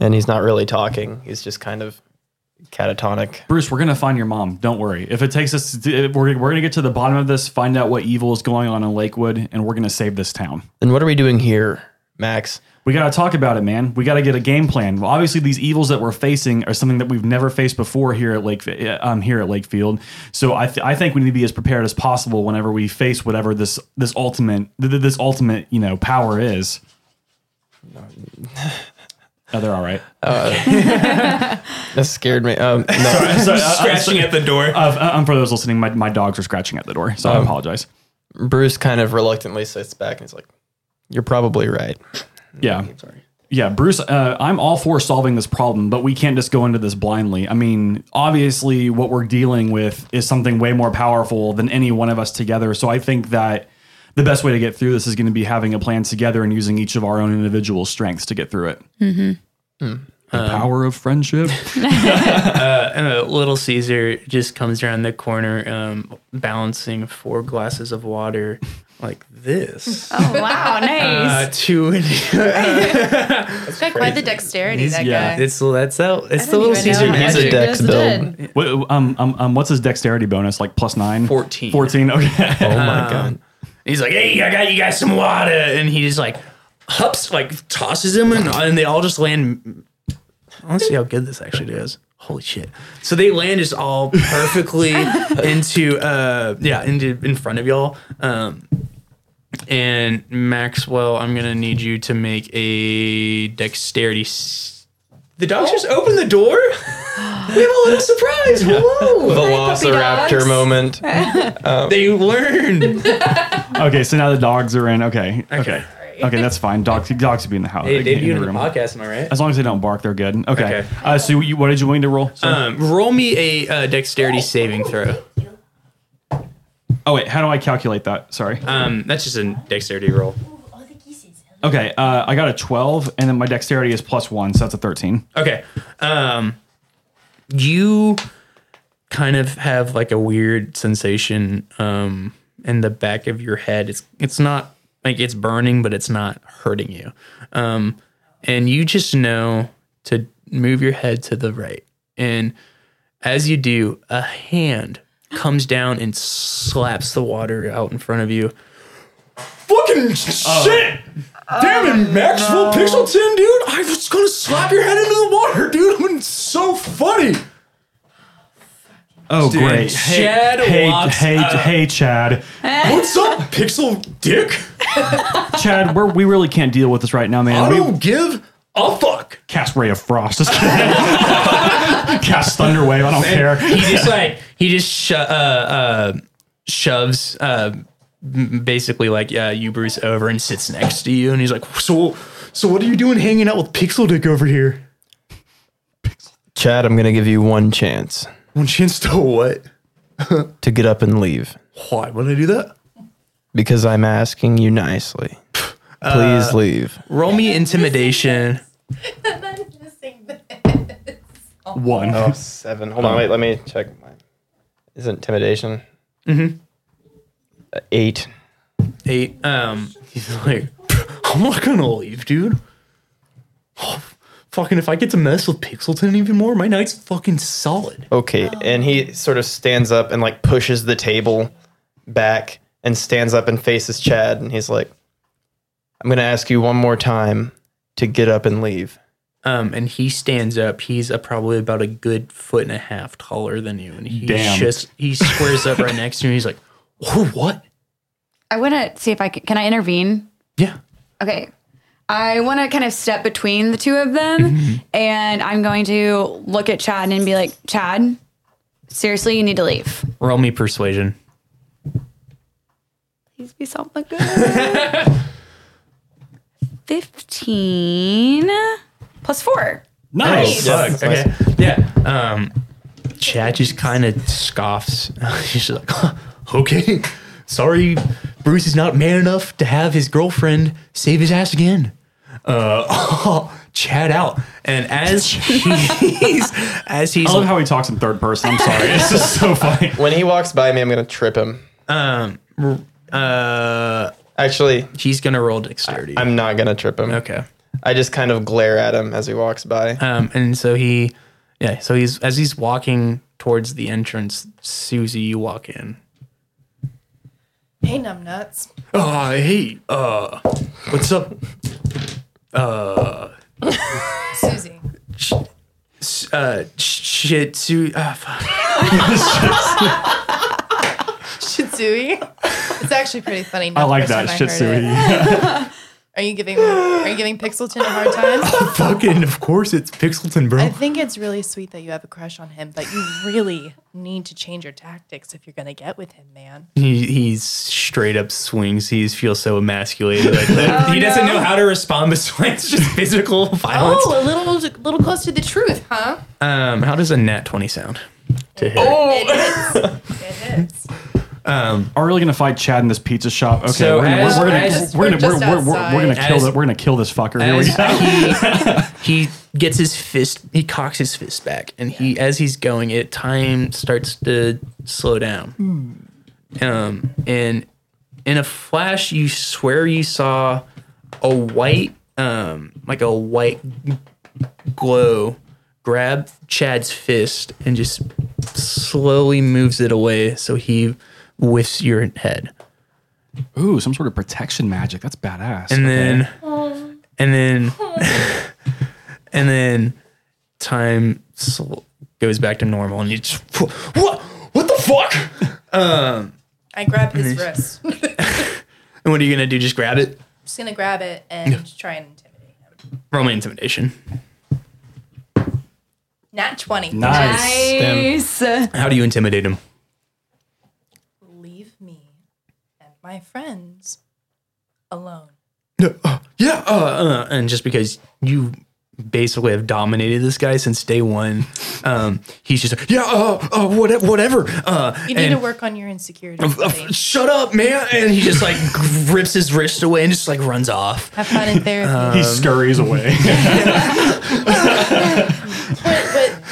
and he's not really talking. He's just kind of catatonic. Bruce, we're gonna find your mom. Don't worry. If it takes us, to, we're we're gonna get to the bottom of this, find out what evil is going on in Lakewood, and we're gonna save this town. And what are we doing here, Max? We gotta talk about it, man. We gotta get a game plan. Well, obviously, these evils that we're facing are something that we've never faced before here at Lake uh, um, here at Lakefield. So I th- I think we need to be as prepared as possible whenever we face whatever this this ultimate th- th- this ultimate you know power is. Oh, they're all right. That scared me. Um, no. uh, Sorry, I- I- Scratching at the door. uh, um, for those listening, my, my dogs are scratching at the door, so I apologize. Bruce kind of reluctantly sits back and he's like, "You're probably right." Yeah. Yeah, Bruce, uh, I'm all for solving this problem, but we can't just go into this blindly. I mean, obviously, what we're dealing with is something way more powerful than any one of us together. So I think that the best way to get through this is going to be having a plan together and using each of our own individual strengths to get through it. Mm-hmm. Hmm. The Um, power of friendship. uh, Little Caesar just comes around the corner, um, balancing four glasses of water like this. Oh, wow, nice. Uh, two. Check by the dexterity, that yeah, guy. it's that's out. It's I the don't Little even know Caesar how He's much a it magic. dex goes build. in. What- um, um, um, what's his dexterity bonus? Like plus nine? 14. 14, okay. Oh Uh, my god. He's like, hey, I got you guys some water, and he just like hups, like tosses him, and, and they all just land. I want to see how good this actually does. Holy shit! So they land just all perfectly into, uh, yeah, into in front of y'all. Um, and Maxwell, I'm gonna need you to make a dexterity. S- the dogs just opened the door. we have a little surprise. Whoa! Velociraptor moment. They learned. Oh. Okay, so now the dogs are in. Okay. Okay. Okay, that's fine. Dogs, dogs should be in the house. They can- debuted in the room. podcast. Am I right? As long as they don't bark, they're good. Okay. Okay. Uh, so you, what did you want me to roll? Sorry. Um, roll me a uh, dexterity saving throw. oh wait, how do I calculate that? Sorry. Um, that's just a dexterity roll. okay, uh, I got a twelve, and then my dexterity is plus one, so that's a thirteen. Okay. Um, you kind of have like a weird sensation um, in the back of your head. It's it's not like it's burning, but it's not hurting you. Um, and you just know to move your head to the right. And as you do, a hand comes down and slaps the water out in front of you. Oh. Fucking shit! Damn it, Maxwell Pixelton, dude! I was gonna slap your head into the water, dude! I'm so funny! Oh, Dude, great. Chad hey, walks hey, up. hey, Chad. What's up, Pixel Dick? Chad, we're, we really can't deal with this right now, I man. We don't give a fuck. cast Ray of Frost. Just kidding. cast Thunderwave. I don't care. he just like he just sho- uh, uh, shoves uh, m- basically like uh, you Bruce over and sits next to you, and he's like, "So, so what are you doing hanging out with Pixel Dick over here?" Chad, I'm gonna give you one chance When Shin stole what? to get up and leave Why would I do that? because I'm asking you nicely. Please Uh, leave. Roll me intimidation. I'm just saying that. One. Oh, Seven. Hold on, wait. Let me check. My, is it intimidation? Mm-hmm. Eight. Eight. Um, he's like, "I'm not gonna leave, dude." Oh, fucking, if I get to mess with Pixelton even more, my night's fucking solid. Okay, and he sort of stands up and like pushes the table back and stands up and faces Chad, and he's like, "I'm gonna ask you one more time to get up and leave." Um, and he stands up. He's uh probably about a good foot and a half taller than you, and he Damn. just he squares up right next to you. And he's like, "Whoa, what?" I want to see if I can. Can I intervene? Yeah. Okay. I want to kind of step between the two of them, Mm-hmm. and I'm going to look at Chad and be like, Chad, seriously, you need to leave. Roll me persuasion. Please be something good. Fifteen plus four. Nice. Fuck, Okay. Yeah. Um, Chad just kind of scoffs. He's just like, "Huh, okay, sorry, Bruce is not man enough to have his girlfriend save his ass again. Uh, Chad out. And as he's as he's I love how he talks in third person. I'm sorry. It's just so funny. When he walks by me, I'm gonna trip him. um, uh, Actually, he's gonna roll dexterity. I'm not gonna trip him. okay. I just kind of glare at him as he walks by. Um, and so he, yeah, so he's as he's walking towards the entrance. Susie, you walk in. Hey, numbnuts. Oh, hey, uh, what's up? Susie. Uh, shit, Su- ah, fuck. Shitsui. It's actually pretty funny. I Not the like first that time I shit, heard it. Sui. Are you giving Are you giving Pixelton a hard time? Fucking, of course it's Pixelton, bro. I think it's really sweet that you have a crush on him, but you really need to change your tactics if you're gonna get with him, man. He, he straight up swings. He feels so emasculated. Like that. he doesn't know how to respond, but swings just physical violence. Oh, a little little close to the truth, huh? Um, how does a nat twenty sound? To hit. It is. Are we really gonna fight Chad in this pizza shop? Okay, So we're gonna as- we're gonna as- we're gonna We're we're, just we're, we're, we're gonna outside. kill As- that we're gonna kill this fucker. Here we As go. he, he gets his fist, he cocks his fist back, and he as he's going, it time starts to slow down. Um, and in a flash, you swear you saw a white, um, like a white glow grab Chad's fist and just slowly moves it away, so he whiffs your head. Ooh, some sort of protection magic. That's badass. and then and then and then time sl- goes back to normal and you just what what the fuck I grab his wrist. I'm and what are you gonna do just grab it just gonna grab it and try and intimidate him. roll my intimidation Nat twenty. nice. Nice. how do you intimidate him Leave me and my friends alone. yeah uh, uh, and just because you basically have dominated this guy since day one um he's just like, yeah uh, uh whatever whatever uh You need and- to work on your insecurities. uh, buddy. shut up man and he just like grips his wrist away and just like runs off Have fun in therapy. um, He scurries away. but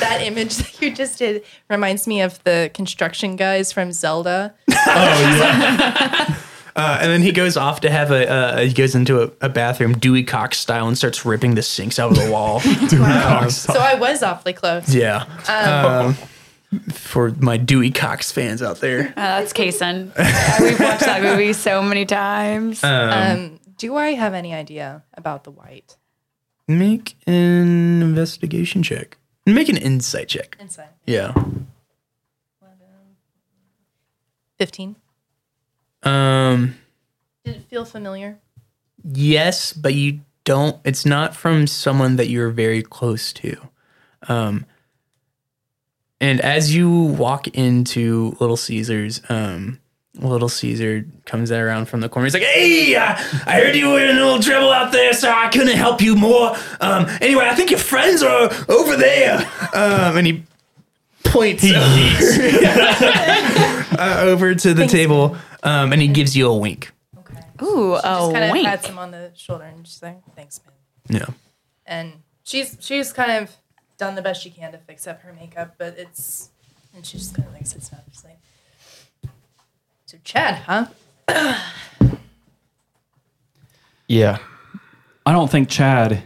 that image that you just did reminds me of the construction guys from Zelda. Uh, And then he goes off to have a, uh, he goes into a, a bathroom Dewey Cox style and starts ripping the sinks out of the wall. So I was awfully close. yeah. Um, for my Dewey Cox fans out there. Uh, that's Kason. Yeah, we've watched that movie so many times. Um, do I have any idea about the white Make an investigation check. Make an insight check. inside? Yeah. One, 15. Um, Did it feel familiar? yes, but you don't. It's not from someone that you're very close to. Um, and as you walk into Little Caesars, um, Little Caesar comes around from the corner. He's like, "Hey, uh, I heard you were in a little trouble out there, so I couldn't help you more. Um, anyway, I think your friends are over there." Um, and he points uh, over to the table, um, and he gives you a wink. Ooh, Just oh, kind of wink. pats him on the shoulder and she's like, thanks, man. Yeah. And she's she's kind of done the best she can to fix up her makeup, but it's. And she just kind of like sits down. She's like, so Chad, huh? Yeah. I don't think Chad,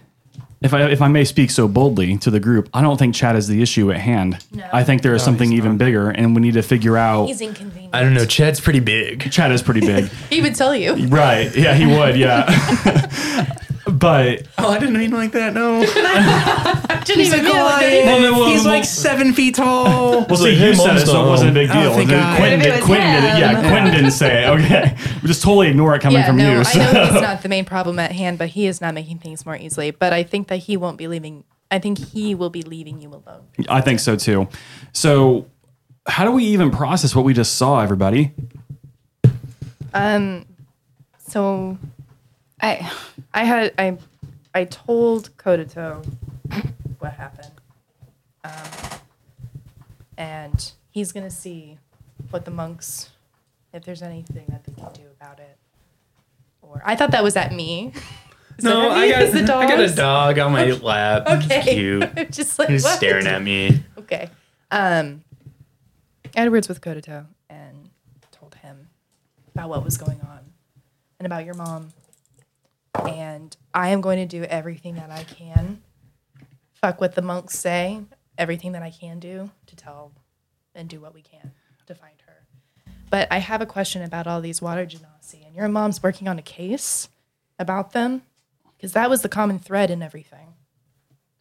if I if I may speak so boldly to the group, I don't think Chad is the issue at hand. I think there is something even bigger, and we need to figure out. He's inconvenient. I don't know. Chad's pretty big. Chad is pretty big, He would tell you. right? Yeah, he would. Yeah, but Oh, I didn't mean like that. No. Didn't even mean it like that. He's like seven feet tall. well, see, like, you "Hey, said Mom, it, so it stop." wasn't a big deal. thank Then God. Quinn, did, Quinn did it. Yeah, Quinn didn't say it. Okay, we just totally ignore it coming Yeah, from no, you. I so- know he's not the main problem at hand, but he is not making things more easily. But I think that he won't be leaving. I think he will be leaving you alone. I think so too. So, how do we even process what we just saw, everybody? Um, so I, I had I, I told Kodato what happened, um, and he's gonna see what the monks, if there's anything that they can do about it. Or I thought that was at me. Is that No, at I me? got, Is the I got a dogs? dog on my lap. Okay, He's cute. I'm just like He's what? staring at me. Okay. Um, I had words with Kodato and told him about what was going on and about your mom. And I am going to do everything that I can. Fuck what the monks say. Everything that I can do to tell and do what we can to find her. But I have a question about all these water genasi. And your mom's working on a case about them because that was the common thread in everything.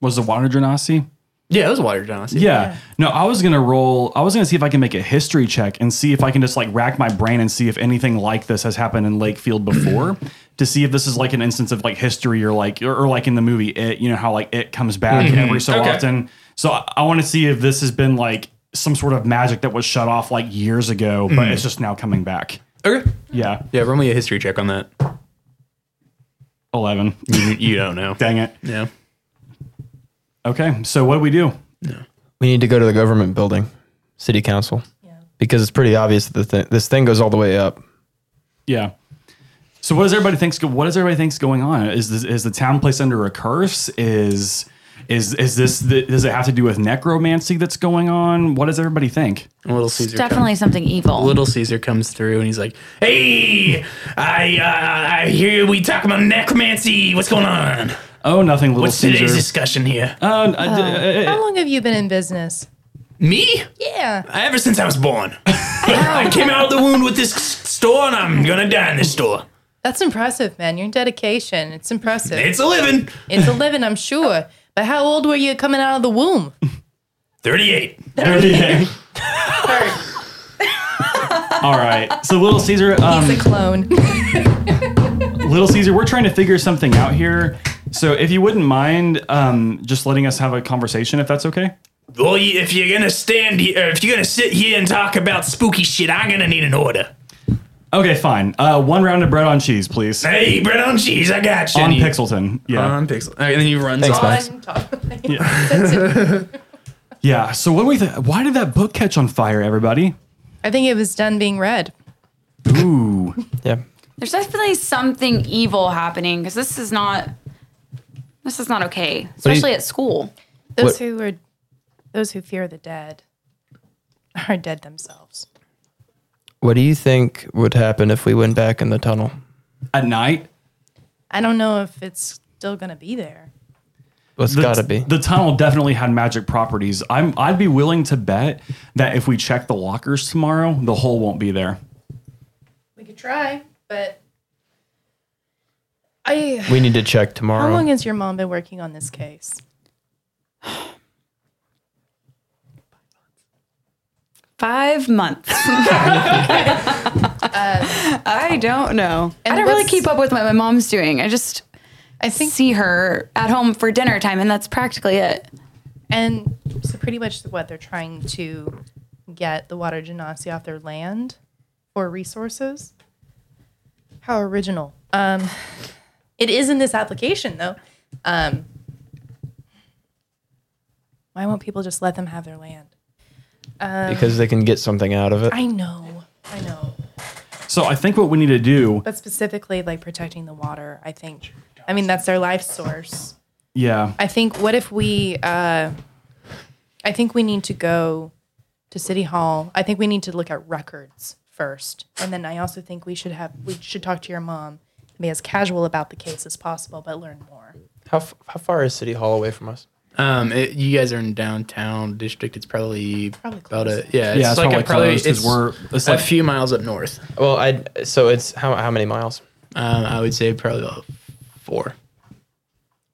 Was the water genasi? Yeah, it was water genasi. Yeah. No, I was gonna roll. I was gonna see if I can make a history check and see if I can just like rack my brain and see if anything like this has happened in Lakefield before, to see if this is like an instance of like history or like or, or like in the movie It. You know how like it comes back every so Okay. often. So I, I want to see if this has been like some sort of magic that was shut off like years ago, but it's just now coming back. Okay. Yeah. Yeah, run me a history check on that. Eleven. You, you don't know. Dang it. Yeah. Okay. So what do we do? We need to go to the government building, city council. Yeah. Because it's pretty obvious that the thi- this thing goes all the way up. Yeah. So what does everybody thinks? What does everybody thinks going on? Is this, is the town placed under a curse? Is is is this? The, does it have to do with necromancy that's going on? What does everybody think? And Little Caesar. definitely something evil. Comes, Little Caesar comes through and he's like, "Hey, I uh, I hear we talk about necromancy. What's going on? Oh, nothing, little What's Caesar. today's Oh. discussion here? Uh, uh, d- uh, How long have you been in business? Me? Yeah. Ever since I was born, I came out of the wound with this store, and I'm gonna die in this store. That's impressive, man. Your dedication. It's impressive. It's It's, a living. a living, I'm sure. But how old were you coming out of the womb? 38. uh, all right. So little Caesar. Um, He's a clone. Little Caesar, we're trying to figure something out here. So if you wouldn't mind, um, just letting us have a conversation, if that's okay. Well, you- if you're gonna stand here, if you're gonna sit here and talk about spooky shit, I'm gonna need an order. Okay, fine. Uh, one round of bread on cheese, please. Hey, bread on cheese, I got you. On And he- Pixelton. Yeah. Pixel. And then he runs Thanks, off. Max. Yeah. So what do we th- why did that book catch on fire, everybody? I think it was done being read. Ooh. Yeah. There's definitely something evil happening because this is not. This is not okay, you- especially at school. Those What- who are, those who fear the dead, are dead themselves. What do you think would happen if we went back in the tunnel? At night? I don't know if it's still gonna be there. Well, it's The, got to be. The tunnel definitely had magic properties. I'm I'd be willing to bet that if we check the lockers tomorrow, the hole won't be there. We could try, but I. we need to check tomorrow. How long has your mom been working on this case? Five months. Uh, I don't know. I and don't really what's- keep up with what my mom's doing. I just I think see her at home for dinner time, and that's practically it. And so, pretty much what they're trying to get the water genasi off their land for resources. How original. Um, it is in this application, though. Um, why won't people just let them have their land? because they can get something out of it. I know, I know. So I think what we need to do, But specifically, like protecting the water, I think. I mean, that's their life source. yeah, I think what if we uh I think we need to go to City Hall. I think we need to look at records first. And then I also think we should have we should talk to your mom and be as casual about the case as possible, but learn more. How f- how far is City Hall away from us? Um, it, you guys are in downtown district. It's probably, Probably about close. a yeah. yeah, it's like probably a probably closed 'cause it's we're it's a like few miles up north. Well, I so it's how how many miles? Um, I would say probably about four.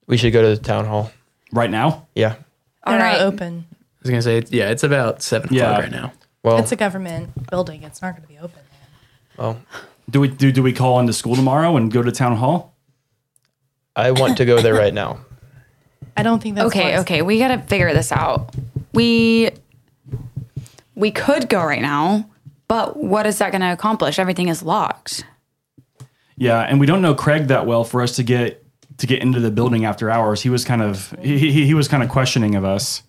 We should go to the town hall. right now. Yeah. They're All right. not open. I was gonna say it's, yeah, it's about seven Yeah. o'clock right now. Well, It's a government building. It's not gonna be open. well, Do we do do we call into school tomorrow and go to town hall? I want to go there right now. I don't think that's Okay, wise. okay, we gotta figure this out. We we could go right now, but what is that gonna accomplish? Everything is locked. Yeah, and we don't know Craig that well for us to get to get into the building after hours. He was kind of he he, he was kind of questioning of us.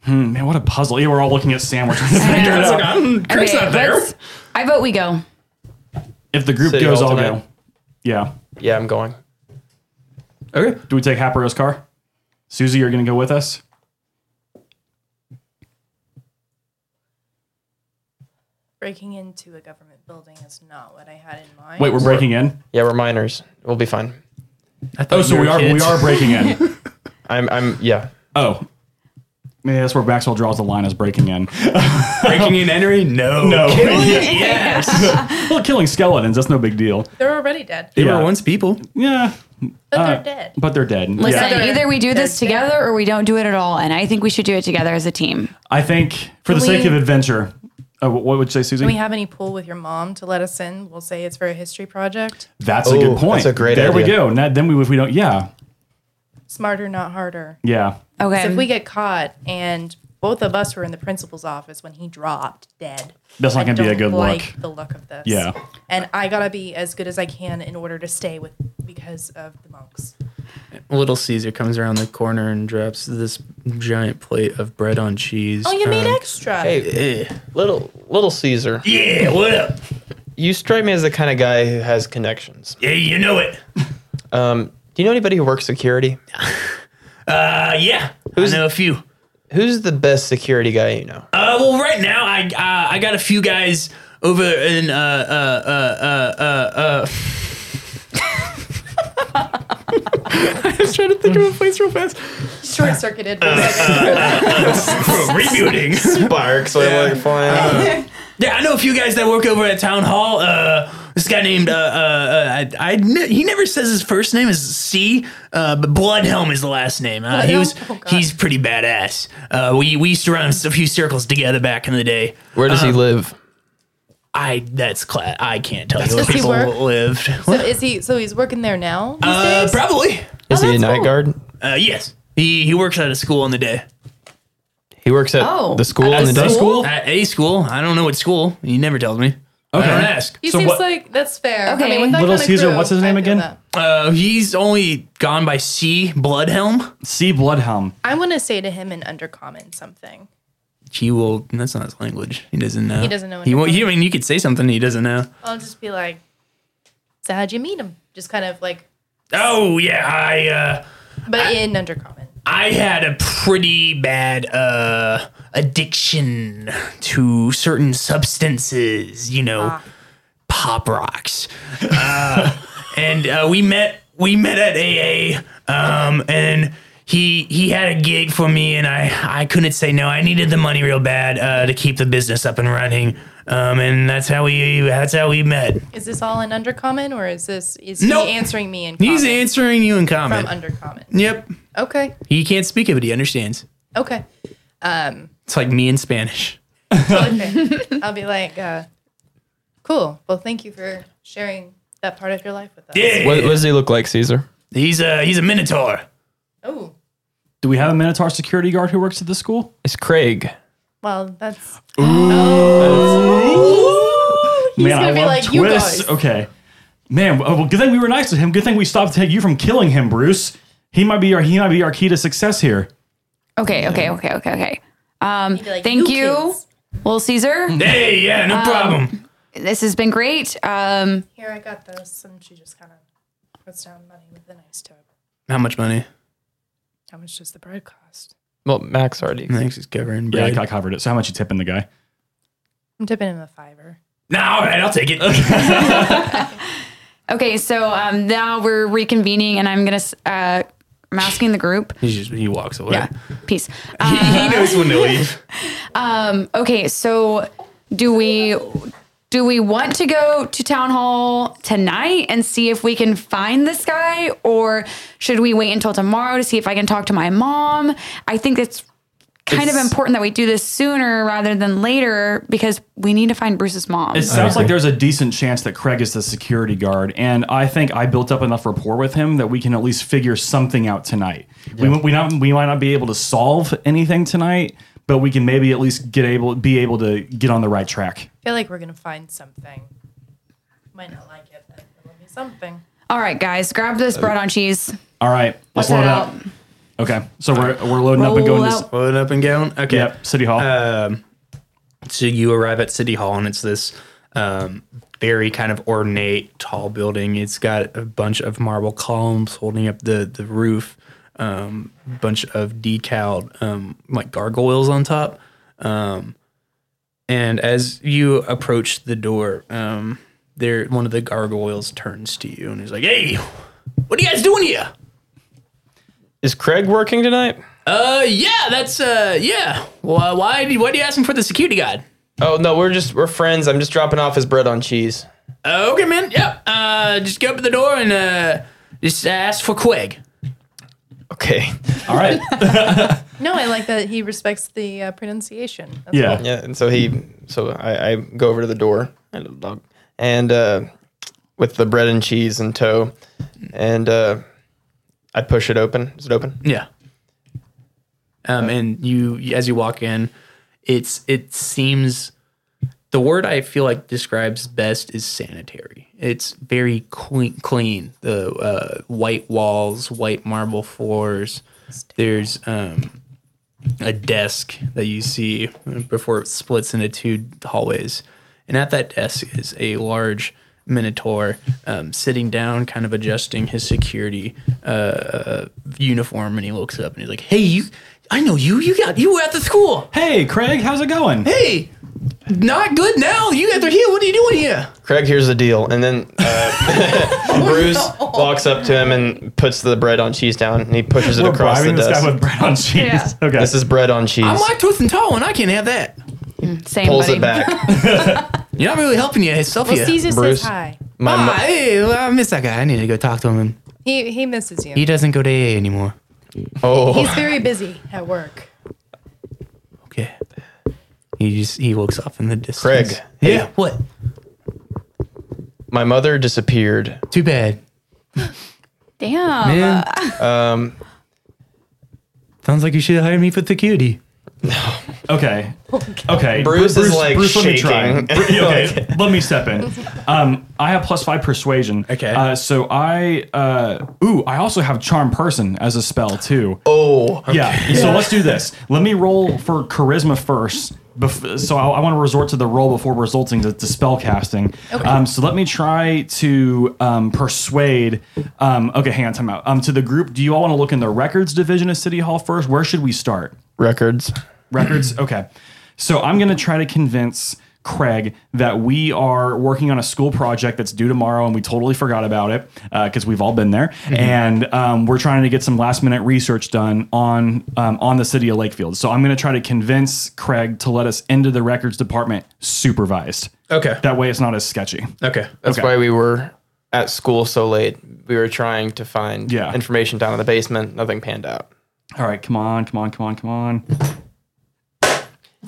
Hmm, man, what a puzzle! Yeah, we're all looking at Sam. We're trying to figure it out. Hmm, Craig's not there. I vote we go. If the group City goes, Hall I'll go. tonight. Yeah. Yeah, I'm going. Okay. Do we take Haparo's car? Susie, you're going to go with us. Breaking into a government building is not what I had in mind. Wait, we're breaking in. Yeah, we're minors. We'll be fine. I thought Oh, so you we were are we kids. are breaking in. I'm I'm yeah. Oh, yeah, that's where Maxwell draws the line as breaking in. breaking and entering. No, No, yes, well, killing skeletons. That's no big deal. They're already dead. they Yeah. were once people. Yeah, But Uh, they're dead. but they're dead. Listen, yeah. They're- either we do this they're together or we don't do it at all, and I think we should do it together as a team. I think for the Can sake we- of adventure. Uh, wh- what would you say, Susie? Do we have any pool with your mom to let us in? We'll say it's for a history project. that's a Ooh, good point. that's a great There we idea. go. Now, then we, if we don't, yeah, Smarter, not harder. yeah. Okay. So if we get caught and both of us were in the principal's office when he dropped dead, That's not I gonna be a don't good like look. The look of this, Yeah. And I gotta be as good as I can in order to stay with because of the monks. Little Caesar comes around the corner and drops this giant plate of bread on cheese. Oh, you made Um, extra. Hey, little little Caesar. Yeah, what up? You strike me as the kind of guy who has connections. Yeah, you know it. Um, do you know anybody who works security? Uh, yeah, I know a few. Who's the best security guy you know? Uh, well, right now I uh, I got a few guys over in uh uh uh uh uh. uh I was trying to think of a place real fast. Short circuited. uh, Rebuilding. Sparks, like, like flying. Oh, yeah, I know a few guys that work over at town hall. Uh, this guy named uh, uh, uh I, I ne- he never says his first name is C, uh, but Bloodhelm is the last name. Uh, he was Bloodhelm? Oh, God. he's pretty badass. Uh, we we used to run a few circles together back in the day. Where does Um, he live? I that's cla- I can't tell you where Does he people work? lived. so is he? So he's working there now. these Uh, days? probably. Is he a night guard? Uh, yes. He he works at a school on the day. He works at Oh, the school at on a the day. school? At a school. I don't know what school. He never tells me. I don't ask. He So seems what- like that's fair. I Okay. mean, with that Little kind of Caesar, crew, what's his name I feel again? that. Uh, he's only gone by C Bloodhelm. See Bloodhelm. I want to say to him in undercommon something. He will. That's not his language. He doesn't know. He doesn't know He, what won't- it he I mean, you could say something he doesn't know. I'll just be like, "So how'd you meet him?" Just kind of like, Oh yeah, I uh, but in undercommon. I had a pretty bad uh addiction to certain substances. You know, Ah. pop rocks. and uh, we met we met at AA um, and he he had a gig for me and I I couldn't say no I needed the money real bad uh, to keep the business up and running um, and that's how we that's how we met Is this all in undercommon or is this is Nope. he answering me in he's common answering you in from comment undercommon? yep Okay. he can't speak it but he understands Okay. It's like me in Spanish. Um, Okay. I'll be like, uh, cool. Well, thank you for sharing that part of your life with us. What, what does he look like, Caesar? He's a he's a minotaur. Oh, Do we have a Minotaur security guard who works at the school? It's Craig. well, that's He's Man, gonna be like, "You guys." Okay. Man, oh, well, good thing we were nice to him. Good thing we stopped take you from killing him, Bruce. He might be our he might be our key to success here. Okay, okay, okay, okay, okay. Um, be like, thank "You you, kids." little Caesar. Hey, yeah, no problem. This has been great. Um, here. I got this, and she just kind of puts down money with a nice tip. How much money? How much does the bread cost? Well, Max already. Thanks, he's covering. Yeah, bread. I covered it. So how much you tipping the guy? I'm tipping him a fiver. No, all right, I'll take it. okay, so um, now we're reconvening, and I'm gonna. s- Uh, I'm asking the group. he just he walks away. Yeah, peace. He, Uh, he knows when to leave. okay, so do we do we want to go to town hall tonight and see if we can find this guy, or should we wait until tomorrow to see if I can talk to my mom? I think it's kind of It's- important that we do this sooner rather than later because we need to find Bruce's mom. It sounds like there's a decent chance that Craig is the security guard, and I think I built up enough rapport with him that we can at least figure something out tonight. We We, we not we might not be able to solve anything tonight, but we can maybe at least get able be able to get on the right track. I feel like we're gonna find something. Might not like it, but it'll be something. All right, guys, grab this bread on cheese. All right, let's Put load that up. Okay, so we're we're loading up and Roll going to s- out. Load up and going. Okay. yep, City Hall. Uh, um, so you arrive at City Hall, and it's this um, very kind of ornate, tall building. It's got a bunch of marble columns holding up the the roof, um, bunch of decaled um, like gargoyles on top. Um, and as you approach the door, um, there one of the gargoyles turns to you and is like, "Hey, what are you guys doing here?" Is Craig working tonight? Uh, yeah, that's uh, yeah. Why, why, do- why do you ask him for the security guard? Oh no, we're just we're friends. I'm just dropping off his bread on cheese. Uh, okay, man. Yep. Uh, just go up to the door and uh, just ask for Quig. Okay. All right, No, I like that he respects the uh, pronunciation. That's yeah. Yeah, and so he, so I, I go over to the door, I little dog, and uh, with the bread and cheese in tow, and uh, I push it open. Is it open? Yeah. Um, and you, as you walk in, it's it seems the word I feel like describes best is sanitary. It's very clean. clean. The uh, white walls, white marble floors. There's um, a desk that you see before it splits into two hallways, and at that desk is a large minotaur um, sitting down, kind of adjusting his security uh, uniform and he looks up and he's like, "Hey, you, I know you. You got you were at the school. Hey, Craig, how's it going? Hey, not good now. You guys are here. What are you doing here?" Craig, here's the deal. And then uh, Bruce walks up to him and puts the bread on cheese down, and he pushes it We're across the bribing this desk. guy with bread on cheese. Yeah. Okay, this is bread on cheese. I'm like tooth and toe, and I can't have that. Same Pulls buddy. it back. You're not really helping yourself Well, here. Caesar Bruce. says hi. My Ah, mo- hey, well, I miss that guy. I need to go talk to him. And He he misses you. he doesn't go to AA anymore. oh, He's very busy at work. Okay. He just he looks off in the distance. Craig. hey, Yeah. What? my mother disappeared. Too bad. Damn. Man. Um, Sounds like you should hire me for security. Okay. Okay. Bruce is, like, let me shaking. try. Bru- okay, let me step in. Um, I have plus five persuasion. Okay. Uh, so I, uh, ooh, I also have charm person as a spell too. oh, Yeah. So let's do this. Let me roll for charisma first. Bef- so I, I want to resort to the roll before resulting to, to spell casting. Okay. Um, so let me try to um, persuade. Um, okay, hang on, time out. Um, to the group, do you all want to look in the records division of City Hall first? Where should we start? records. records. Okay. So I'm going to try to convince Craig that we are working on a school project that's due tomorrow and we totally forgot about it because we've all been there. And um, we're trying to get some last minute research done on um, on the city of Lakefield. So I'm going to try to convince Craig to let us into the records department supervised. Okay. That way it's not as sketchy. Okay. That's Okay. why we were at school so late. We were trying to find Yeah. information down in the basement. Nothing panned out. All right. Come on. Come on. Come on. Come on.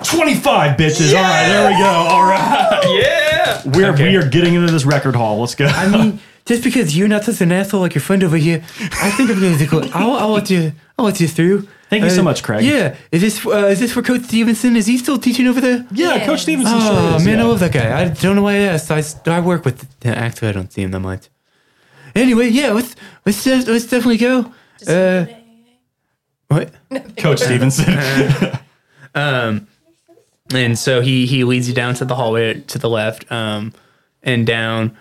25 bitches. All right, there we go. All right. Yeah. We're, Okay. We are getting into this record hall. Let's go. I mean, just because you're not such an asshole like your friend over here, I think I'm gonna. go- I'll, I'll let you. I'll let you through. Uh, Thank you so much, Craig. Yeah, is this uh, is this for Coach Stevenson? Is he still teaching over there? yeah, Coach Stevenson Oh sure is. man, yeah. I love that guy. I don't know why I asked. I, s- I work with. yeah, Actually, I don't see him that much. Anyway, yeah, let's let's just, let's definitely go. Uh, what? Coach Stevenson. And so he he leads you down to the hallway to the left, um, and down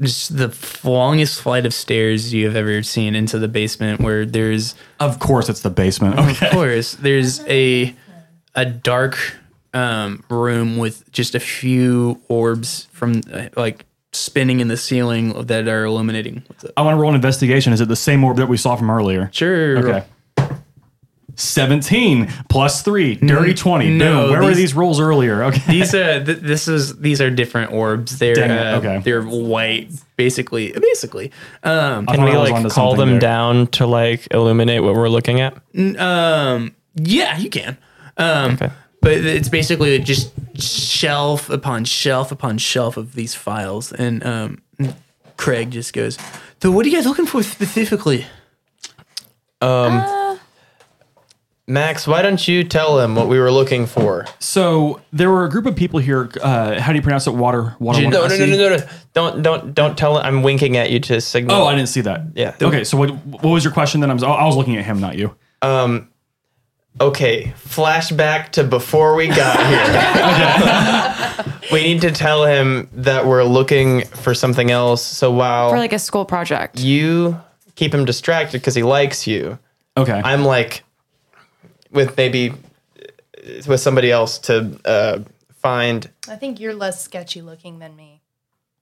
just the f- longest flight of stairs you have ever seen into the basement, where there's of course, it's the basement. Okay. of course there's a a dark um, room with just a few orbs from uh, like spinning in the ceiling that are illuminating. What's up? I want to roll an investigation. Is it the same orb that we saw from earlier? Sure. Okay. 17 plus 3, dirty 20. no, Boom. Where were these- these rolls earlier? Okay. These uh, th- this is these are different orbs. They're Dang it, uh, okay. they're white, basically. Basically, um, I Can thought we I was like onto call something them there. down to like illuminate what we're looking at? Um, yeah, you can. Um, Okay. but it's basically just shelf upon shelf upon shelf of these files, and um, Craig just goes, "So, what are you guys looking for specifically?" Max, why don't you tell him what we were looking for? So there were a group of people here. Uh, how do you pronounce it? Water. Water. Gin- water- No, no, no, no, no, no. Don't, don't, don't tell him. I'm winking at you to signal. Oh, I didn't see that. Yeah. Okay. So what, what was your question then? I was, I was looking at him, not you. Oh. okay. Flashback to before we got here. we need to tell him that we're looking for something else. So while for like a school project. you keep him distracted because he likes you, Okay. I'm like with maybe uh, with somebody else to uh, find. I think you're less sketchy looking than me.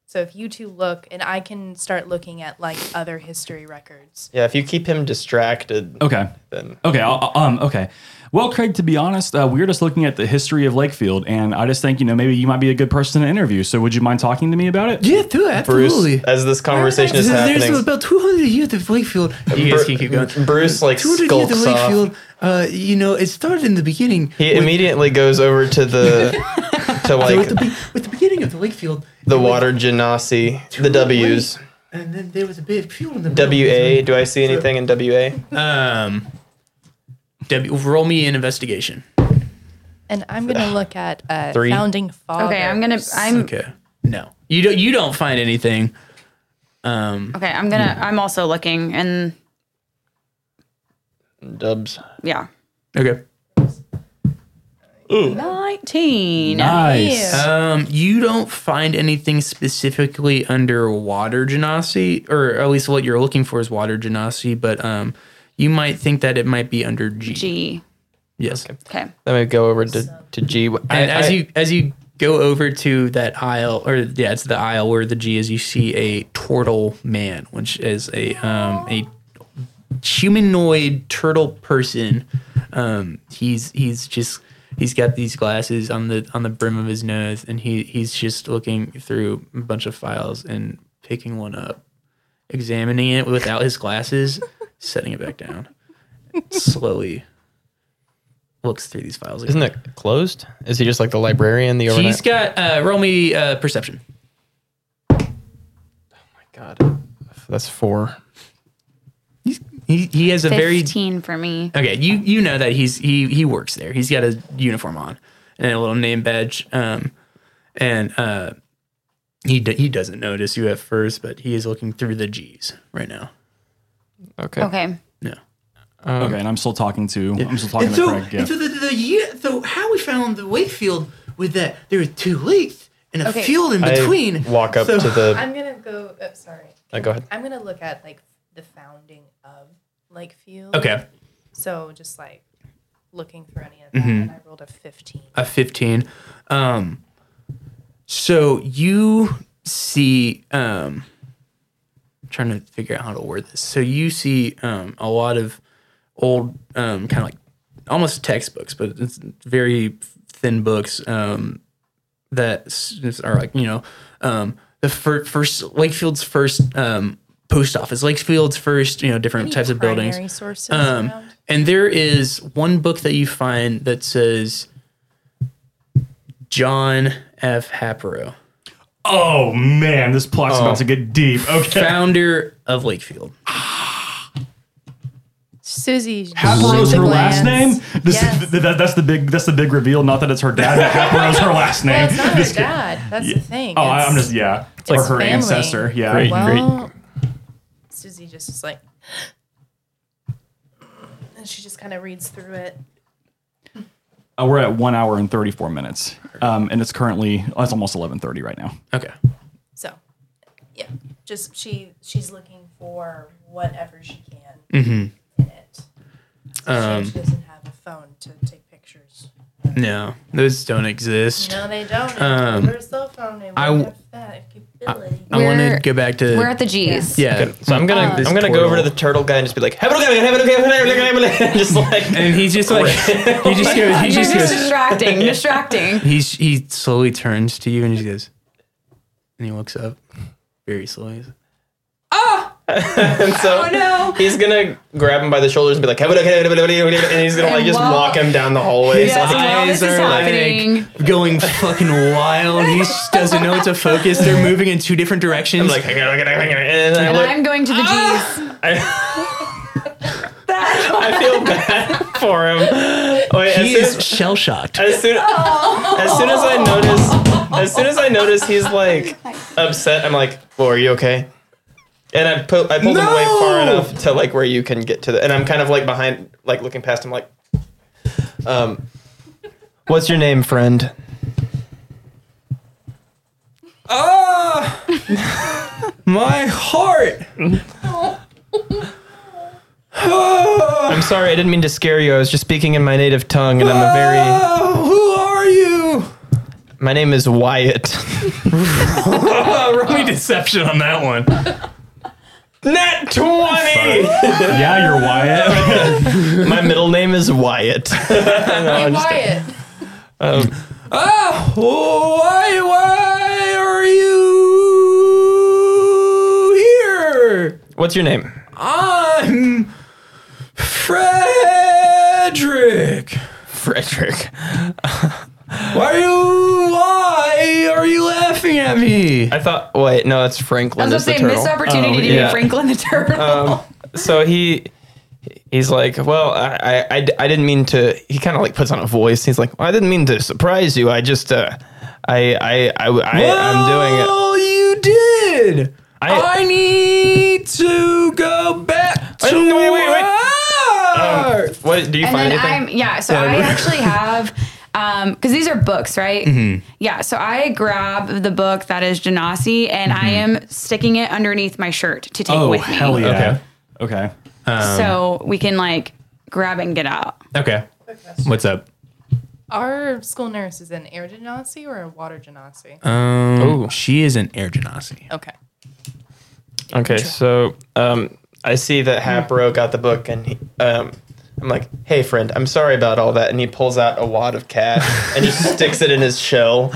So if you two look, and I can start looking at like other history records. Yeah, if you keep him distracted, okay. then Okay. I'll, I'll- um. Okay. Well, Craig, to be honest, uh, we were just looking at the history of Lakefield, and I just think you know maybe you might be a good person to interview. So would you mind talking to me about it? Yeah, too, Bruce, absolutely. as this conversation is There's- happening, There's about 200 years of Wakefield. You guys can keep going. Bruce like 200 years of skulks off. Wakefield. Uh, you know, it started in the beginning. He immediately goes over to the to like with, the, be- with the beginning of the Wakefield. the water genasi, the W's. And then there was a bit of fuel in the W A. middle. Do I see anything in W A? Um, Debbie, roll me an investigation. And I'm gonna look at uh, Three. founding fathers. Okay, I'm gonna. I'm okay. Okay. No, you don't. You don't find anything. I'm gonna. I'm also looking, and Dubs. yeah, Okay. nineteen. Nice. Um, you don't find anything specifically under water genasi, or at least what you're looking for is water genasi, but um, you might think that it might be under G. G. Yes. Okay. Then we go over to to G. I- And as I- you as you go over to that aisle, or yeah, it's the aisle where the G is. You see a turtle man, which is a um a humanoid turtle person. Um, he's he's just he's got these glasses on the on the brim of his nose, and he he's just looking through a bunch of files and picking one up, examining it without his glasses, setting it back down, slowly. Looks through these files. isn't it closed? Is he just like the librarian? The overnight? He's got uh, roll me uh, perception. God, that's four. He he has a very Fifteen for me. okay. You you know that Uh, he's he he works there. He's got a uniform on and a little name badge. Um, and uh, he do, he doesn't notice you at first, but he is looking through the G's right now. Okay. Okay. No. okay. And I'm still talking to. I'm still talking And to so, Craig. Yeah. and so the, the, the year, so how we found the Wakefield was that there were two lakes and a Okay. field in I between. walk up So- to the. I'm gonna go. Oh, sorry. Uh, go ahead. I'm gonna look at like the founding of Lakefield. Okay, So just like looking through any of that, and I rolled a 15. a fifteen. Um, so you see um. trying to figure out how to word this. So you see um, a lot of old, um, kind of like almost textbooks, but it's very thin books um, that s- are like you know um, the fir- first Lakefield's first um, post office, Lakefield's first you know different Any types of buildings. primary sources Um, around? and there is one book that you find that says John F. Hapro, Oh man, this plot's about to get deep. Okay. founder of Lakefield. Susie. Haparo's her last name. This Yes. th- that- that's the big. That's the big reveal. Not that it's her dad. That Haparo's her last name. Well, it's not This her kid- dad. That's the thing. Oh, I- It's- I'm just yeah. or it's her family. ancestor. Yeah. Great. Well, Susie just is like, and she just kind of reads through it. Uh, we're at one hour and thirty four minutes, um, and it's currently oh, it's almost eleven thirty right now. Okay. So, yeah, just she she's looking for whatever she can in it. Um, she doesn't have a phone to take pictures. No, those don't exist. No, they don't. Um, Her cell phone. They I won't w- have that capability. I want to We're- go back to We're at the G's. yeah. So I'm gonna This I'm gonna go over to portal. the turtle guy and just be like, "Have a look at it, have a look at it, have a look at it, have a look at it," just like And he's just like he just goes he Just just goes distracting, distracting. he's he slowly turns to you and he goes and he looks up very slowly. and so Oh, he's gonna grab him by the shoulders and be like, "Have a look at it, have a look at it," and he's gonna like And just while- walk him down the hallway. Yes, Like, while this eyes is are like- happening, Going fucking wild. He just doesn't know what to focus. They're moving in two different I'm directions. like, "Have a look at it, have a look at it," and I and look, I'm going to the G's. I feel bad for him. Wait, as he soon is as- shell shocked. as soon, as soon as I notice, as soon as I notice he's like upset, I'm like, "Well, are you okay?" And I pull, I pulled him away far enough to like where you can get to the, and I'm kind of like behind, like looking past him, like, um, what's your name, friend? My heart. I'm sorry, I didn't mean to scare you. I was just speaking in my native tongue, and I'm a very. Oh, who are you? My name is Wyatt. Roll me deception on that one. Net twenty. yeah, you're Wyatt. my middle name is Wyatt. Hey, Wyatt. Ah, Why, why are you here? What's your name? I'm Frederick. Frederick. Why are you? Why are you laughing at me? I thought. Wait, no, that's I Franklin. was Is the going to say, missed turtle. Oh, opportunity to yeah. be Franklin the Turtle. so he he's like well I, I- I d- I didn't mean to he kind of like puts on a voice he's like well, i didn't mean to surprise you i just uh i i i, I i'm doing it Well, you did. I- I, need to go back to Wait, wait, wait, wait. work. what do you and find then anything I'm yeah. So I actually have um because these are books, right? Yeah. So I grab the book that is Genasi, and I am sticking it underneath my shirt to take Oh with hell me, yeah. Okay. so we can like grab and get out. Okay. What's up? Our school nurse is an air genasi or a water genasi. Uh, Um, she is an air genasi. Okay. okay so um i see that hapro got the book and he um I'm like, hey friend, I'm sorry about all that, and he pulls out a wad of cash and he sticks it in his shell.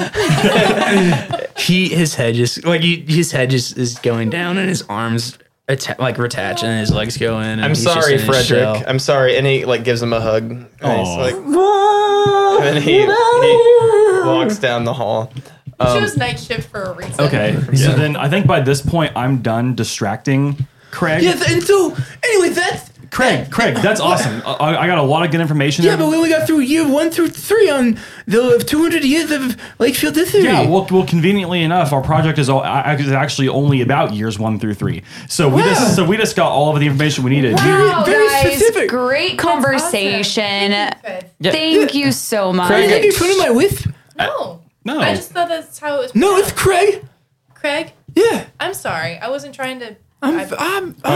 He his head just like he, his head just is going down and his arms atta- like retach and his legs go in. And I'm he's just sorry, in his Frederick. shell. I'm sorry, and he like gives him a hug. And he's Aw. like, and then he, he walks down the hall. Um, She was night shift for a reason. um, Okay. So then I think by this point I'm done distracting Craig. Yeah, th- and so, anyway, that's. Craig, Craig, that's awesome. I, I got a lot of good information. Yeah, there. but we only got through year one through three on the 200 years of Lakefield history. Yeah, well, well, conveniently enough, our project is all a- is actually only about years one through three. So we just so we just got all of the information we needed. Very- very specific. Great conversation. Good. Thank you so much. Are you making fun of my whiff? No. No. I just thought that's how it was. No, it's Craig. Craig, Yeah. I'm sorry. I wasn't trying to. I'm. I- I'm. oh, I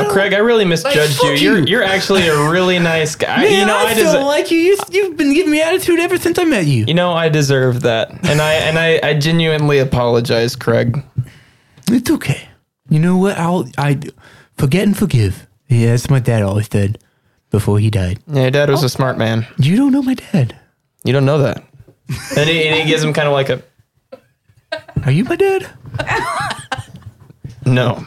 Uh, don't- Craig, I really misjudged fuck you. you. are you. you're actually a really nice guy. Man, you know, I, I, feel deserve. like you. you. You've been giving me attitude ever since I met you. you know, I deserve that, and I and I, I genuinely apologize, Craig. It's okay. You know what? I'll. I forget and forgive. Yeah, that's what my dad always said before he died. Yeah, your dad was a smart man. You don't know my dad. You don't know that. And he, and he gives him kind of like a Are you my dad? no.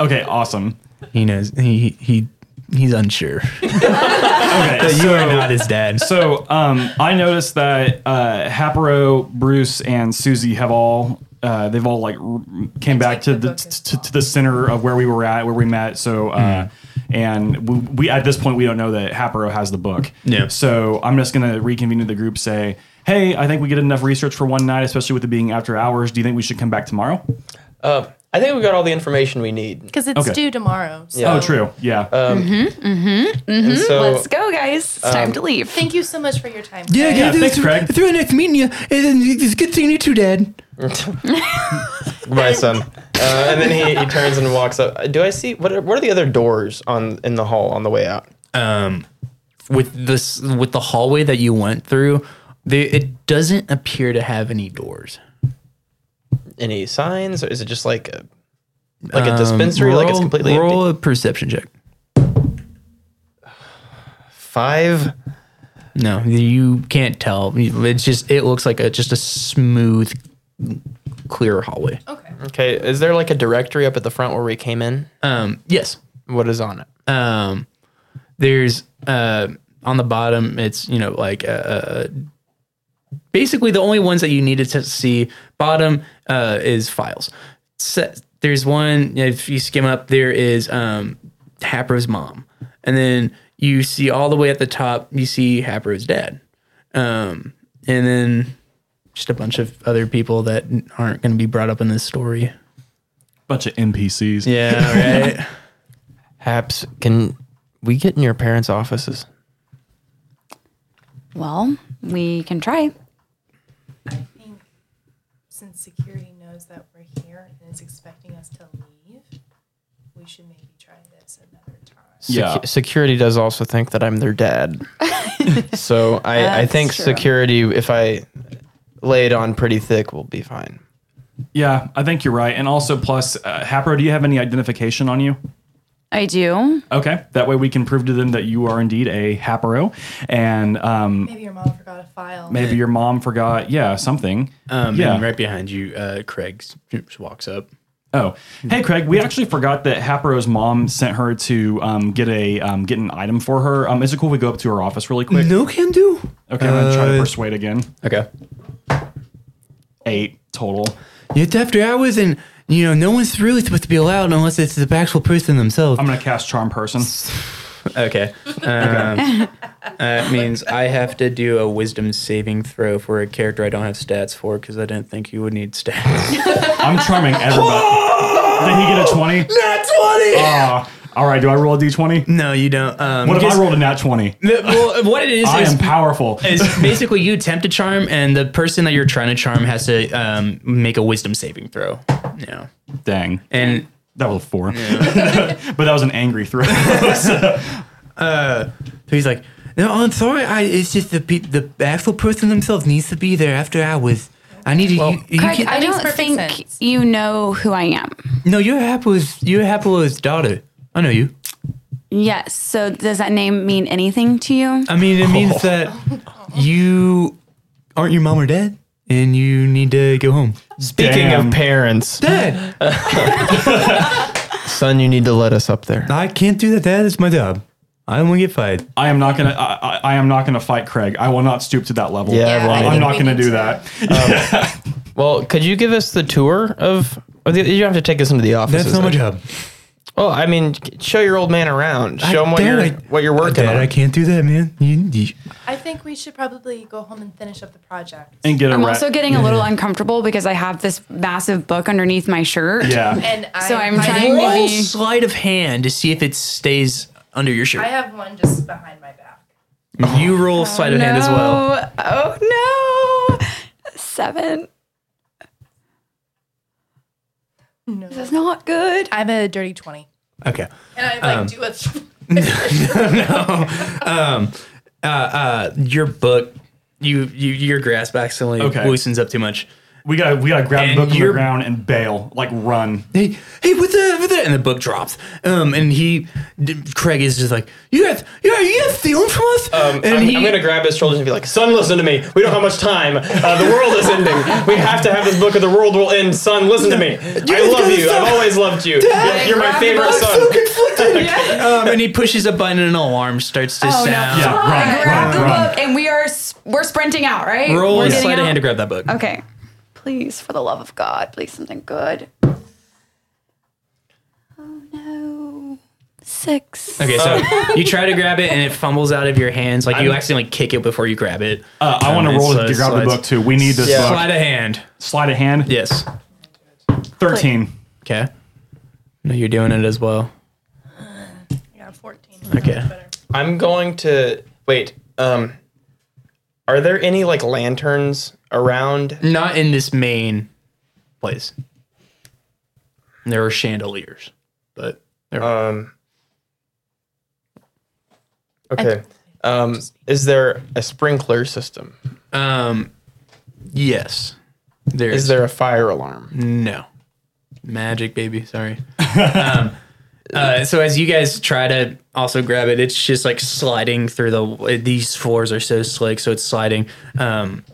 okay, awesome. He knows. He he he's unsure. Okay, That you so- are not his dad. so um, I noticed that uh, Hapro, Bruce, and Susie have all uh, they've all like r- came back to the the book as to, to the center of where we were at, where we met. So. Uh, And we, we at this point we don't know that Hapro has the book. Yeah. So I'm just gonna reconvene to the group. Say, hey, I think we did enough research for one night, especially with it being after hours. Do you think we should come back tomorrow? Uh, I think we got all the information we need. Because it's Okay. due tomorrow. So. Oh, true. Yeah. And so Mm-hmm. Let's go, guys. It's time to leave. Thank you so much for your time. Yeah, Yeah, thanks, Craig. Through a nice meeting you. And It's a good seeing you too, Dad. Goodbye, son. Uh, and then he, he turns and walks up. Do I see what are, what are the other doors on in the hall on the way out? um, with this with the hallway that you went through, they, it doesn't appear to have any doors. Any signs, or is it just like a like a dispensary? like it's Roll- completely empty? roll a perception check. five. No, you can't tell. It's just it looks like a just a smooth, clear hallway. Okay. Okay, is there like a directory up at the front where we came in? Um, yes. What is on it? Um, there's uh on the bottom. It's you know like uh, uh, basically the only ones that you needed to see. Bottom uh is files. Se- there's one if you skim up. There is um Hapro's mom, and then you see all the way at the top. You see Hapro's dad, um, and then just a bunch of other people that aren't going to be brought up in this story. Bunch of NPCs. Yeah, right. Haps, can we get in your parents' offices? Well, we can try. I think since security knows that we're here and is expecting us to leave, we should maybe try this another time. Secu- Yeah. Security does also think that I'm their dad. so I, I think true. security, if I lay it on pretty thick, will be fine. Yeah, I think you're right. And also, plus, uh, Hapro, do you have any identification on you? I do. Okay, that way we can prove to them that you are indeed a Haparo, and um, Maybe your mom forgot a file. maybe your mom forgot, yeah, something. Um, Yeah. And right behind you, uh, Craig s- just walks up. Oh, hey, Craig, we actually forgot that Haparo's mom sent her to um, get a um, get an item for her. Um, is it cool if we go up to her office really quick? No can do. Okay, I'm gonna try to Uh, persuade again. Okay. Eight total. It's after hours, and you know, no one's really supposed to be allowed unless it's the actual person themselves. I'm gonna cast charm person. Okay. Um, that means I have to do a wisdom saving throw for a character I don't have stats for because I didn't think you would need stats. I'm charming everybody. Did he get a twenty? Nat 20! Ah, all right. Do I roll a d20? no, you don't. Um, What if I because- rolled a nat twenty? the- well, what it is I is am powerful. is basically you attempt to charm, and the person that you're trying to charm has to um, make a wisdom saving throw. Yeah. Dang. And That was a four. but that was an angry throw. So he's like, "No, I'm sorry. I it's just the pe- the actual person themselves needs to be there after hours. I need to. you, you Craig, can- I makes don't perfect think sense. you know who I am. no, you're Apple's. You're Apple's daughter. I know you. Yes. So does that name mean anything to you? Uh, I mean, it Oh. means that you aren't your mom or dad, and you need to go home. Speaking Damn. of parents, Dad, son, you need to let us up there. I can't do that. Dad, it's my job. I don't want to get fired. I am not gonna. I, I, I am not gonna fight Craig. I will not stoop to that level. Yeah, Yeah, right. I I'm think not we gonna need do to- that. Um, Well, could you give us the tour of? Or the, you don't have to take us into the office. That's not my job. Well, I mean, show your old man around. Show him what Dad, you're I- what you're working on. Dad, I can't do that, man. You, you, I think we should probably go home and finish up the project. And get a I'm rat- also getting a little uncomfortable because I have this massive book underneath my shirt. Yeah. And I, So I'm I trying think- to roll be. sleight of hand to see if it stays under your shirt. I have one just behind my back. You roll sleight of hand as well. Oh no. Seven. No. That's not good. I'm a dirty 20. okay. And I like do a. Uh, Your book, you, you your grasp accidentally Okay. loosens up too much. We gotta we gotta grab And the book from the you're- ground and bail. Like run. hey, hey, what's that? What's that? And the book drops. Um, and he, d- Craig is just like, you guys, you guys, you guys stealing from us? Um, and I'm, he, I'm gonna grab his shoulders and be like, "Son, listen to me. We don't have much time. Uh, the world is ending. We have to have this book, or the world will end. Son, listen to me. I guys love gotta you. stop. I've always loved you. Dad, You're, you're my grab the favorite book. son. so conflicted. um, and he pushes a button and an alarm starts to Oh, no. sound. Yeah, I right, grab right, the right. book and we are s- we're sprinting out, right? Roll we're a getting sleight of out. hand to grab that book. Okay. Please, for the love of God, please something good. Oh no. Six. Okay, so Oh. you try to grab it and it fumbles out of your hands. Like you accidentally kick it before you grab it. Uh, I Um, want to it roll to slides- grab the slides. book too. We need this Yeah. book. Slide a hand. Slide of hand. Yes. Thirteen. Okay. No, you're doing it as well. Yeah, 14. Okay. I'm going to wait. Um, are there any like lanterns around? Not in this main place. There are chandeliers, but there are. Um, okay. Um, is there a sprinkler system? Um, yes. There Is there a fire alarm? No. Magic, baby. Sorry. um, uh, so as you guys try to also grab it, it's just like sliding through the. These floors are so slick, so it's sliding. Um,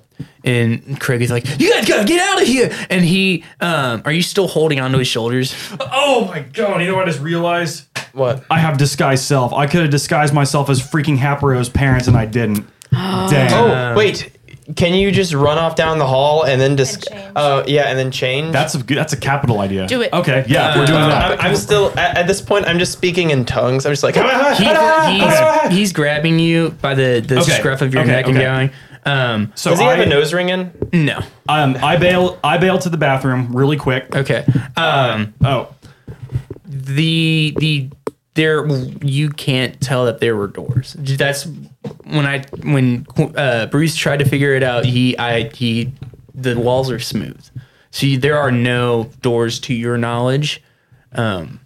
and Craig is like, "You guys gotta get out of here!" And he, um, are you still holding onto his shoulders? Oh my god! You know what I just realized? What? I have disguised self. I could have disguised myself as freaking Haparo's parents, and I didn't. Dang. Oh, wait. Can you just run off down the hall and then just? And change. Oh, yeah, and then change. That's a good. That's a capital idea. Do it. Okay. Yeah, we're doing I'm, that. I'm still at, at this point. I'm just speaking in tongues. I'm just like. He, he's, he's grabbing you by the, the Okay. scruff of your Okay, neck and okay. going, um, So Does he have I, a nose ring in? "No, um, I bail. I bail to the bathroom really quick. okay." Um, Oh, the the there you can't tell that there were doors that's when i when uh bruce tried to figure it out he i he the walls are smooth see there are no doors to your knowledge um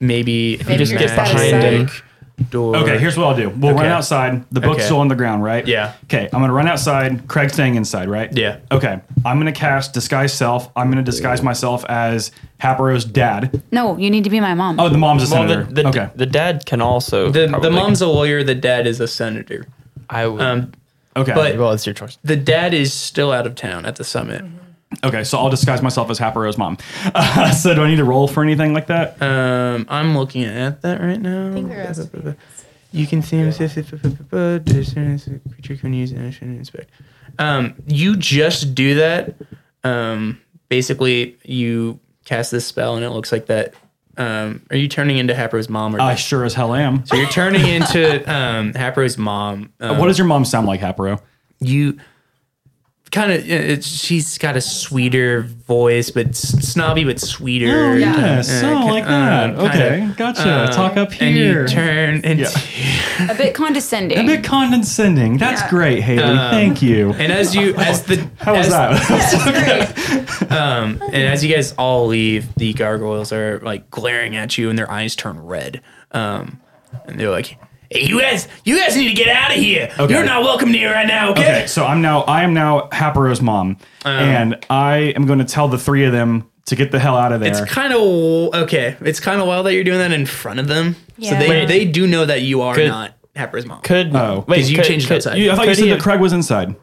maybe if you Maybe just you're get just out of behind sight. the door Okay, here's what I'll do. We'll run Okay. outside. The book's Okay. still on the ground, right? Yeah. Okay, I'm gonna run outside. Craig's staying inside, right? Yeah. Okay. I'm gonna cast disguise self. I'm gonna disguise myself as Haparo's dad. No, you need to be my mom. Oh, the mom's a Well, senator. the, the, okay. the dad can also. the, the probably- mom's a lawyer the dad is a senator I would. um okay. but- well, it's your choice. the dad is still out of town at the summit okay. So I'll disguise myself as Haparo's mom. so do I need to roll for anything like that? Um, I'm looking at that right now. You can see him. Creature can use action and inspect. Um, you just do that. Um, basically, you cast this spell, and it looks like that. Um, are you turning into Hapro's mom, or I sure as hell am. so you're turning into um, Hapro's mom? Um, Uh, what does your mom sound like, Haparo? you kind of it's, she's got a sweeter voice but s- snobby but sweeter Uh, um, Oh, yeah, yes. Oh, like that. Okay. Gotcha. Talk up uh, and you here. turn and Yeah. a bit condescending. A bit condescending. That's Yeah. great, Haley. Thank you. Um, and as you as the How was as, that? um and as you guys all leave the gargoyles are like glaring at you and their eyes turn red um and they're like hey you guys you guys need to get out of here Okay. you're not welcome here right now okay, Okay, so I'm now I am now Haparo's mom, Um, and I am going to tell the three of them to get the hell out of there. It's kind of okay. It's kind of wild that you're doing that in front of them. So Yeah. they, Wait. they do know that you are Could- not Happer's mom. Could Oh. wait? 'Cause you could, changed could, outside. You- I thought you could said he the have- Craig was inside.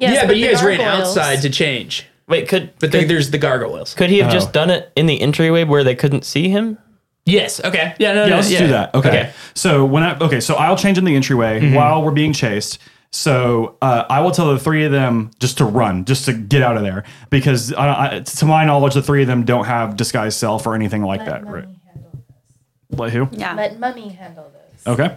yeah, but, you the guys ran gargoyles- outside to change. Wait, could But they, there's the gargoyles. could he have Oh. just done it in the entryway where they couldn't see him? yes. Okay. Yeah. No. Yeah, no, let's yeah. do that. Okay. Okay. Mm-hmm. So when I okay, so I'll change in the entryway while we're being chased. So uh, I will tell the three of them just to run, just to get out of there, because I, I, to my knowledge, the three of them don't have disguised self or anything like that. Mummy Right? handle this. Like who? yeah. Let mummy handle this. Okay.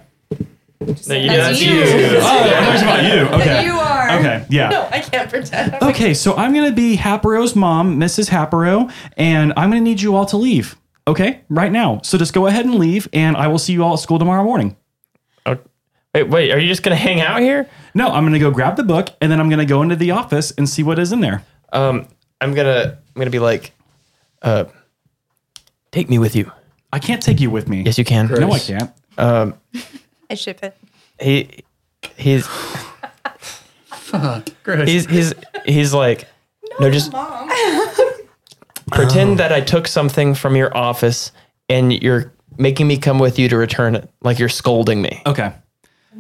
No, you- That's you. Oh, yeah, I'm talking about you. Okay. You are. Okay. Yeah. No, I can't pretend. Okay, so I'm gonna be Haparo's mom, Mrs. Haparo, and I'm gonna need you all to leave. Okay, right now. So just go ahead and leave, and I will see you all at school tomorrow morning. Oh, Wait, wait, are you just gonna hang out here? No, I'm gonna go grab the book, and then I'm gonna go into the office and see what is in there. Um, I'm gonna, I'm gonna be like, uh, take me with you. I can't take you with me. Yes, you can. no, I can't. I ship it. He, he's, he's, he's, he's like, no, just Mom. pretend that I took something from your office and you're making me come with you to return it, like you're scolding me. Okay.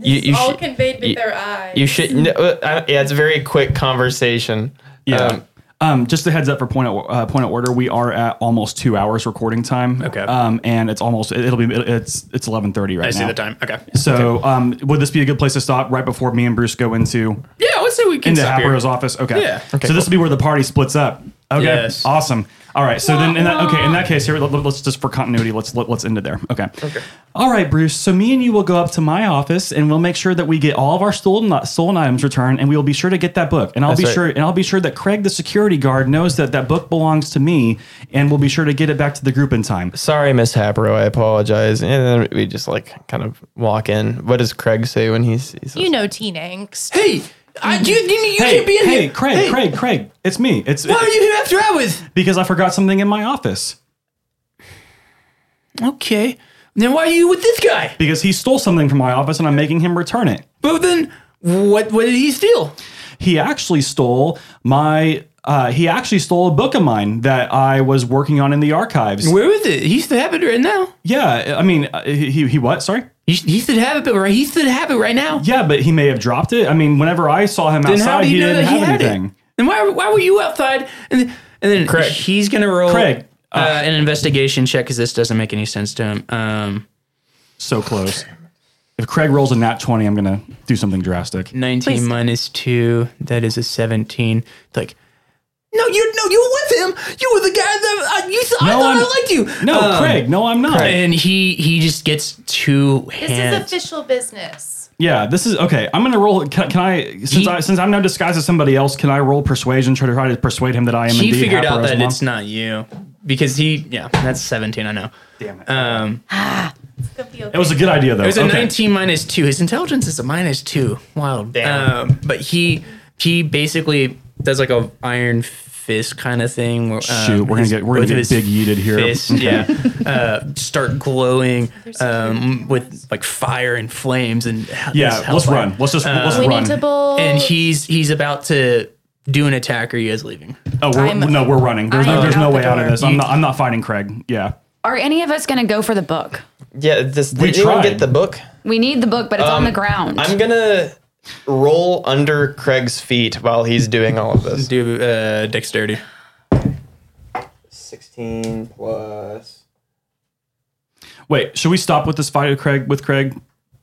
You, you All should- conveyed with you- their eyes. uh, You should. No, uh, I- yeah, it's a very quick conversation. Yeah. Um, Um, just a heads up for point of, uh, point of order, we are at almost two hours recording time. Okay. Um, and it's almost it'll be it's it's eleven thirty right I now. see the time. Okay. So, um, would this be a good place to stop right before me and Bruce go into Yeah, let's say we can into stop here. Haparo's office? Okay. Yeah. so this will be where the party splits up. Okay. Yes. Awesome. All right. So then, in that, okay, in that case, here let, us just for continuity, let's let, let's end it there. Okay. Okay. All right, Bruce. So me and you will go up to my office, and we'll make sure that we get all of our stolen stolen items returned, and we will be sure to get that book, and I'll be right. sure and I'll be sure that Craig, the security guard, knows that that book belongs to me, and we'll be sure to get it back to the group in time. Sorry, Miss Hapro, I apologize. And then we just like kind of walk in. What does Craig say when he sees us? You know, teen angst. Hey, I, you, you, Hey, you can't be in hey, here. Craig, Hey, Craig, Craig. It's me. It's Why are you here after hours? because I forgot something in my office. Okay. Then why are you with this guy? because he stole something from my office and I'm making him return it. But then, what what did he steal? He actually stole my. Uh, he actually stole a book of mine that I was working on in the archives. Where is it? He should have it right now. Yeah, I mean, uh, he he what? Sorry. He, sh- he should have it, but right, he should have it right now. Yeah, but he may have dropped it. I mean, whenever I saw him Then how outside, do you he know didn't that he have had anything. it? Then why why were you outside? And then, and then Craig. he's gonna roll Craig. uh, an investigation check because this doesn't make any sense to him. Um, So close. If Craig rolls a nat twenty, I'm gonna do something drastic. 19 Please. minus 2 that is a 17 It's like no you no you were with him you were the guy that uh, you th- i No, thought I'm- i liked you No, Um, Craig. No, I'm not. and he he just gets two This is hands official business. Yeah, this is okay. I'm gonna roll. Can, can I since He- I since I'm now disguised as somebody else? Can I roll persuasion try to try to persuade him that I am? he indeed figured out Haparo's that mom? it's not you because he yeah that's 17 i know Damn it. um It's gonna be okay. it was a good idea though. it was a Okay. 19 minus 2 his intelligence is a minus 2 wild Damn. um but he he basically does like a iron fist kind of thing where, um, Shoot, we're gonna his- get- we're gonna both get of his big yeeted here. fists, Okay. yeah uh start glowing um with like fire and flames and hell- Yeah, this let's hellfire. run. Let's just let's we run. need to bowl. and he's he's about to do an attack are you guys leaving oh, we're, I'm- no, we're running. There's no, I'm there's no out the way out of door. this. I'm not. I'm not fighting Craig. Yeah. Are any of us going to go for the book? Yeah, this, did We anyone tried. get the book? We need the book, but it's on Um, the ground. I'm gonna roll under Craig's feet while he's doing all of this. do uh dexterity 16 plus. Wait, should we stop with this fight with Craig? With Craig?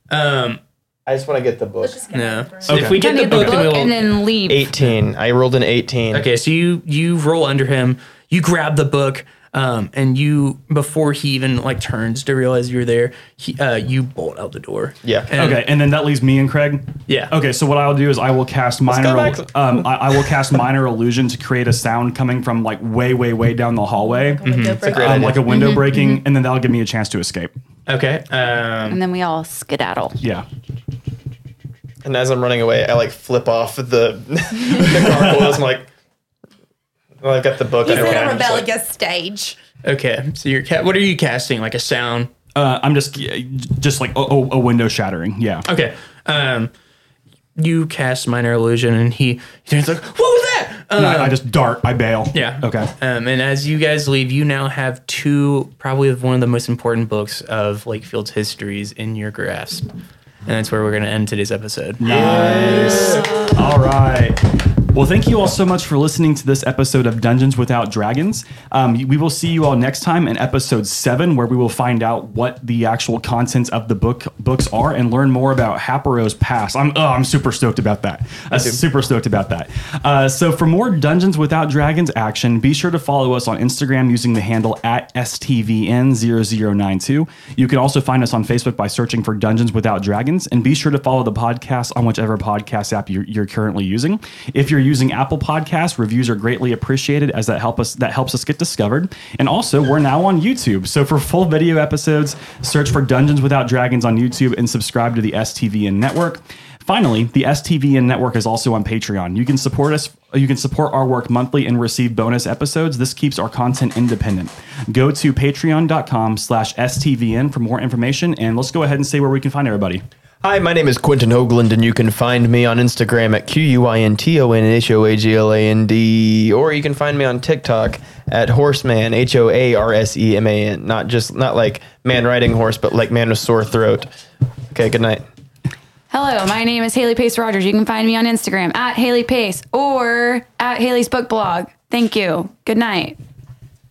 um I just want to get the book. Let's just get no out of the so room. if we Can get I the get the book, then we book will and then leave. 18. I rolled an 18. Okay, so you you roll under him, you grab the book, um, and you before he even like turns to realize you're there, he, uh, you bolt out the door. Yeah. And- Okay, and then that leaves me and Craig. Yeah. Okay, so what I'll do is I will cast minor. go back. Um, I, I will cast minor illusion to create a sound coming from like way, way, way down the hallway, Window break. Great um, idea. like a Mm-hmm. window breaking, and then that'll give me a chance to escape. Okay. Um, and then we all skedaddle. Yeah. And as I'm running away, I like flip off the, the gargoyles. I'm like, well, I've got the book. He's I don't in a have it. It's like- rebellious stage. okay. So you're ca- what are you casting? Like a sound. Uh, I'm just, just like oh, oh, a window shattering. Yeah. Okay. Um, you cast minor illusion, and he he's like, "What was that?" Um, I, I just dart. I bail. Yeah. Okay. Um, and as you guys leave, you now have two, probably one of the most important books of Lakefield's histories in your grasp. And that's where we're going to end today's episode. All right. Well, thank you all so much for listening to this episode of Dungeons Without Dragons. Um, we will see you all next time in episode seven, where we will find out what the actual contents of the book books are and learn more about Haparo's past. I'm oh, I'm super stoked about that. Uh, super stoked about that. Uh, so, for more Dungeons Without Dragons action, be sure to follow us on Instagram using the handle at STVN0092. You can also find us on Facebook by searching for Dungeons Without Dragons, and be sure to follow the podcast on whichever podcast app you're, you're currently using. If you're using Apple Podcasts, reviews are greatly appreciated as that help us that helps us get discovered. And also, we're now on YouTube, so for full video episodes, search for Dungeons Without Dragons on YouTube and subscribe to the STVN network. Finally, the STVN network is also on Patreon. You can support us you can support our work monthly and receive bonus episodes. This keeps our content independent. Go to patreon.com slash STVN for more information and let's go ahead and say where we can find everybody. Hi, my name is Quentin Hoagland, and you can find me on Instagram at Q U I N T O N H O A G L A N D, or you can find me on TikTok at Horseman, H O A R S E M A N. Not just, not like man riding horse, but like man with sore throat. Okay, good night. Hello, my name is Haley Pace Rogers. You can find me on Instagram at Haley Pace or at Haley's Book Blog. Thank you. Good night.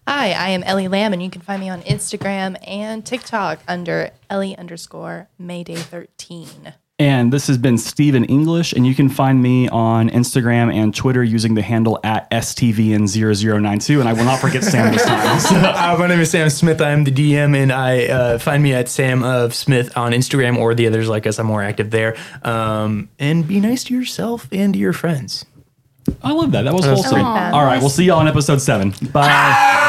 Hi, I am Ellie Lamb, and you can find me on Instagram and TikTok under Ellie underscore Mayday thirteen. And this has been Steven English, and you can find me on Instagram and Twitter using the handle at STVN0092. And I will not forget Sam this time. Uh, my name is Sam Smith. I am the DM, and I uh, find me at Sam of Smith on Instagram or the others like us. I'm more active there. Um, and be nice to yourself and to your friends. I love that. That was wholesome. like that. All right, we'll see y'all on episode seven. Bye.